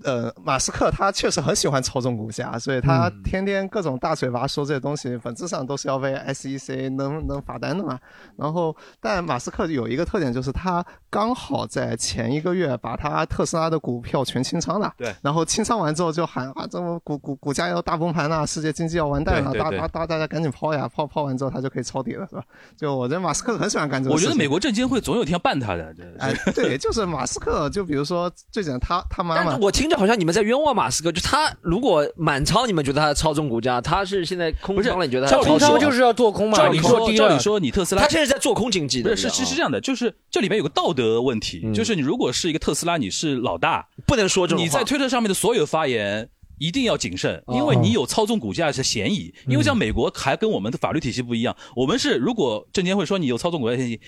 E: 呃，马斯克他确实很喜欢操纵股价，所以他
F: 嗯
E: 天天各种大嘴巴说这些东西，本质上都是要为 SEC 能能罚单的嘛。然后，但马斯克有一个特点，就是他刚好在前一个月把他特斯拉的股票全清仓了，
D: 对
E: 然后清仓完之后就喊啊，这么股股股价要大崩盘啦、世界经济要完蛋了，
D: 对对
E: 大
D: 对
E: 大大大家赶紧抛呀，抛抛完之后他就可以抄底了，是吧？就我觉得马斯 克很喜欢干这个
D: 我
E: 事
D: 觉
E: 情。
D: 得美国政监会总有一天要办他的，对
E: 哎，对，就是马斯克，就比如说最简单，他他妈
B: 但
E: 妈
B: 是，我听着好像你们在冤枉马斯克，就他如果满仓，你们觉得他操纵股价，他是现在空仓了，你觉得他
D: 照理
F: 空
B: 操纵
F: 仓
D: 说
F: 就是要做空嘛，
D: 照理
F: 空
D: 说
F: 低
D: 照
F: 了
D: 理，说，你特斯拉
B: 他现在在做空经济
D: 不
B: 的，
D: 是是
B: 你知
D: 是
B: 道吗
D: 是这样的，就是这里面有个道德问题，就是你如果是一个特斯拉，你是老大，
B: 不能说这种话
D: 你在推特上面的所有发言。一定要谨慎，因为你有操纵股价的嫌疑。因为像美国还跟我们的法律体系不一样，我们是如果证监会说你有操纵股价嫌疑，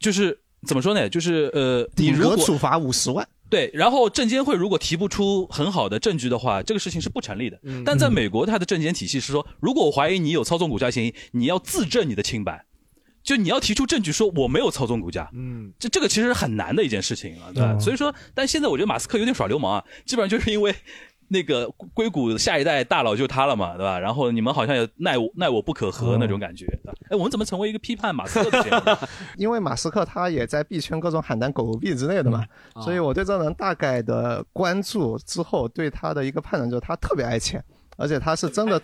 D: 就是怎么说呢？就是呃，你
E: 顶
D: 如
E: 格
D: 果
E: 处罚五十万，
D: 对，然后证监会如果提不出很好的证据的话，这个事情是不成立的。但在美国，它的证监体系是说，如果我怀疑你有操纵股价嫌疑，你要自证你的清白，就你要提出证据说我没有操纵股价。嗯，这这个其实很难的一件事情啊，对吧？所以说，但现在我觉得马斯克有点耍流氓啊，基本上就是因为。那个硅谷下一代大佬就是他了嘛，对吧？然后你们好像也奈我奈我不可和那种感觉。对吧哎、我们怎么成为一个批判马斯克的节目呢？
E: 因为马斯克他也在币圈各种喊单狗狗币之类的嘛，
D: 嗯
E: 嗯所以我对这人大概的关注之后，对他的一个判断就是他特别爱钱，而且他是真的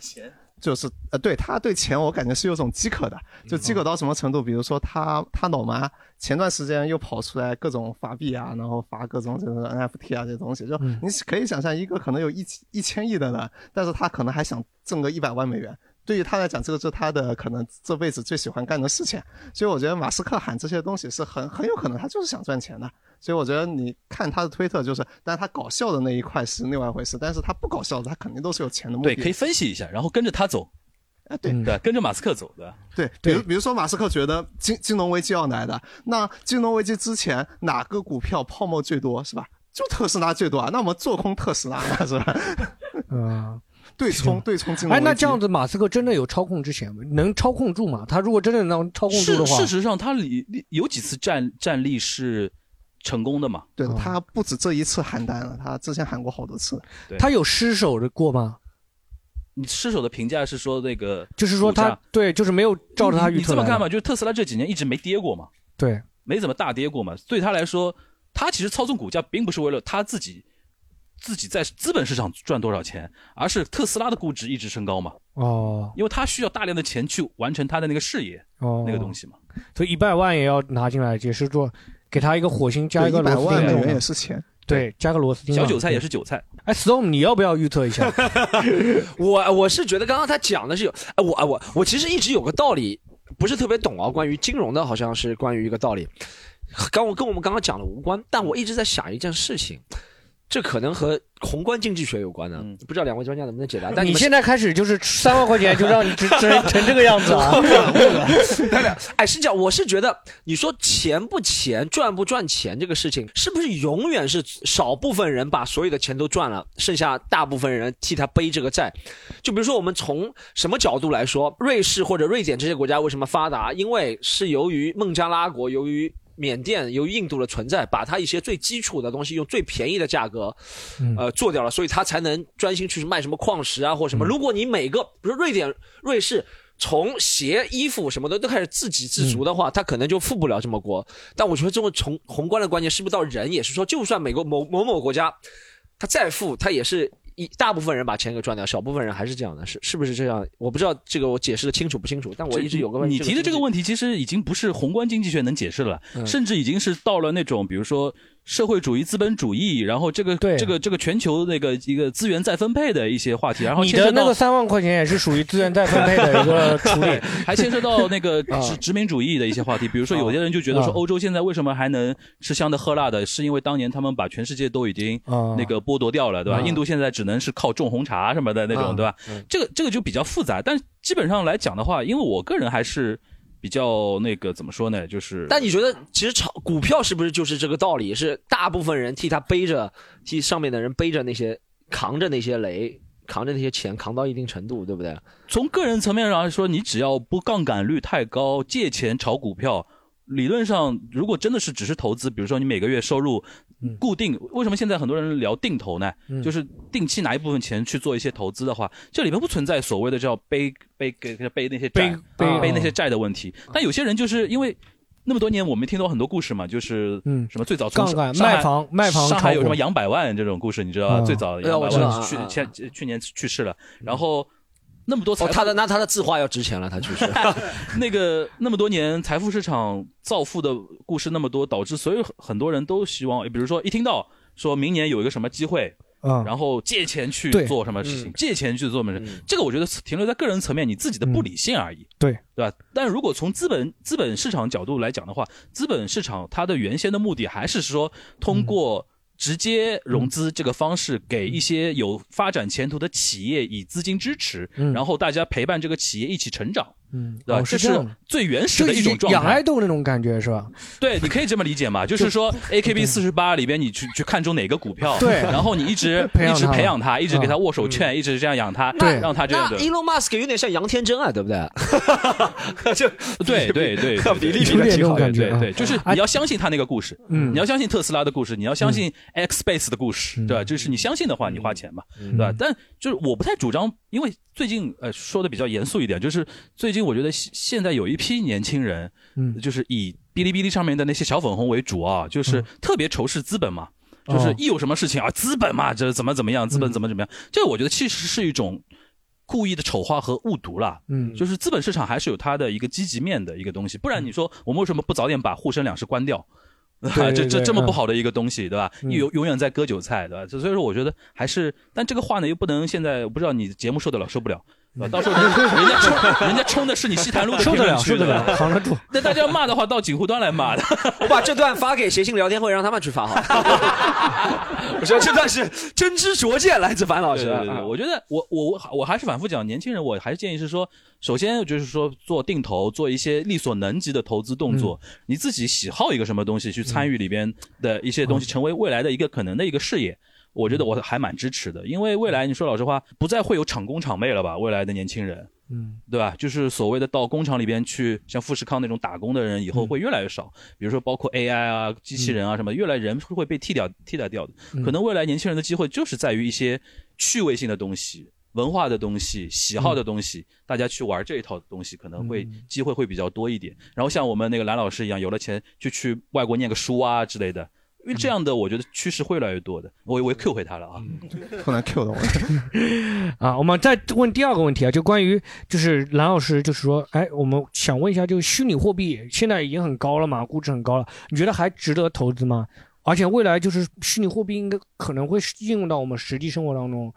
E: 就是呃，对他对钱，我感觉是有种饥渴的，
D: 嗯
E: 就饥渴到什么程度？比如说他他老妈前段时间又跑出来各种发币啊，然后发各种就是 NFT 啊这些东西，就
D: 嗯
E: 你可以想象一个可能有一千一千亿的人，但是他可能还想挣个一百万美元。对于他来讲，这个是他的可能这辈子最喜欢干的事情，所以我觉得马斯克喊这些东西是很很有可能他就是想赚钱的。所以我觉得你看他的推特就是，但他搞笑的那一块是另外一回事，但是他不搞笑的，他肯定都是有钱的目的
D: 对，。可以分析一下，然后跟着他走，嗯
E: 啊，对，
D: 对吧，跟着马斯克走，对吧？
E: 对，比如比如说马斯克觉得金金融危机要来的，那金融危机之前哪个股票泡沫最多是吧？就特斯拉最多啊，那我们做空特斯拉嘛是吧？
F: 嗯，
E: 对冲对冲金融
F: 哎
E: 危，机。
F: 那这样子马斯克真的有操控之嫌吗？能操控住吗？他如果真的能操控住
D: 事
F: 的话，
D: 事实上，他里里有几次战战力是成功的嘛？
E: 对
F: 嗯
E: 的，他不止这一次喊单了，他之前喊过好多次。
F: 他有失手的过吗？
D: 你失手的评价是说那个，
F: 就是说他对，就是没有照着他
D: 你
F: 预
D: 你
F: 测
D: 这
F: 来的。
D: 么看吧，就是特斯拉这几年一直没跌过嘛，
F: 对，
D: 没怎么大跌过嘛，对他来说，他其实操纵股价并不是为了他自己自己在资本市场赚多少钱，而是特斯拉的估值一直升高嘛，
F: 哦
D: 因为他需要大量的钱去完成他的那个事业、
F: 哦，
D: 那个东西嘛。
F: 所以一百万也要拿进来，也是做给他一个火星加一个
E: 对100
F: 螺丝
E: 万
F: 钉
E: 美
F: 用
E: 元
F: 的
E: 也是钱。
F: 对，加个
B: 嗯
F: 螺丝钉嘛。
D: 小韭菜也是韭菜，
F: 哎，Storm，你要不要预测 一下？嗯
B: 我我是觉得刚刚他讲的是有，哎我哎我我其实一直有个道理不是特别懂啊，关于金融的好像是关于一个道理，跟我跟我们刚刚讲的无关，但我一直在想一件事情，这可能和宏观经济学有关呢、不知道两位专家能不能解答？但
F: 嗯你
B: 们
F: 现在开始就是三万块钱就让你成成成这个样 子啊？
B: 哎，是这样，我是觉得你说钱不钱、赚不赚钱这个事情，是不是永远是少部分人把所有的钱都赚了，剩下大部分人替他背这个债？就比如说，我们从什么角度来说，瑞士或者瑞典这些国家为什么发达？因为是由于孟加拉国、由于缅甸、由于印度的存在，把它一些最基础的东西用最便宜的价格，
F: 嗯
D: 嗯
B: 呃，做掉了，所以它才能专心去卖什么矿石啊或
D: 嗯
B: 什么。如果你每个，比如说瑞典、瑞士。从鞋、衣服什么的都开始自给自足的
D: 嗯
B: 话，他可能就富不了这么国。但我觉得这种从宏观的观念，是不是到人也是说，就算美国某某某国家，他再富，他也是一大部分人把钱给赚掉，少部分人还是这样的，是是不是这样？我不知道这个我解释的清楚不清楚，但我一直有个问嗯
D: 你
B: 题，
D: 提的这个问题，其实已经不是宏观经济学能解释的了，甚至已经是到了那种比如说社会主义、资本主义，然后这个
B: 啊
F: 对
D: 这个这个全球那个一个资源再分配的一些话题，然后
F: 你
D: 牵
F: 的
D: 涉
F: 那
D: 到。
F: 个三万块钱也是属于资源再分配的一个处理
D: 还牵涉到那 个殖殖民主义的一些话题，比如说有些人就觉得说
F: 啊
D: 欧洲现在为什么还能吃香的喝辣的，是因为当年他们把全世界都已经
F: 啊
D: 那个剥夺掉了，对吧
F: 啊？
D: 印度现在只能是靠种红茶什么的那
F: 啊
D: 种，对吧？这个这个就比较复杂，但基本上来讲的话，因为我个人还是比较那个怎么说呢，就是
B: 但你觉得其实炒股票是不是就是这个道理？是大部分人替他背着，替上面的人背着那些扛着那些雷，扛着那些钱，扛到一定程度，对不对？
D: 从个人层面上来说，你只要不杠杆率太高，借钱炒股票，理论上如果真的是只是投资，比如说你每个月收入
F: 嗯
D: 固定，为什么现在很多人聊定投呢？就是定期拿一部分钱去做一些投资的话，这里面不存在所谓的叫背背给背那些债
F: 背嗯
D: 啊
F: 背
D: 背那些债的问题。但有些人就是因为。那么多年，我们听到很多故事嘛，就是
F: 嗯
D: 什么最早从
F: 杠杆
D: 上海
F: 卖房卖房
D: 上海有
F: 炒股
D: 什么杨百万这种故事，你知道吧？
F: 嗯
D: 最早
B: 哎呀
D: 杨
B: 我
D: 百
B: 知道
D: 万
B: 啊
D: 去
B: 啊
D: 前去年去世了，然后那么多财
B: 哦，
D: 富
B: 他的那他的字画要值钱了，他去世。
D: 那个那么多年财富市场造富的故事那么多，导致所有很多人都希望，比如说一听到说明年有一个什么机会，
B: 啊
F: 嗯
D: 然后借钱去
F: 对
D: 做什么事
B: 嗯
D: 情，借钱去做什么事，情，这个我觉得停留在个人层面，你自己的
B: 嗯
D: 不理性而已。
F: 对，
D: 对吧？但如果从资本资本市场角度来讲的话，资本市场它的原先的目的还是说
F: 嗯
D: 通过直接融资这个方式，给一些有发展前途的企业以资金支持，
F: 嗯
D: 然后大家陪伴这个企业一起成长，
F: 嗯
D: 对吧？
F: 哦
D: 这
F: 是这样
D: 是
F: 的
D: 最原始
F: 就
D: 的一种状
F: 养爱
D: 态。
F: 豆那种感觉是吧？
D: 对，你可以这么理解嘛？就是说，A K B 四十八里边，你去去看中哪个股票，
F: 对
D: 然后你一直
F: 培养
D: 一直
F: 它嗯
D: 培养它，一直给它握手券，一直这样养它，
F: 对
D: 让它这样
B: 那
D: 的。
B: Elon Musk 有点像杨天真 啊，对不对？就
D: 对对对，对
B: 比
D: 对
B: 例比
F: 有
B: 得
F: 点这
B: 挺
F: 种
B: 好的
F: 感觉
D: 对
F: 啊。
D: 对，就是
F: 哎
D: 你要相信他那个故事，
F: 嗯嗯
D: 你要相信特斯拉的故事，你要相信 X Space 的故事，对吧？就是你相信的话，你花钱嘛，对吧？但就是我不太主张，因为最近呃说的比较严肃一点，就是最近我觉得现现在有一批年轻人，
F: 嗯
D: 就是以哔哩哔哩上面的那些小粉红为主啊，就是特别仇视资本嘛。
F: 嗯哦嗯
D: 就是一有什么事情啊，资本嘛，这怎么怎么样，资本怎么怎么样，这我觉得其实是一种故意的丑化和误读啦。
F: 嗯
D: 就是资本市场还是有它的一个积极面的一个东西，不然你说我们为什么不早点把沪深两市关掉？啊
F: 嗯对
D: 这这
F: 对
D: 这么
F: 嗯
D: 不好的一个东西，对吧？永永远在割韭菜，对吧？所以说，我觉得还是，但这个话呢，又不能现在，我不知道你节目受得了受不了，对吧
F: 嗯
D: 到时候人人家 冲人家冲的是你西坛路的
F: 受
D: 评
F: 得了
D: 论
F: 受
D: 区，
F: 得
D: 对
F: 了，
D: 吧？
F: 扛得住。
D: 那大家骂的话，到警湖端来骂的。
B: 我把这段发给谐星聊天会，让他们去发好。 我说这段是真知灼见，来自樊老
D: 对
B: 师。啊
D: 对对，我觉得我我我我还是反复讲，年轻人我还是建议是说，首先就是说做定投，做一些力所能及的投资动
B: 嗯
D: 作，你自己喜好一个什么东西，去参与里边的一些
B: 嗯
D: 东西，成为未来的一个可能的一个事业。我觉得我还蛮支持的，因为未来你说老实话，不再会有厂工厂妹了吧？未来的年轻人，
F: 嗯，
D: 对吧？就是所谓的到工厂里边去，像富士康那种打工的人，以后会越来越少。比如说，包括 AI 啊、机器人啊什么，越来人会被替掉、替代掉的。可能未来年轻人的机会就是在于一些趣味性的东西、文化的东西、喜好的东西，大家去玩这一套的东西，可能会机会会比较多一点。然后像我们那个蓝老师一样，有了钱就去外国念个书啊之类的。因为这样的我觉得趋势会越来越多的。我我也 Q 回他了啊，
E: 突然 Q 到我。
F: 啊，我们再问第二个问题啊，就关于就是蓝老师，就是说，哎，我们想问一下，就是虚拟货币现在已经很高了嘛，估值很高了，你觉得还值得投资吗？而且未来就是虚拟货币应该可能会应用到我们实际生活当中，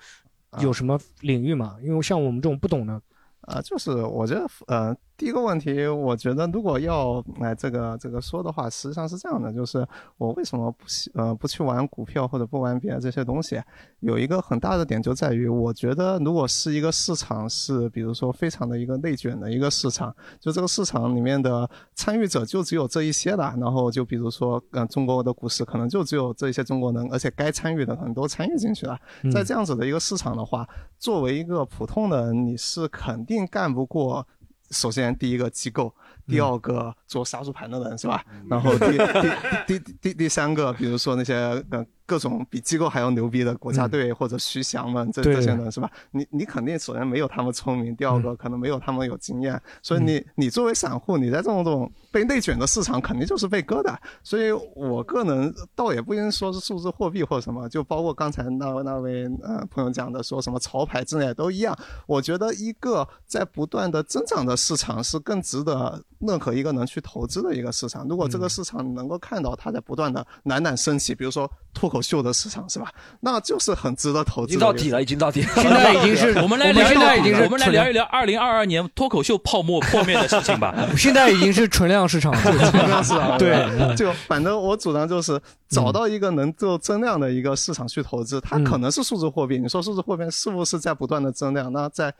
F: 有什么领域吗？因为像我们这种不懂的，
E: 啊，就是我觉得，呃，第一个问题，我觉得如果要来这个这个说的话，实际上是这样的，就是我为什么不喜呃不去玩股票或者不玩别的这些东西，有一个很大的点就在于，我觉得如果是一个市场是比如说非常的一个内卷的一个市场，就这个市场里面的参与者就只有这一些了，然后就比如说，呃，中国的股市可能就只有这一些中国人，而且该参与的可能都参与进去了，
F: 嗯
E: 在这样子的一个市场的话，作为一个普通人，你是肯定干不过。首先，第一个机构，第二个做杀猪盘的人是吧？然后第第第第第第三个，比如说那些呃各种比机构还要牛逼的国家队或者徐翔们这
F: 对
E: 这些人是吧？你你肯定首先没有他们聪明，第二
B: 嗯
E: 个可能没有他们有经验，所以你你作为散户，你在这种这种被内卷的市场，肯定就是被割的。所以我个人倒也不一定说是数字货币或者什么，就包括刚才那位那位呃朋友讲的说什么潮牌之类的都一样。我觉得一个在不断的增长的市场是更值得任何一个人去投资的一个市场。如果
B: 嗯
E: 这个市场能够看到它在不断的冉冉升起，比如说脱口秀的市场是吧？那就是很值得投
B: 已
E: 资的一个市场。
B: 经到底了，已经到底了。
F: 现在已经是
D: 啊我们来
F: 我
D: 聊
F: 们
D: 一
F: 现在已经
D: 聊，
F: 是
D: 我们来
F: 存
D: 聊一聊二零二二年脱口秀泡 沫破灭的事情吧。
F: 现在已经是存量市场了。
E: 应该是啊，
F: 对
E: 吧，就反正我主张就是
F: 嗯
E: 找到一个能够增量的一个市场去投资，它
F: 嗯
E: 可能是数字货币。你说数字货币是不是在不断的增量？那在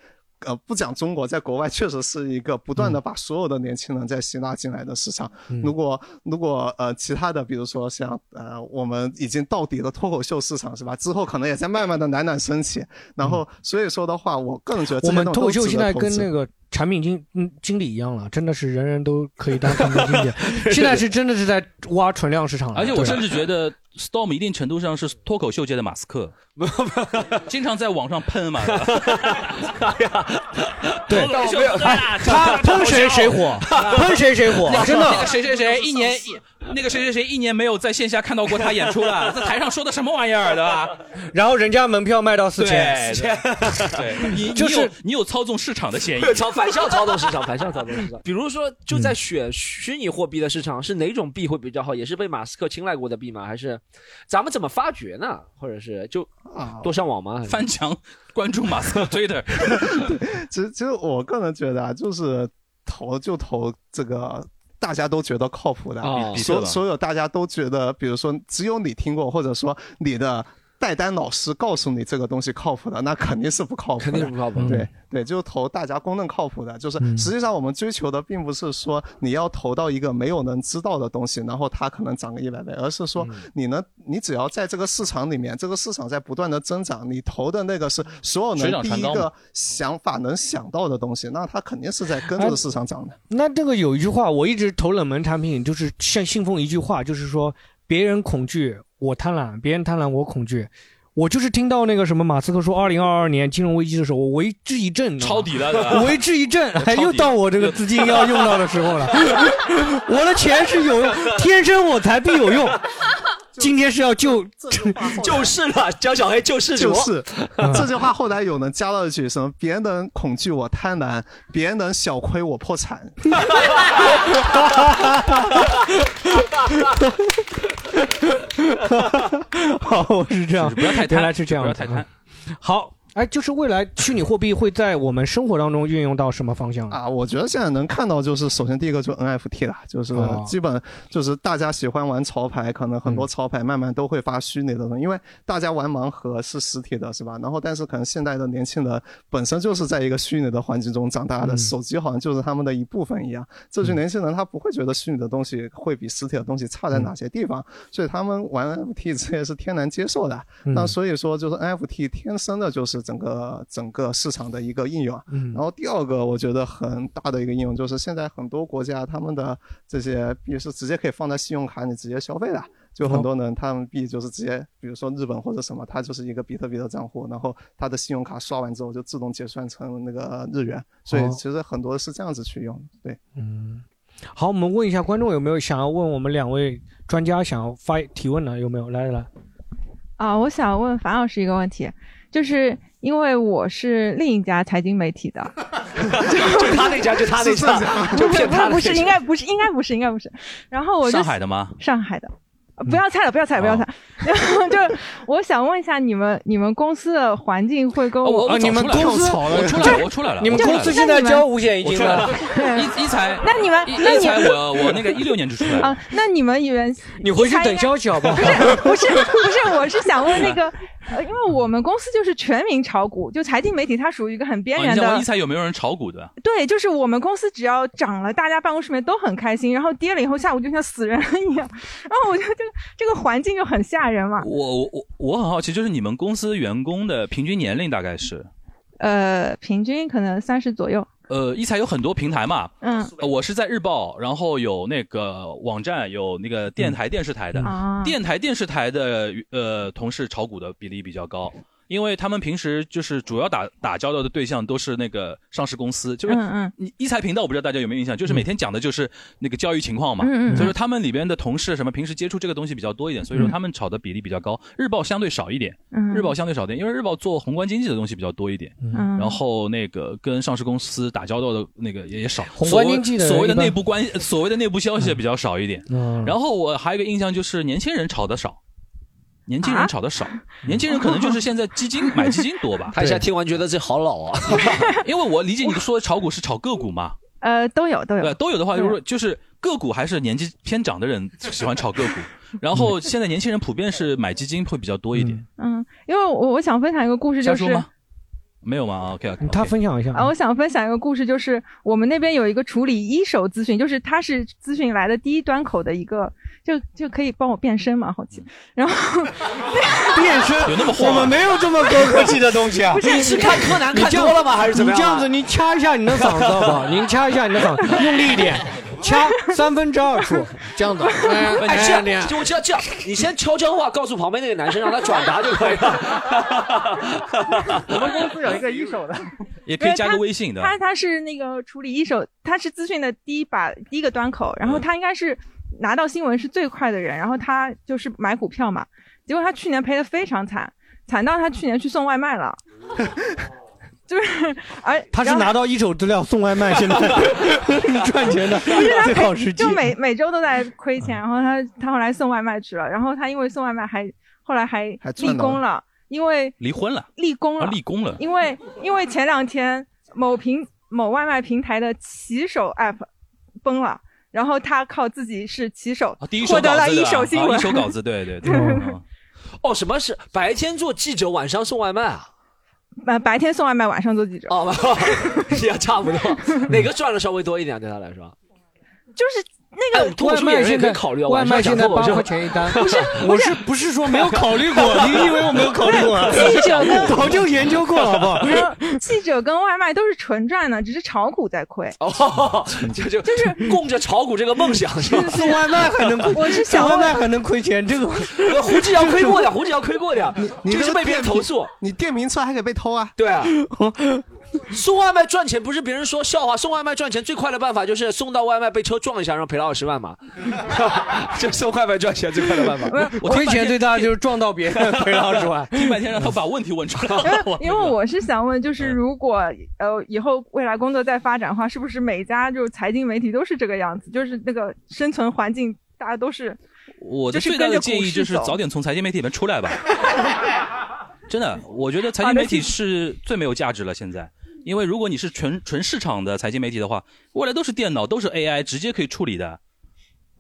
E: 呃不讲中国，在国外确实是一个不断
F: 嗯
E: 的把所有的年轻人在吸纳进来的市场。如果如果呃其他的，比如说像呃我们已经到底的脱口秀市场是吧？之后可能也在慢慢的冉冉升起。然后所以说的话，我个人觉得这
F: 嗯我
E: 些
F: 们
E: 东西
F: 脱口秀
E: 都值
F: 现
E: 得
F: 在
E: 投
F: 跟
E: 资
F: 那个产品经嗯经理一样了，真的是人人都可以当产品经 理。现在是真的是在挖存量市场了，
D: 而且我
F: 对啊
D: 甚至觉得 Storm 一定程度上是脱口秀界的马斯克， 经常在网上喷 嘛。
F: 对
D: 脱口秀
B: 有
D: 哎
F: 他喷谁谁火，喷谁谁火，真
D: 那
F: 的
D: 个谁谁谁一年一，那个谁谁谁一年没有在线下看到过他演出了，在台上说的什么玩意儿，对吧？
F: 然后人家门票卖到四
D: 对
F: 千，
D: 对，对你
F: 就
D: 你
F: 是
D: 有你有操纵市场的嫌疑。
B: 操反向操纵市场，反向操纵市场。比如说，就在选虚拟货币的市场，是哪种币会比较好？也是被马斯克青睐过的币吗？还是咱们怎么发掘呢？或者是就
E: 啊
B: 多上网吗？还是
D: 翻墙关注马斯克 Twitter，
E: 其实，其实我个人觉得啊，就是投就投这个大家都觉得靠谱的，
B: 啊比
E: 所所有大家都觉得，比如说只有你听过，或者说你的代单老师告诉你这个东西靠谱的，那肯定是不靠谱的，
B: 肯定不靠谱。
E: 对对，就投大家公认靠谱的，就是实际上我们追求的并不是说你要投到一个没有人知道的东西，然后它可能涨个一百倍，而是说
B: 嗯
E: 你能，你只要在这个市场里面，这个市场在不断的增长，你投的那个是所有
D: 水
E: 人
D: 涨
E: 第
D: 船
E: 一
D: 高嘛
E: 个想法能想到的东西，那它肯定是在跟
F: 哎
E: 这个市场涨的。
F: 那这个有一句话，我一直投冷门产品，就是像信奉一句话，就是说别人恐惧我贪婪，别人贪婪我恐惧。我就是听到那个什么马斯克说二零二二年金融危机的时候，我为之 一振，你知道吗
D: 抄底了，对吧
F: 我为之一振，
D: 抄
F: 哎，
D: 底
F: 又到我这 个资金要用到的时候了。 我的钱是有用，天生我材必有用。今天是要救，
B: 就是了，江小黑救世主
E: 就。是 这句话，后来有人加了一句什么：“别人恐惧我贪婪，别人小亏我破产。
F: 哦，是这样，
D: 不要太贪，
F: 原来是这样
D: 不
F: 的
D: 要太贪。
F: 好，哎，就是未来虚拟货币会在我们生活当中运用到什么方向呢？
E: 啊，我觉得现在能看到就是，首先第一个就是 NFT 啦，就是
F: 哦
E: 基本就是大家喜欢玩潮牌，可能很多潮牌慢慢都会发虚拟的东西，因为大家玩盲盒是实体的，是吧？然后但是可能现在的年轻人本身就是在一个虚拟的环境中长大的，手机好像就是他们的一部分一样。这群年轻人他不会觉得虚拟的东西会比实体的东西差在哪些地方，所以他们玩 NFT 这也是天然接受的。那所以说，就是 NFT 天生的就是整个整个市场的一个应用。然后第二个，我觉得很大的一个应用就是现在很多国家他们的这些币是直接可以放在信用卡，你直接消费的。就很多人他们币就是直接，比如说日本或者什么，它就是一个比特币的账户，然后他的信用卡刷完之后就自动结算成那个日元，所以
F: 哦
E: 其实很多是这样子去用的。对，
F: 嗯好，我们问一下观众有没有想要问我们两位专家想要发提问的，有没有？来来来，
K: 啊，我想问樊老师一个问题，就是因为我是另一家财经媒体的，
B: 就他那家，就他那家，就
K: 不是不是
B: 骗他那
K: 不是，应
B: 家。
K: 该不是，应该不是，应该不是。然后我就
D: 上海的吗嗯哦
K: 上海的，呃不要猜了，不要猜了，不要猜了。 然后就我想问一下，你们你们公司的环境会跟
D: 哦我
K: 我
D: 我
K: 啊你
D: 早
K: 们
D: 出来
K: 公司
D: 了我出来了，我出来了。
K: 你们
D: 我出来
K: 公司
D: 了
K: 现在交五
B: 险
K: 一
D: 我
K: 金
D: 出来
K: 了
D: 了一一财，
K: 那你们
D: 一
K: 那
D: 一
K: 你
D: 财
K: 们
D: 我我那个一六年就出来了
K: 啊。，那你们原
F: 你回去等消息好不好？不是
K: 不 是不是，我是想问那个， 呃，因为我们公司就是全民炒股，就财经媒体它属于一个很边
D: 哦
K: 缘
D: 你想
K: 的
D: 问一。财有没有人炒股的？
K: 对，就是我们公司只要涨了，大家办公室里面都很开心，然后跌了以后下午就像死人一样，然后我就这个这个环境就很吓人嘛。
D: 我我我我很好奇，就是你们公司员工的平均年龄大概是？
K: 呃，平均可能三十左右。
D: 呃，一财有很多平台嘛，
K: 嗯
D: 呃我是在日报，然后有那个网站，有那个电台、电视台的。
K: 嗯啊
D: 电台、电视台的呃同事炒股的比例比较高，因为他们平时就是主要打打交道的对象都是那个上市公司，就是
K: 嗯
D: 嗯，一财频道，我不知道大家有没有印象，
F: 嗯
D: 就是每天讲的就是那个教育情况嘛。
K: 嗯嗯嗯
D: 所以说他们里边的同事什么平时接触这个东西比较多一点，
F: 嗯
D: 所以说他们炒的比例比较高。日报相对少一点，
K: 嗯
D: 日报相对少一点，因为日报做宏观经济的东西比较多一点，
K: 嗯
D: 然后那个跟上市公司打交道的那个也也少，
F: 宏观经济的
D: 所谓所谓的
F: 一般
D: 内部关，所谓的内部消息也比较少一点。
F: 嗯
D: 然后我还有一个印象就是年轻人炒的少，年轻
F: 啊
D: 人炒的少，年轻人可能就是现在基 金买基金多吧。
B: 他一下听完觉得这好老啊，
D: 因为我理解你说炒股是炒个股嘛，
K: 呃，都有都有。
D: 对，都有的
B: 嗯
D: 话就是说
K: 对
D: 就是个股还是年纪偏长的人喜欢炒个 股，然后现在年轻人普遍是买基金会比较多一点。
K: 嗯，因为我我想分享一个故事，就
D: 瞎
K: 是
D: 说吗？没有吗？OK，哦
F: 嗯他分享一
D: 嗯
F: 下
K: 啊，我想分享一个故事，就是我们那边有一个处理一手咨询，就是他是咨询来的第一端口的一个，就就可以帮我变身嘛，后期。然 后
G: 变身
D: 有那么
G: 我们没有这么高科技的东 西啊！
K: 不是是看柯南
F: 你这样你这样子，你掐一下你的嗓子好不好？您掐一下你的嗓子，用力一点，掐三分之二处，这样子。 哎
B: 哎，
F: 哎
B: 这
F: 这样
B: 样，，就这样，这样，你先悄悄话告诉旁边那个男生，让他转达就可以了。
K: 我们公司有一个一手的，
D: 也可以加个微信的。
K: 他他是那个处理一手，他是资讯的第一把第一个端口，
D: 嗯
K: 然后他应该是拿到新闻是最快的人，然后他就是买股票嘛，结果他去年赔的非常惨，惨到他去年去送外卖 了，就是而
F: 他是
K: 然后
F: 拿到一手资料送外卖，现在 赚钱 的
K: 不是他
F: 最
K: 每
F: 好时机
K: 就。每每周都在亏
F: 嗯
K: 钱，然后他他后来送外卖去了，然后他因为送外卖还后来还
D: 还
K: 立
D: 窜
K: 功
D: 了
K: 了，因为
D: 离婚了，
K: 立功了，
D: 啊立功了
K: 因为因为前两天某平某外卖平台的骑手 app 崩了，然后他靠自己是骑手
D: 啊第一手
K: 获得
D: 稿
K: 了
D: 子
K: 一
D: 对吧
K: 手新
D: 啊
K: 闻，
D: 一手稿子，对对对。 嗯
B: 哦，什么是白天做记者，晚上送外卖啊？
K: 呃 白天送外卖，晚上做记者，
B: 哦，也差不多，哪个赚的稍微多一点？对他来说，
K: 就是那个
B: 哎脱口秀演员也可以考虑啊，
F: 外卖现在
B: 晚上讲脱口秀
F: 八块钱一单，
K: 不是
F: 我是不是说没有考虑过？你以 为我没有考虑过啊？
K: 不是记者跟
F: 早就研究过了，好不好？
K: 记者跟外卖都是纯赚的，只是炒股在亏。
B: 哦，就就就是 供着炒股这个梦想是吧？
F: 送外卖还能亏，
K: 我是
F: 送
K: 想
F: 外
K: 问
F: 卖还能亏钱，这个
B: 胡志尧亏过点，胡志尧亏过点，
E: 你
B: 这个
E: 这
B: 是
E: 个
B: 被别人
E: 骗
B: 投诉。
E: 你店名出来还可以被偷啊？
B: 对啊， 送外卖赚钱不是别人说笑话，送外卖赚钱最快的办法就是送到外卖被车撞一下，然后赔了二十万嘛， 这送外卖赚钱最快的办法。
D: 我
F: 亏
D: 听半
F: 钱
D: 天
F: 最大的就是撞到别人 赔了二十
B: 啊
F: 万。
D: 听半天让他把问题问出来
K: 因
D: 了。
K: 为因为我是想问，就是如果呃以后未来工作再发展的话，是不是每家就是财经媒体都是这个样子？就是那个生存环境，大家都是
D: 我的
K: 就是
D: 最大
K: 跟
D: 的
K: 着
D: 建
K: 股
D: 议
K: 市
D: 就是
K: 走
D: 早点从财经媒体里面 出来吧。真的，我觉得财经媒体是最没有价值了。现在，因为如果你是纯纯市场的财经媒体的话，未来都是电脑，都是 AI 直接可以处理的。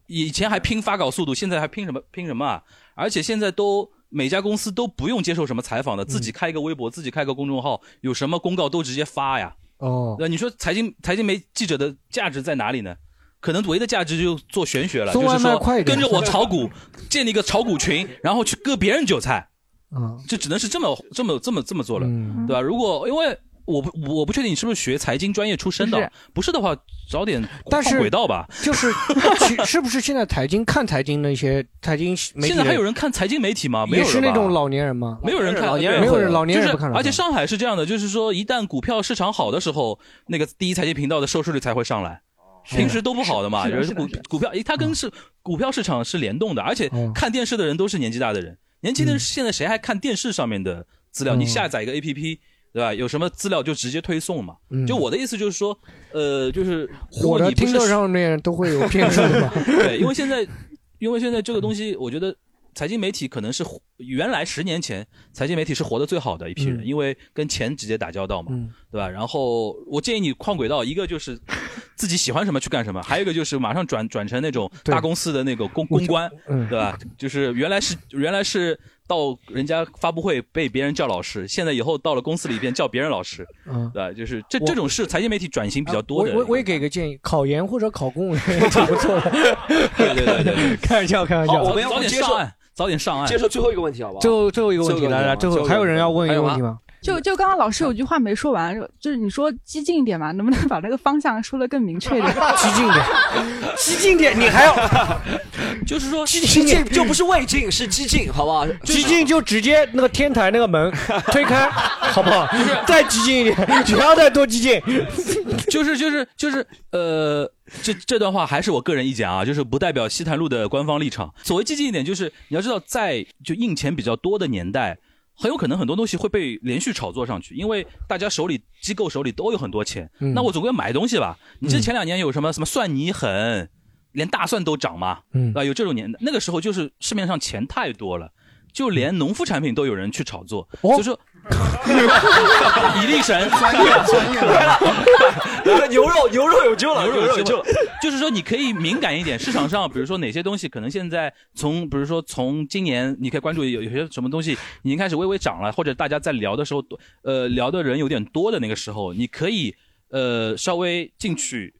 D: 以前还拼发稿速度，现在还拼什么拼什么啊？而且现在都每家公司都不用接受什么采访的，
K: 嗯
D: 自己开一个微博，自己开个公众号，有什么公告都直接发呀。
F: 哦，
D: 那你说财经财经媒记者的价值在哪里呢？可能唯一的价值就做玄学了，
F: 送
D: 就
F: 外
D: 是
F: 卖
D: 说
F: 快一点
D: 跟着我炒股，建立一个炒股群，然后去割别人韭菜，
F: 嗯，
D: 就只能是这么这么这么这么做了，
F: 嗯
D: 对吧？如果因为我不我不确定你是不是学财经专业出身的，
K: 不
D: 不
K: 是
D: 是的话，早点
F: 但是
D: 换轨道吧。
F: 就是其 是不是现在财经看财经的一些财经媒体，
D: 现在还有人看财经媒体吗？没有
F: 也
D: 了吧
F: 是那种老年人吗？
D: 没有人看，
B: 老年人
D: 对
F: 没有人老年人
D: 就是
F: 不看了
D: 而且上海是这样的，就是说，一旦股票市场好的时候，那个第一财经频道的收视率才会上来。
F: 是的
D: 平时都不好的嘛。
F: 是的
D: 人
F: 是的
D: 股
F: 是的嗯哦
D: 股票，它跟市股票市场是联动的，而且看电视的人都是年纪大的人，年轻的人现在谁还看电视上面的资料？
F: 嗯
D: 你下载一个 APP。对吧？有什么资料就直接推送嘛。
F: 嗯
D: 就我的意思就是说，呃，就是如果
F: 我的
D: 你不
F: 听
D: 是。
F: 众上面都会有骗术的嘛
D: 对，因为现在，因为现在这个东西，我觉得财经媒体可能是活原来十年前财经媒体是活得最好的一批人，
F: 嗯
D: 因为跟钱直接打交道嘛，
F: 嗯
D: 对吧？然后我建议你换轨道，一个就是自己喜欢什么去干什么，还有一个就是马上转转成那种大公司的那个公公关，
F: 嗯
D: 对 吧？就是原来是原来是。到人家发布会被别人叫老师，现在以后到了公司里边叫别人老师，
F: 嗯
D: 对吧？就是这
F: 我啊
D: 这种是财经媒体转型比较多
F: 我
D: 的。
F: 我我也给个建议，考研或者考公务员 也挺不错的。
D: 对对对对对，
F: 开玩笑，开玩笑。
D: 哦好，我们要早点上岸，早点上岸。
B: 接受最后一个问题好不好？
F: 最后最后一个
D: 啊
F: 问题，来来，最后还有人要问一个问题吗？
I: 就就刚刚老师有句话没说完，就就是你说激进一点嘛，能不能把那个方向说的更明确一点？
F: 激进一点，
B: 激进点，你 还要
D: 就是说
B: 激激进就不是魏晋，是激进，好不好？
F: 激进就直接那个天台那个门推开，好不好？再激进 一点，只要再多激进。
D: 就是就是就是呃，这这段话还是我个人意见啊，就是不代表西坛路的官方立场。所谓激进一点，就是你要知道，在就印钱比较多的年代。很有可能很多东西会被连续炒作上去，因为大家手里机构手里都有很多钱，
F: 嗯
D: 那我总归要买东西吧。你这前两年有什么什么蒜泥很，连大蒜都涨嘛，
F: 嗯
D: 啊，有这种年代，那个时候就是市面上钱太多了，就连农副产品都有人去炒作，
F: 哦
D: 就说 一粒神，
B: 牛肉牛肉有救了，牛肉有救了。
D: 就是说，你可以敏感一点，市场上，比如说哪些东西可能现在从，比如说从今年，你可以关注有有些什么东西已经开始微微涨了，或者大家在聊的时候，呃，聊的人有点多的那个时候，你可以呃稍微进去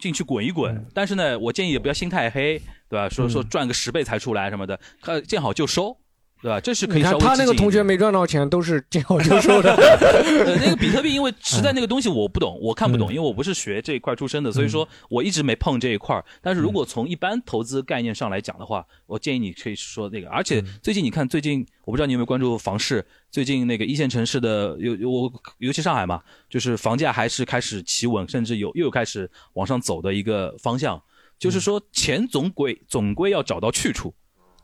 D: 进去滚一
B: 嗯
D: 滚。但是呢，我建议也不要心太黑，对吧？说说赚个十倍才出来什么的，呃，见好就收，对吧？这是可以
F: 你
D: 稍
F: 看
D: 微
F: 他那个
D: 激进一点
F: 同学没赚到钱，都是见好 就 收的。
D: 呃，那个比特币，因为实在那个东西我不懂，我看不懂，因为我不是学这一块出身的，所以说我一直没碰这一块儿。但是如果从一般投资概念上来讲的话，我建议你可以说那个。而且最近你看，最近我不知道你有没有关注房市，最近那个一线城市的尤尤我尤其上海嘛，就是房价还是开始企稳，甚至有又有开始往上走的一个方向。就是说，钱总归总归要找到去处。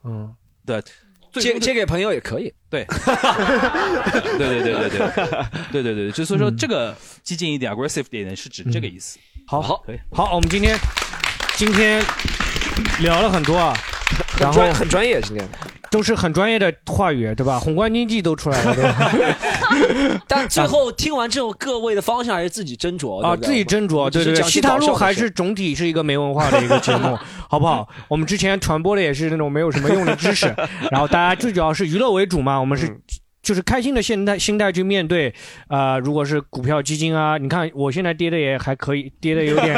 F: 嗯，
D: 对，
B: 借借给朋友也可以。
D: 对， 对对对对对， 对对对对，就所以
F: 嗯
D: 说这个激进一点、aggressive 一点是指这个意思。
F: 好
B: 好
D: 可以。
F: 好，我们今天今天聊了很多啊，然后
B: 专很专业今天，
F: 都是很专业的话语，对吧？宏观经济都出来了，对吧？
B: 但最后听完之后，各位的方向还是自己斟酌对
F: 啊，
B: 不对
F: 自己斟酌，对对
B: 我们只是
F: 对，
B: 讲
F: 西
B: 些
F: 塔
B: 搞笑
F: 路
B: 的
F: 还
B: 事
F: 是总体是一个没文化的一个节目，好 不好？我们之前传播的也是那种没有什么用的知识，然后大家最主要是娱乐为主嘛，我们
B: 嗯
F: 是。就是开心的现态心态去面对，呃，如果是股票基金啊，你看我现在跌的也还可以，跌的有 点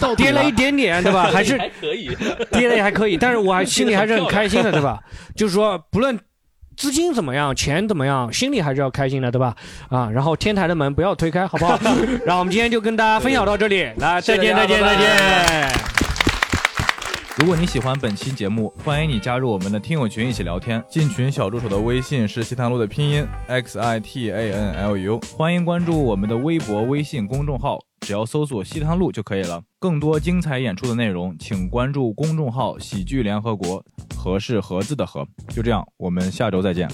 D: 到，底
F: 跌了
D: 了
F: 一点点，对吧？还是
D: 还 可以，
F: 跌的也还可以，但是我还心里还是很开心的，对吧？就是说，不论资金怎么样，钱怎么样，心里还是要开心的，对吧？啊，然后天台的门不要推开，好不好？然后我们今天就跟大家分享到这里，来，再见，再见，再见。
A: 如果你喜欢本期节目，欢迎你加入我们的听友群一起聊天。进群小助手的微信是西塘路的拼音 x i t a n l u，欢迎关注我们的微博、微信公众号，只要搜索西塘路就可以了。更多精彩演出的内容，请关注公众号“喜剧联合国”，和是“和”字的“和”。就这样，我们下周再见。